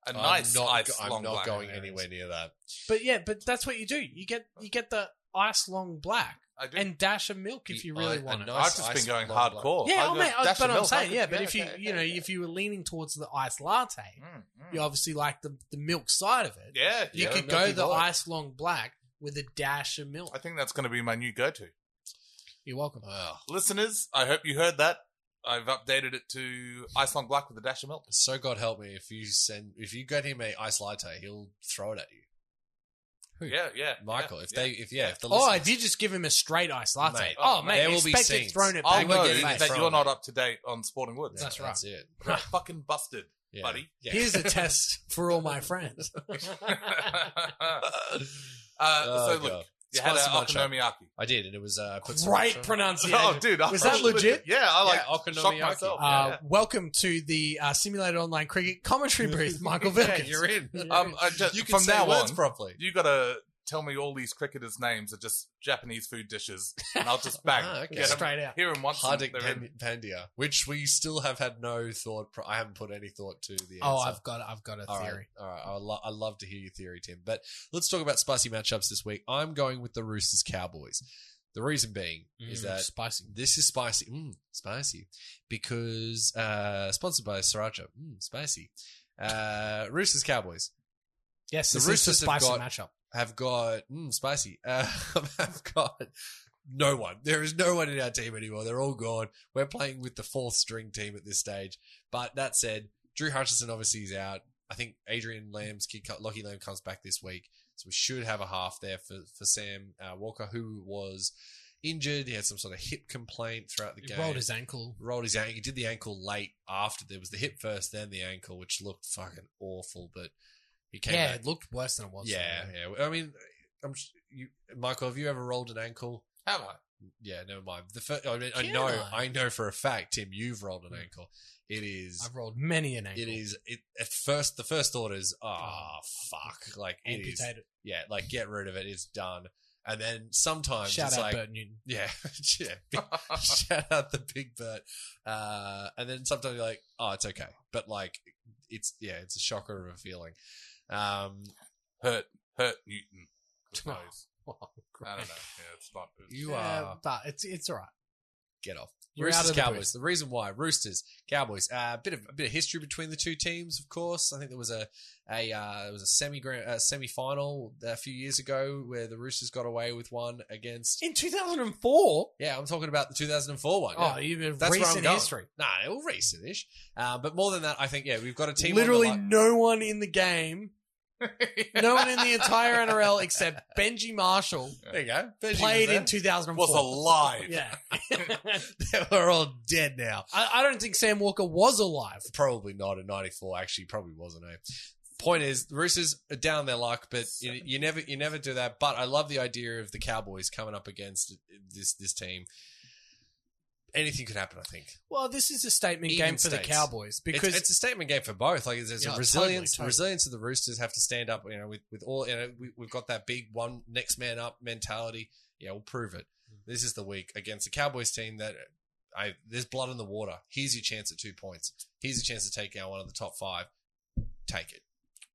A
I'm
nice
not,
ice
I'm
long
not
black.
going
There it
anywhere near that.
But yeah, but that's what you do. You get you get the ice long black
I do.
and dash of milk if
The
you really
i- a
want it.
nice
I've just
ice
been going
long black.
hardcore.
yeah,
I
oh,
go,
mate, I-
dash of
but I'm
milk, I
saying,
could-
yeah, but
yeah,
if you
okay,
you
okay,
know
okay.
if you were leaning towards the ice latte,
Mm, mm.
you obviously like the the milk side of it.
Yeah,
You
yeah.
could
milky
go the
boy.
ice long black with a dash of
I
milk.
think that's going to be my new go-to.
You're welcome.
Wow,
Listeners, I hope you heard that. I've updated it to ice long black with a dash of milk.
so God help me if you send if you get him a ice latte, he'll throw it at you,
Yeah, yeah.
Michael.
yeah,
if
yeah.
they if yeah if the
Oh,
listeners-
if you just give him a straight ice latte,
Mate,
oh
oh,
mate,
there will be
expect it
scenes.
thrown at
I'll
I'll
back.
we're
know
getting
that
thrown.
you're not up to date on Sporting Woods.
Yeah,
That's right.
That's it,
You're fucking busted,
Yeah.
buddy.
Yeah.
Here's a test for all my friends.
uh,
Oh,
so look,
God.
you had a
Spicy matcha.
okonomiyaki.
I did, and it was uh, put
Great
sriracha-
pronunciation.
Oh, dude, I
Was that
I-
legit?
Yeah, I like
Yeah,
shocked
okonomiyaki.
myself.
Uh,
yeah.
Welcome to the uh, Simulated Online Cricket commentary booth, Michael Vilkins.
Yeah, you're in.
Um, I just,
you can
from
say
now
words
on,
properly.
you got to tell me all these cricketers' names are just Japanese food dishes, and I'll just bang.
Ah, okay.
get 'em
Straight out.
Here in once. and
Hardik
they're in.
Pan- Pandya, which we still have had no thought. Pro- I haven't put any thought to the answer.
Oh, I've got I've got a
All right,
theory.
all right. I, lo- I love to hear your theory, Tim. But let's talk about spicy matchups this week. I'm going with the Roosters Cowboys. The reason being is
Mm,
that
spicy?
this is spicy, mm, spicy, because uh, sponsored by Sriracha, mm, spicy. Uh, Roosters Cowboys
Yes,
the
this is a
Roosters have
spicy
got-
matchup.
have got mm, spicy. Uh, have got no one. There is no one in our team anymore. They're all gone. We're playing with the fourth string team at this stage. But that said, Drew Hutchinson obviously is out. I think Adrian Lamb's kid, Lockie Lamb, comes back this week, so we should have a half there for for Sam uh, Walker, who was injured. He had some sort of hip complaint throughout the
He
game.
rolled his ankle.
rolled his ankle. He did the ankle late after there was the hip first, then the ankle, which looked fucking awful. But he came
yeah,
back
it looked worse than it was.
yeah, yeah. I mean, I'm s- you, Michael. Have you ever rolled an ankle?
Have I?
Yeah, never mind. The first, I, mean, I
Can
know,
I?
I know for a fact, Tim, you've rolled an
Mm.
ankle. It is,
I've rolled many an ankle. Oh,
it is. It at first, the first thought is, ah, fuck, like it is.
amputated.
Yeah, like get rid of it. It's done. And then sometimes
Shout
it's
out
like,
Bert Newton.
yeah, yeah. big- shout out the big Bert. Uh, and then sometimes you're like, oh, it's okay, but like, it's yeah, it's a shocker of a feeling. Um,
Hurt, hurt Newton. Good
Oh,
nose. I don't know. Yeah, it's not. It's,
you
Yeah,
are
but it's it's all right.
get off.
You're
Roosters
out of the
Cowboys. The, reason why Roosters Cowboys. A uh, bit of a bit of history between the two teams, of course. I think there was a a uh, there was a semi uh, semi final a few years ago where the Roosters got away with one against.
In 2004.
Yeah, I'm talking about the 2004 one.
Oh,
yeah.
even
That's where I'm
recent
going.
history.
Nah, all recent-ish. Uh, but more than that, I think yeah, we've got a team. on the
Literally
line-
no one in the game, no one in the entire NRL except Benji Marshall
there you go. Benji was
played
there.
in 2004.
was alive.
Yeah,
they were all dead now.
I, I don't think Sam Walker was alive.
Probably not in '94. Actually, probably wasn't. Eh? Point is, the Roosters are down their luck, but you, you never you never do that. But I love the idea of the Cowboys coming up against this this team. Anything could happen. I think
Well, this is a statement
Even
game for
states.
the Cowboys because
it's, it's a statement game for both. Like there's
Yeah,
a
totally,
resilience. The
totally.
resilience of the Roosters have to stand up. You know, with with all you know, we, we've got that big one next man up mentality. Yeah, we'll prove it.
Mm.
This is the week against the Cowboys team that I there's blood in the water. Here's your chance at two points. Here's your chance to take out one of the top five. Take it.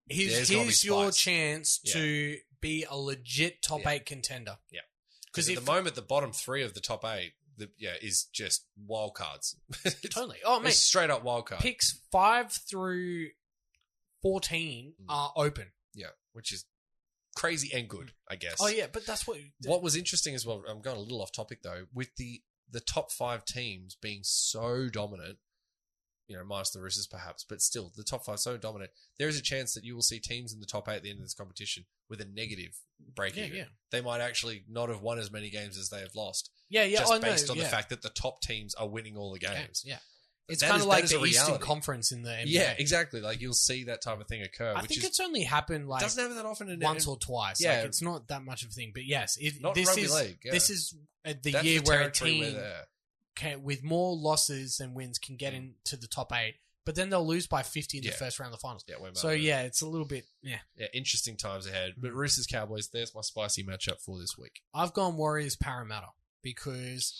here's,
There's gotta be
here's your
spice.
chance
Yeah.
to be a legit top
Yeah.
eight contender.
Yeah.
because
Because at
if
the moment, the bottom three of the top eight, the, yeah, is just wild cards. it's,
totally, oh
it's
mate,
straight up wild card,
picks five through fourteen
Mm.
are open.
which is crazy and good, I guess.
Oh yeah, but that's what
What was interesting as well, I'm going a little off topic though, with the the top five teams being so dominant, you know, minus the Roosters perhaps, but still the top five so dominant, there is a chance that you will see teams in the top eight at the end of this competition with a negative break
Yeah,
even.
yeah.
They might actually not have won as many games as they have lost,
Yeah, yeah, oh,
just
I know,
based on
yeah.
the fact that the top teams are winning all the games.
Yeah, it's
That
kind
is-
of
that
like
is
the
a
Eastern
reality.
Conference in the NBA.
Yeah, exactly. Like you'll see that type of thing occur,
I
which
think
is
it's only happened like
doesn't happen that often in
once
in-
or twice.
Yeah.
like, it's not that much of a thing. But yes, it,
not
this
rugby
is
league. yeah.
this is uh, the
That's
year where a
territory
team
they're-
can, with more losses than wins can get into the top eight, but then they'll lose by fifty in
Mm. Yeah.
the first round of the finals.
yeah, we're
So
about-
yeah, it's a little bit yeah.
yeah, interesting times ahead. But Roosters Cowboys, there's my spicy matchup for this week.
I've gone Warriors Parramatta because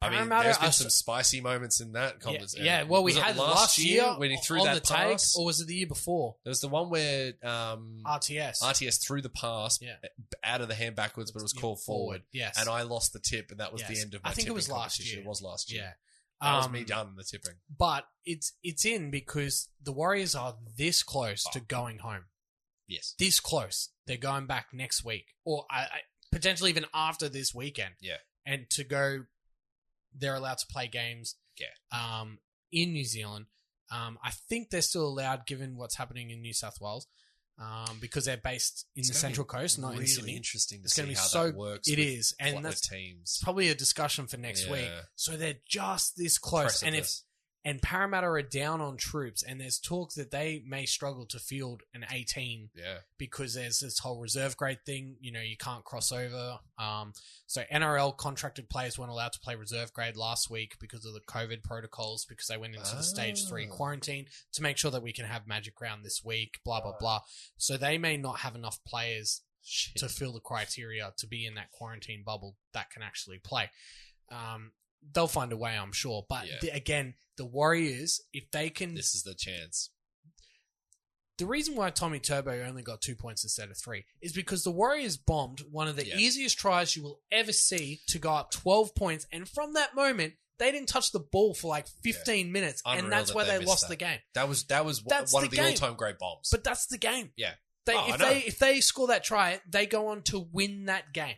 I mean,
Parramatta
there's been
are
some spicy moments in that
yeah,
conversation.
yeah, well we
Was it
had last year,
when he threw
on
that
the take,
pass.
or was it the year before?
there was the one where um,
RTS.
RTS threw the pass
Yeah.
out of the hand backwards, but it was called forward.
Yes.
And I lost the tip, and that was the
Yes.
end of
I
my
think it
tipping
was last
competition.
year.
It was last year.
yeah.
That was
Um,
me done the tipping.
But it's it's in because the Warriors are this close
Oh.
to going home.
Yes.
This close. They're going back next week, or I, I, potentially even after this weekend.
Yeah.
And to go, they're allowed to play games.
Yeah.
Um, in New Zealand, um, I think they're still allowed given what's happening in New South Wales, um, because they're based in
It's
the
gonna
Central
be
Coast, not
really
in Sydney.
interesting to
It's
see
gonna be
how
so-
that works.
It
with
is,
Flutler
and that's
teams
probably a discussion for next week.
Yeah.
So they're just this close, and if
Precipice.
and Parramatta are down on troops, and there's talk that they may struggle to field an 18
yeah,
because there's this whole reserve grade thing. You know, you can't cross over. Um, so NRL contracted players weren't allowed to play reserve grade last week because of the COVID protocols, because they went into the stage three
Oh.
quarantine to make sure that we can have Magic Round this week. Blah blah blah. So they may not have enough players
Shit.
to fill the criteria to be in that quarantine bubble that can actually play. Um, they'll find a way, I'm sure. But
Yeah.
the, again, the worry is if they can.
this is the chance.
the reason why Tommy Turbo only got two points instead of three is because the Warriors bombed one of the
Yeah.
easiest tries you will ever see to go up 12 points. And from that moment, they didn't touch the ball for like 15 minutes.
Unreal
and that's
that
where
they
they,
missed
lost
that.
the game.
That was that was
That's
one
the
of the
game.
all-time great bombs.
But that's the game.
Yeah.
They,
Oh, I
if
know.
they if they score that try, they go on to win that game.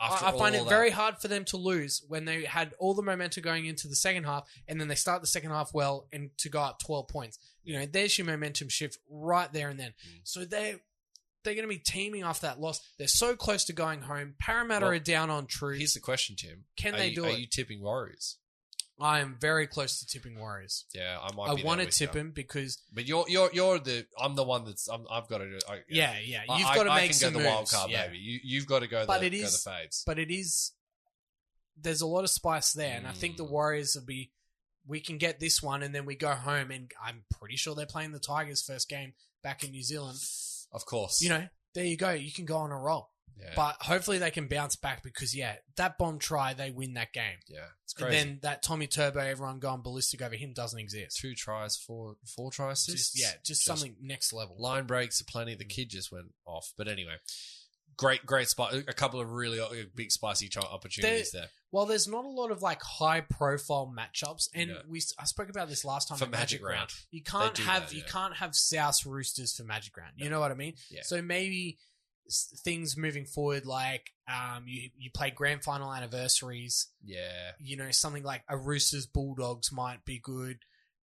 After
I, I find
all
it
that-
very hard for them to lose when they had all the momentum going into the second half, and then they start the second half well and to go up twelve points. You know, there's your momentum shift right there and then.
Mm.
So they they're going to be teaming off that loss. They're so close to going home. Parramatta
Well,
are down on true.
Here's the question, Tim.
Can
Are
they
you-
do
are
it?
you tipping Warriors?
I am very close to tipping Warriors.
Yeah, I might.
I
be
want to
there with
tip
you.
him because
but you're you're you're the I'm the one that's I'm, I've got to do. I,
yeah, yeah,
I-
you've
I-
got to
I
make
can
some
go the
moves.
wild card,
yeah.
baby. You you've got to go.
But
the,
it
go
is-
the faves.
but it is there's a lot of spice there, and I think the
Mm.
Warriors will be. We can get this one, and then we go home, and I'm pretty sure they're playing the Tigers' first game back in New Zealand.
of course,
You know, there you go. You can go on a roll,
Yeah,
but hopefully they can bounce back because yeah, that bomb try, they win that game.
yeah, it's
And
crazy.
then that Tommy Turbo, everyone going ballistic over him doesn't exist.
Two tries, four four tries,
Just, yeah, Mm. just,
Just-
something next level.
line breaks are plenty. The kid just went off, but anyway, great great spot. A couple of really uh, big spicy try opportunities there.
Well, there's not a lot of like high profile matchups, and
No.
we I spoke about this last time
For
at Magic,
Magic
Round.
Round.
You can't
do
have
that,
you
yeah.
can't have South Roosters for Magic Round. You know what I mean?
Yeah.
So maybe s- things moving forward, like um, you you play grand final anniversaries.
Yeah,
You know, something like a Roosters Bulldogs might be good.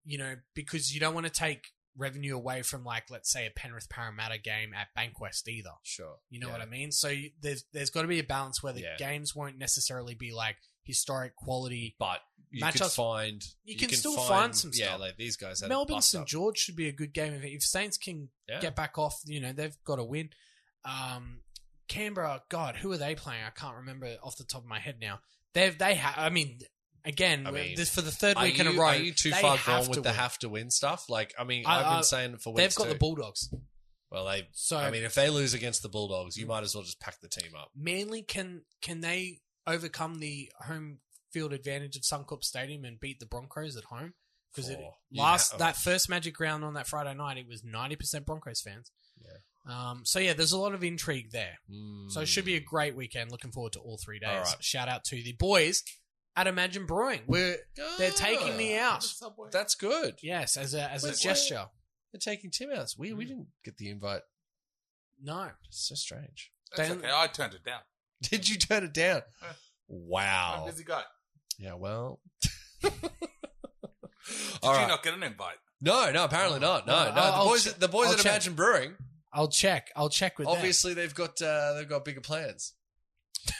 You know, because you don't want to take revenue away from like let's say a Penrith Parramatta game at Bankwest either.
sure.
You know
Yeah.
what I mean? So you, there's there's got to be a balance where the
Yeah.
games won't necessarily be like historic quality.
But you
Matchups-
can find
you can still find some
yeah,
stuff.
like these guys. Had
Melbourne
a bust
St
up.
George should be a good game if, if Saints can
Yeah.
get back off. You know they've got to win. Um, Canberra, God, who are they playing? I can't remember off the top of my head now. They've they ha- I mean, again,
I
we're-
mean,
this for the third
Are
week
you,
in a row.
are you too
they
far
have
gone with
to
the
win.
have to win stuff? Like, I mean,
I-
I, have
I-
been saying it for weeks.
They've got
too.
the Bulldogs,
Well, they.
so
I mean, if they lose against the Bulldogs, you might as well just pack the team up.
Manly can can they overcome the home field advantage of Suncorp Stadium and beat the Broncos at home? Because it
Four. You
last
ha-
that first Magic round on that Friday night, it was ninety percent Broncos fans.
Yeah.
Um, so yeah, there's a lot of intrigue there.
Mm.
So it should be a great weekend. Looking forward to all three days.
All right.
Shout out to the boys at Imagine Brewing. We're they're taking me out.
That's good.
Yes, as a as a
Ah. Wait, wait.
gesture.
They're taking Tim out. It's weird.
Mm.
We didn't get the invite.
No,
It's so strange.
That's
Don't-
okay. I turned it down.
Did you turn it down?
Yeah. I'm a
Wow.
busy guy.
Yeah. Well.
Did
All
you
right.
not get an invite?
No, no, apparently not. No,
Oh, Well,
no.
I'll- I'll
the boys,
che-
the boys
I'll
at
check.
Imagine Brewing.
I'll check. I'll check with them.
Obviously, they've got uh, they've got bigger plans.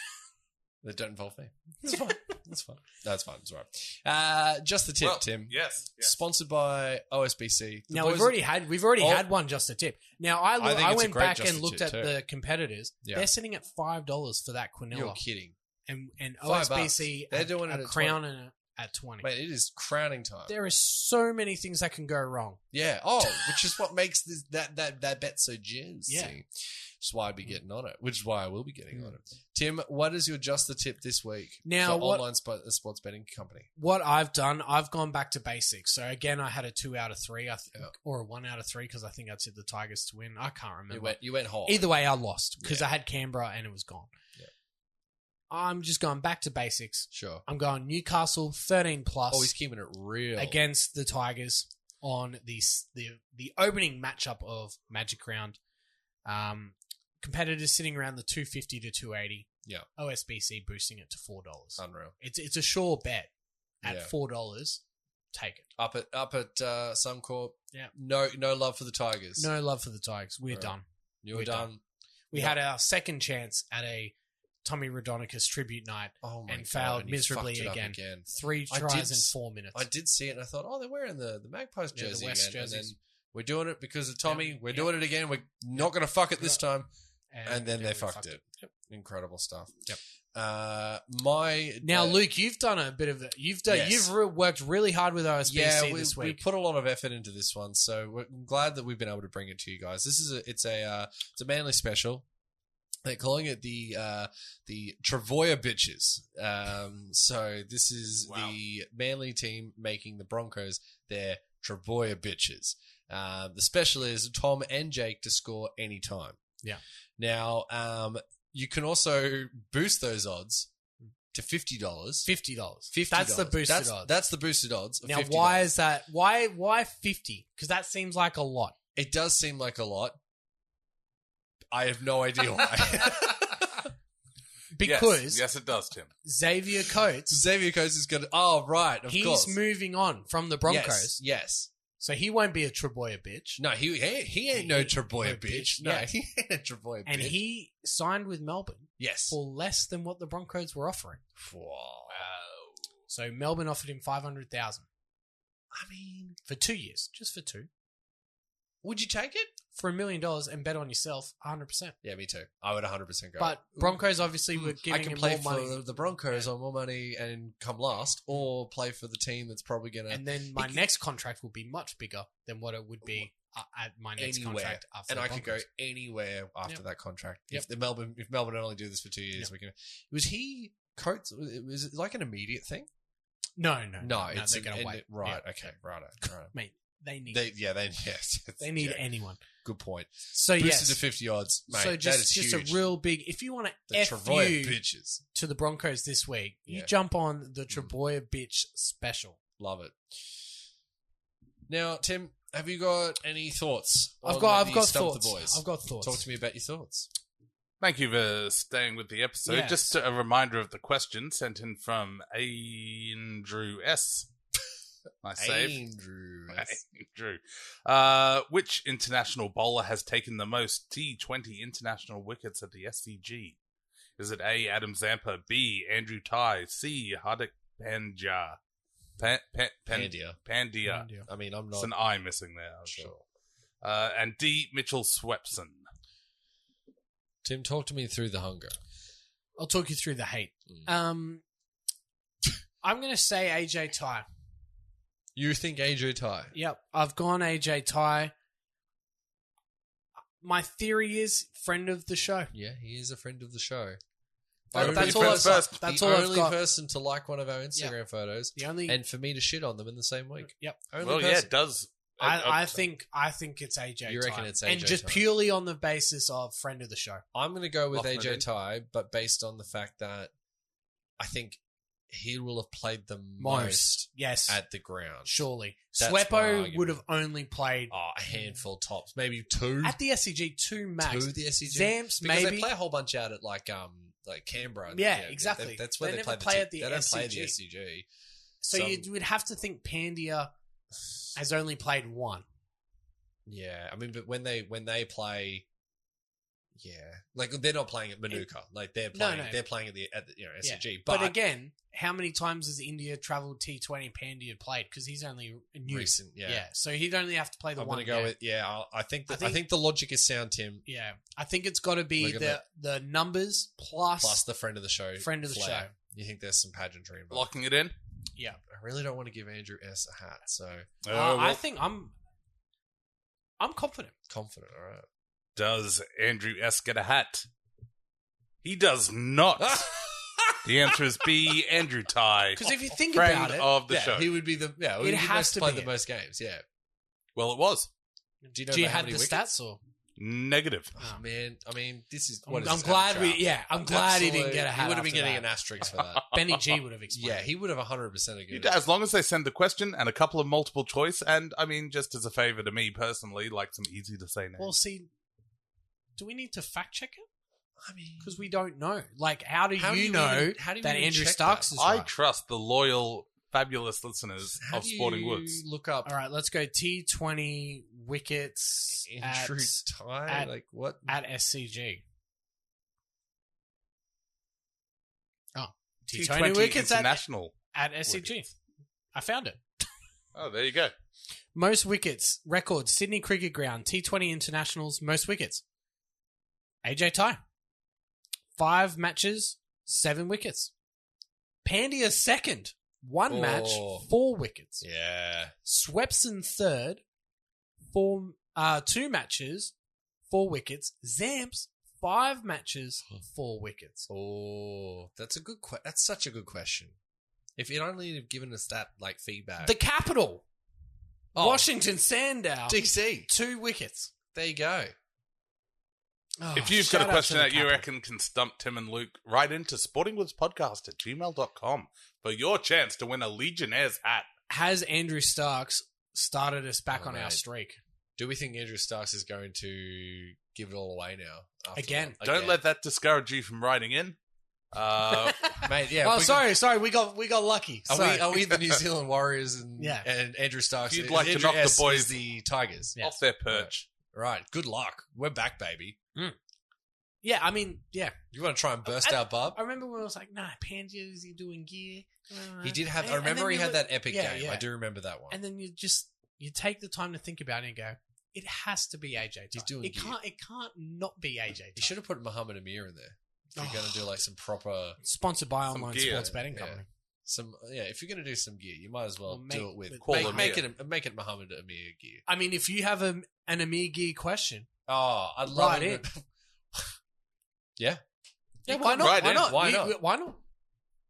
that don't involve me. That's fine. That's fine. That's fine. It's all right. Uh, just the tip,
Well,
Tim.
Yes. yes.
Sponsored by OSBC. The
now
boys-
we've already had we've already
Oh.
had one just a tip. Now I,
I think
I,
it's a
went
great
back
just
and
a
looked at
tip too.
the competitors.
Yeah.
They're sitting at five dollars for that
You're
quinoa,
kidding.
and and
Five
OSBC
bucks. They're
at-
doing it
a
at
crown and a, at twenty.
Mate, it is crowning time.
There are so many things that can go wrong.
Yeah. Oh, which is what makes this that that that bet so juicy.
Yeah. Mm.
Which is why I'd be getting on it. Which is why I will be getting on it. Tim, what is your just the tip this week?
Now,
for
what-
online spo- uh, sports betting company.
What I've done, I've gone back to basics. So again, I had a two out of three, I think,
Yeah.
or a one out of three because I think I tipped the Tigers to win. I can't remember.
You went you went whole.
Either way, I lost because I had Canberra and it was gone.
Yeah.
I'm just going back to basics.
Sure.
I'm going Newcastle 13 plus.
Oh, he's keeping it real.
against the Tigers on the s- the the opening matchup of Magic Round. Um, competitors sitting around the two fifty to two eighty.
Yeah.
OSBC boosting it to four dollars.
Unreal.
It's it's a sure bet at
Yeah.
four dollars. Take it.
Up at up at uh, Suncorp.
Yeah.
No no love for the Tigers.
No love for the Tigers. We're
Right.
done.
You were
We're
done.
We had our second chance at a Tommy Rodonicus tribute night.
Oh my
and
God,
failed
you
miserably
fucked it up
again.
again.
Three
I did
tries in
s-
four minutes.
I did see it and I thought, oh, they're wearing the, the Magpies
Yeah, the
jersey
West
again. And then
jerseys.
we're doing it because of Tommy.
Yeah.
We're
Yeah.
doing it again. We're not going to fuck it this time. And, then they
we
fucked, it. Incredible stuff.
Yep.
Uh, my
Now,
uh,
Luke, you've done a bit of a, you've done
Yes.
you've re- worked really hard with OSBC
yeah, we,
this
we
week.
put a lot of effort into this one, so we're glad that we've been able to bring it to you guys. This is a it's a uh, it's a manly special. They're calling it the uh, the Travoya bitches. Um, so this is
Wow.
the Manly team making the Broncos their Travoya bitches. Uh, the special is Tom and Jake to score anytime.
Yeah.
Now um, you can also boost those odds to fifty dollars.
Fifty dollars.
Fifty.
That's the boosted
that's,
odds.
That's the boosted odds. of
now,
$50.
why is that? Why why fifty? Because that seems like a lot.
It does seem like a lot. I have no idea why.
Yes,
Because
yes, it does, Tim.
Xavier Coates,
Xavier Coates is going to. Oh, right. Of
he's
course.
moving on from the Broncos,
Yes, yes.
so he won't be a Treboya bitch.
No, he he, he ain't no
He-
Treboya
no
bitch.
bitch,
No,
yeah.
he ain't a Treboya bitch.
and he signed with Melbourne
yes.
for less than what the Broncos were offering.
Wow.
So Melbourne offered him five hundred thousand
I mean,
for two years, just for two,
would you take it?
for a million dollars, and bet on yourself, hundred percent.
Yeah, me too. I would 100 percent go.
But Broncos obviously
Mm,
were giving
I can
him
play
more
for
money,
the Broncos on more money and come last, or play for the team that's probably going to.
and then my
He-
next contract will be much bigger than what it would be uh, at my next
Anywhere.
contract after.
and
the
I could go
Broncos.
anywhere after
Yep.
that contract. If
Yep.
the Melbourne, if Melbourne only do this for two years,
Yep.
we can. Was he Coates? Was it like an immediate thing?
No, no,
No, it's
they're
an-
going to
and-
wait.
Right.
Yeah.
Okay. Right. Right.
mate, they need
They, yeah, they yes,
they need
yeah,
anyone.
good point.
So
Boosted
yes,
to fifty odds, mate.
so
that
just
is
just
huge.
a real big. If you want
the
to f
Travoya
you
bitches.
to the Broncos this week,
Yeah.
you jump on the
Mm.
Treboya bitch special.
Love it. Now, Tim, have you got any thoughts?
I've
on
got
the
I've got
Stump
thoughts.
The boys?
I've got thoughts.
Talk to me about your thoughts.
Thank you for staying with the episode.
Yes.
Just a reminder of the question sent in from Andrew S. I save.
Andrew.
Andrew. Uh, which international bowler has taken the most T20 international wickets at the SCG? Is it A. Adam Zampa, B. Andrew Tai, C. Hardik Pandya? Pan, pan, pan,
Pandia.
Pandya.
Mind you.
I mean, I'm
It's
not
an I missing there. I'm
sure.
sure. Uh, and D. Mitchell Swepson.
Tim, talk to me through the hunger.
I'll talk you through the hate.
Mm.
Um, I'm going to say AJ Ty.
You think Andrew Ty?
Yep, I've gone AJ Ty. My theory is friend of the show.
Yeah, he is a friend of the show.
That-
Only
that's all
per-
I've got. That's
the
all I've
only
got.
person to like one of our Instagram photos
The only
and for me to shit on them in the same week.
yep.
Only
well, yeah,
person.
it does.
I, I think I think it's AJ.
You reckon
Ty.
it's
and
AJ
just
Ty?
purely on the basis of friend of the show.
I'm going to go with
Lochner
AJ
did.
Ty, but based on the fact that I think he will have played the most,
Most, yes,
at the ground.
surely.
That's my
Swepo
argument.
would have only played
Oh, a handful tops, maybe two.
at the SCG two max.
two the SCG.
Zamps
because
maybe.
they play a whole bunch out at like um like Canberra. and-
Yeah,
they-
exactly.
that's where they,
They
play,
never play
the,
at
t-
the
They don't play the
SCG.
SCG.
so you
some-
would have to think Pandia has only played one.
Yeah, I mean, but when they when they play, yeah, like they're not playing at Manuka. Like they're
No,
playing
no.
they're playing at the at the, you know
Yeah.
SCG.
But,
But,
again, how many times has India travelled T Twenty Pandia played? Because he's only new.
recent, yeah.
Yeah. so he'd only have to play the
I'm
one.
gonna go
game.
with yeah. I'll, I think the, I,
I
think,
think-
the logic is sound, Tim.
Yeah, I think it's got to be
Look at
the the numbers plus,
Plus the friend of the show,
Friend of the
flair. You think there's some pageantry involved?
locking it in.
yeah.
I really don't want to give Andrew S a hat, so
Uh,
Uh, I
well,
think I'm I'm confident.
confident. All right.
does Andrew S get a hat? He does not. the answer is B. Andrew Ty,
Because if you think
friend
about it,
of the
yeah,
show.
he would be the yeah. He
It
would
has
has
to
play
be
the
it.
most games. Yeah.
well, it was
Do you know
do you
about how
have the
many wickets?
stats or?
negative.
Oh, man, I mean, this is.
I'm,
What is
I'm
this,
glad we.
amateur hour?
Yeah, I'm glad he didn't
Absolutely.
get a hat.
He would have been
after
getting
that.
an asterisk for that.
Benny G would have explained.
yeah, he would have 100 percent
You
agreed.
d- As long as they send the question and a couple of multiple choice, and I mean, just as a favor to me personally, like some easy to say names.
Well, see, do we need to fact check it?
I mean,
Because we don't know. Like, how do
How do
you
you
know
even- how do you
that
even
Andrew
check
Starks
that?
is
I
right?
trust the loyal, fabulous listeners
How
of
do
Sporting
you
Woods.
Look up
All right, let's go. T twenty wickets at,
Andrew Ty.
at-
like what?
at SCG. Oh, T twenty wickets at
International.
at SCG. I found it.
Oh, there you go.
Most wickets record Sydney Cricket Ground T20 internationals most wickets. AJ Ty. 5 matches, 7 wickets. Pandya second, 1
Oh.
match, 4 wickets.
yeah,
Swepson third, 4 uh 2 matches, 4 wickets. Zamps five matches, four wickets.
Oh, that's a good. Que- that's such a good question. If you'd only have given us that like feedback,
The capital,
Oh,
Washington Sandow,
DC.
two wickets.
There you go.
Oh,
If you've got
shout
a
out to
question
the
that you
capital.
reckon can stump Tim and Luke, write into sportingwoodspodcast at gmail.com for your chance to win a Legionnaires hat.
has Andrew Starks started us back
Oh,
on our
mate.
streak
Do we think Andrew Starks is going to give it all away now? after
Again.
that?
Don't let that discourage you from writing in. Uh,
mate. Yeah.
oh,
we-
sorry, sorry. We got we got lucky.
Are
Sorry.
we, are we the New Zealand Warriors and
Yeah.
and Andrew Starks?
If you'd
is-
like to
Andrew
knock the
S is
boys-
the Tigers.
Yeah.
Off their perch.
Right. Good luck. We're back, baby.
yeah, I mean, yeah.
You want to try and burst
I-
our bub?
I remember when I was like, nah, Pangia is he doing gear? Uh,
He did have.
and-
I
and then
remember he
you
had
look-
that epic
yeah,
game.
yeah.
I do remember that one.
And then you just you take the time to think about it and go, it has to be AJ.
He's
Type.
doing
it
gear.
can't it can't not be AJ. Type.
You should have put Muhammad Amir in there. If you're going to do like some proper,
sponsored by
Some
online
gear,
sports betting
yeah.
company.
some yeah. If you're going to do some gear, you might as well
Or make-
do it with
Call
make,
Amir.
make it make it Muhammad Amir gear.
I mean, if you have a, an Amir gear question,
Oh, I love
Right
it.
yeah, why not?
Right,
why
yeah.
not?
Why
You-
not?
Why not?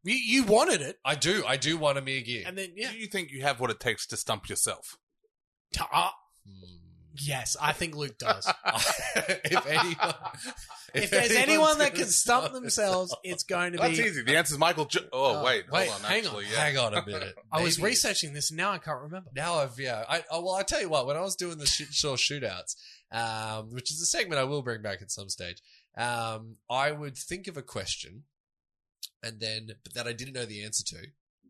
You, you wanted it,
I do. I do want Amir gear.
and then yeah,
Do you think you have what it takes to stump yourself?
Ta- uh,
Hmm.
Yes, I think Luke does.
if anyone,
if, there's anyone that can stump
stop
themselves, it's going to be.
That's easy. The answer's Michael. Jo- oh,
Uh,
wait,
wait,
hold on.
hang on,
actually, yeah.
hang on a minute.
I was
Maybe it's-
researching this, now I can't remember.
Now I've yeah. I oh, well, I tell you what. When I was doing the shit show shootouts, um, which is a segment I will bring back at some stage, um, I would think of a question, and then but that I didn't know the answer to,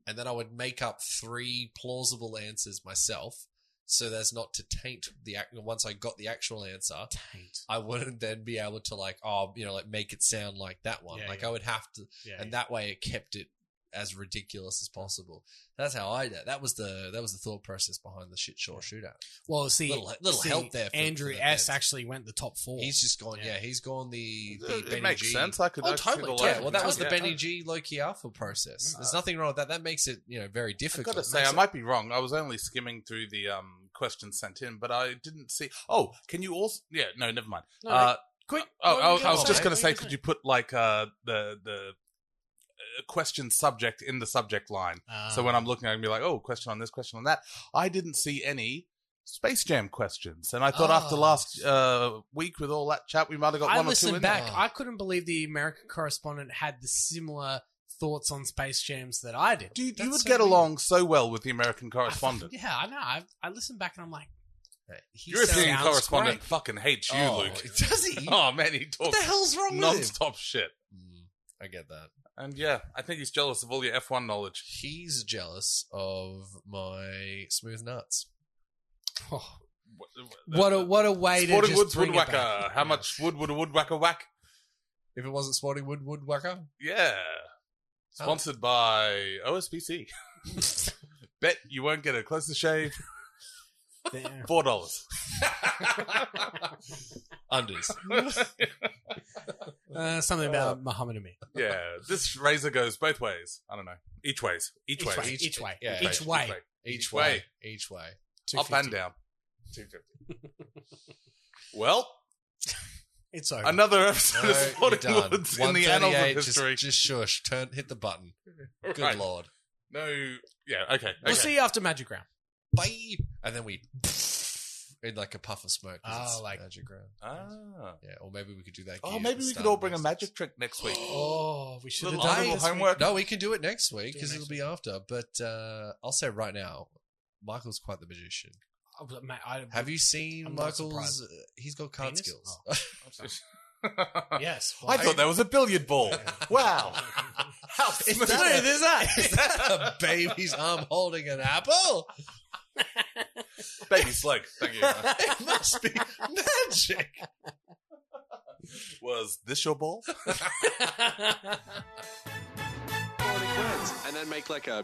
and then I would make up three plausible answers myself, so as not to taint the act. Once I got the actual answer,
Taint.
I wouldn't then be able to like oh you know like make it sound like that one.
Yeah,
like
yeah.
I would have to
Yeah,
and that way it kept it as ridiculous as possible. That's how I did. That was the that was the thought process behind the shit show shootout.
well, see,
little- little
see,
help there for-
Andrew
for the
S
fans.
actually went the top four.
He's just gone. Yeah,
Yeah.
he's gone the, the
It,
Benny
it makes
G.
sense. I could
Oh,
I could see
totally,
the
Yeah,
logic.
well, that was the
Yeah.
Benny G. Loki Alpha process. There's nothing wrong with that. That makes it you know very
I
difficult.
gotta say,
Makes
I
it-
might be wrong. I was only skimming through the um, questions sent in, but I didn't see. Oh, can you also? Yeah, no, never mind.
No,
uh,
quick.
oh,
what
I,
were
was-
you
I was
on,
just
mate?
gonna
What
say,
were you
could you put like uh, the the uh, question subject in the subject line?
Ah.
so when I'm looking, I can be like, oh, question on this, question on that. I didn't see any Space Jam questions, and I thought after
Oh.
last uh, week with all that chat, we might have got
Ah. I
one or two in oh.
listened back,
there.
I couldn't believe the American correspondent had the similar thoughts on Space Jams that I did.
there. Dude, you
That's
would
so
get
weird.
along so well with the American correspondent.
Yeah, I know. I, I listened back and I'm like,
he
European
sounds
correspondent
great.
fucking hates you,
Oh,
Luke.
Does he?
Oh man, he
What the
talks
hell's wrong with him?
non-stop shit.
Mm, I get that.
And yeah, I think he's jealous of all your F1 knowledge.
He's jealous of my smooth nuts.
oh, what a what a way to
Sporting
just
Woods
bring it
Woodwhacker.
back.
How much wood would a woodwhacker whack?
If it wasn't Sporting Wood Woodwhacker,
Yeah.
Oh.
Sponsored by OSPC. Bet you won't get a closer shave.
There.
Four dollars.
unders.
Uh, something about Muhammad Amir.
yeah, this razor goes both ways. I don't know. Each ways. Each,
Each
ways.
way,
Each,
each way,
yeah,
each way.
Each
Each
way.
way.
Each way.
Up and down. Two fifty. well,
It's over.
another episode
No,
of Sporting
you're done.
Woods in the annals of
138,
history.
Just, just shush. Turn. Hit the button. Good
Right.
lord.
No. Yeah. Okay.
We'll
okay.
see you after Magic Round.
Bye. And then we in like a puff of smoke. 'cause
Oh,
it's
like-
magic round.
Ah.
Yeah. Or maybe we could do that.
Oh,
gear
maybe
at the
we
start
could all
of
bring a
next-
magic trick next week.
Oh, we should have
Little
done
honourable
this week.
homework.
No, we can do it next week
Do it
because
next
it'll be after. But uh, I'll say right now, Michael's quite the magician.
Oh, but mate, I,
Have you seen
I'm not
Michael's? Uh, he's got card
Penis?
skills.
Oh.
Yes.
I thought that was a billiard ball. wow. How smooth
that a-
is
Is that a baby's arm holding an apple?
Baby slug. Thank you.
It must be magic.
Was this your ball?
And then make like a.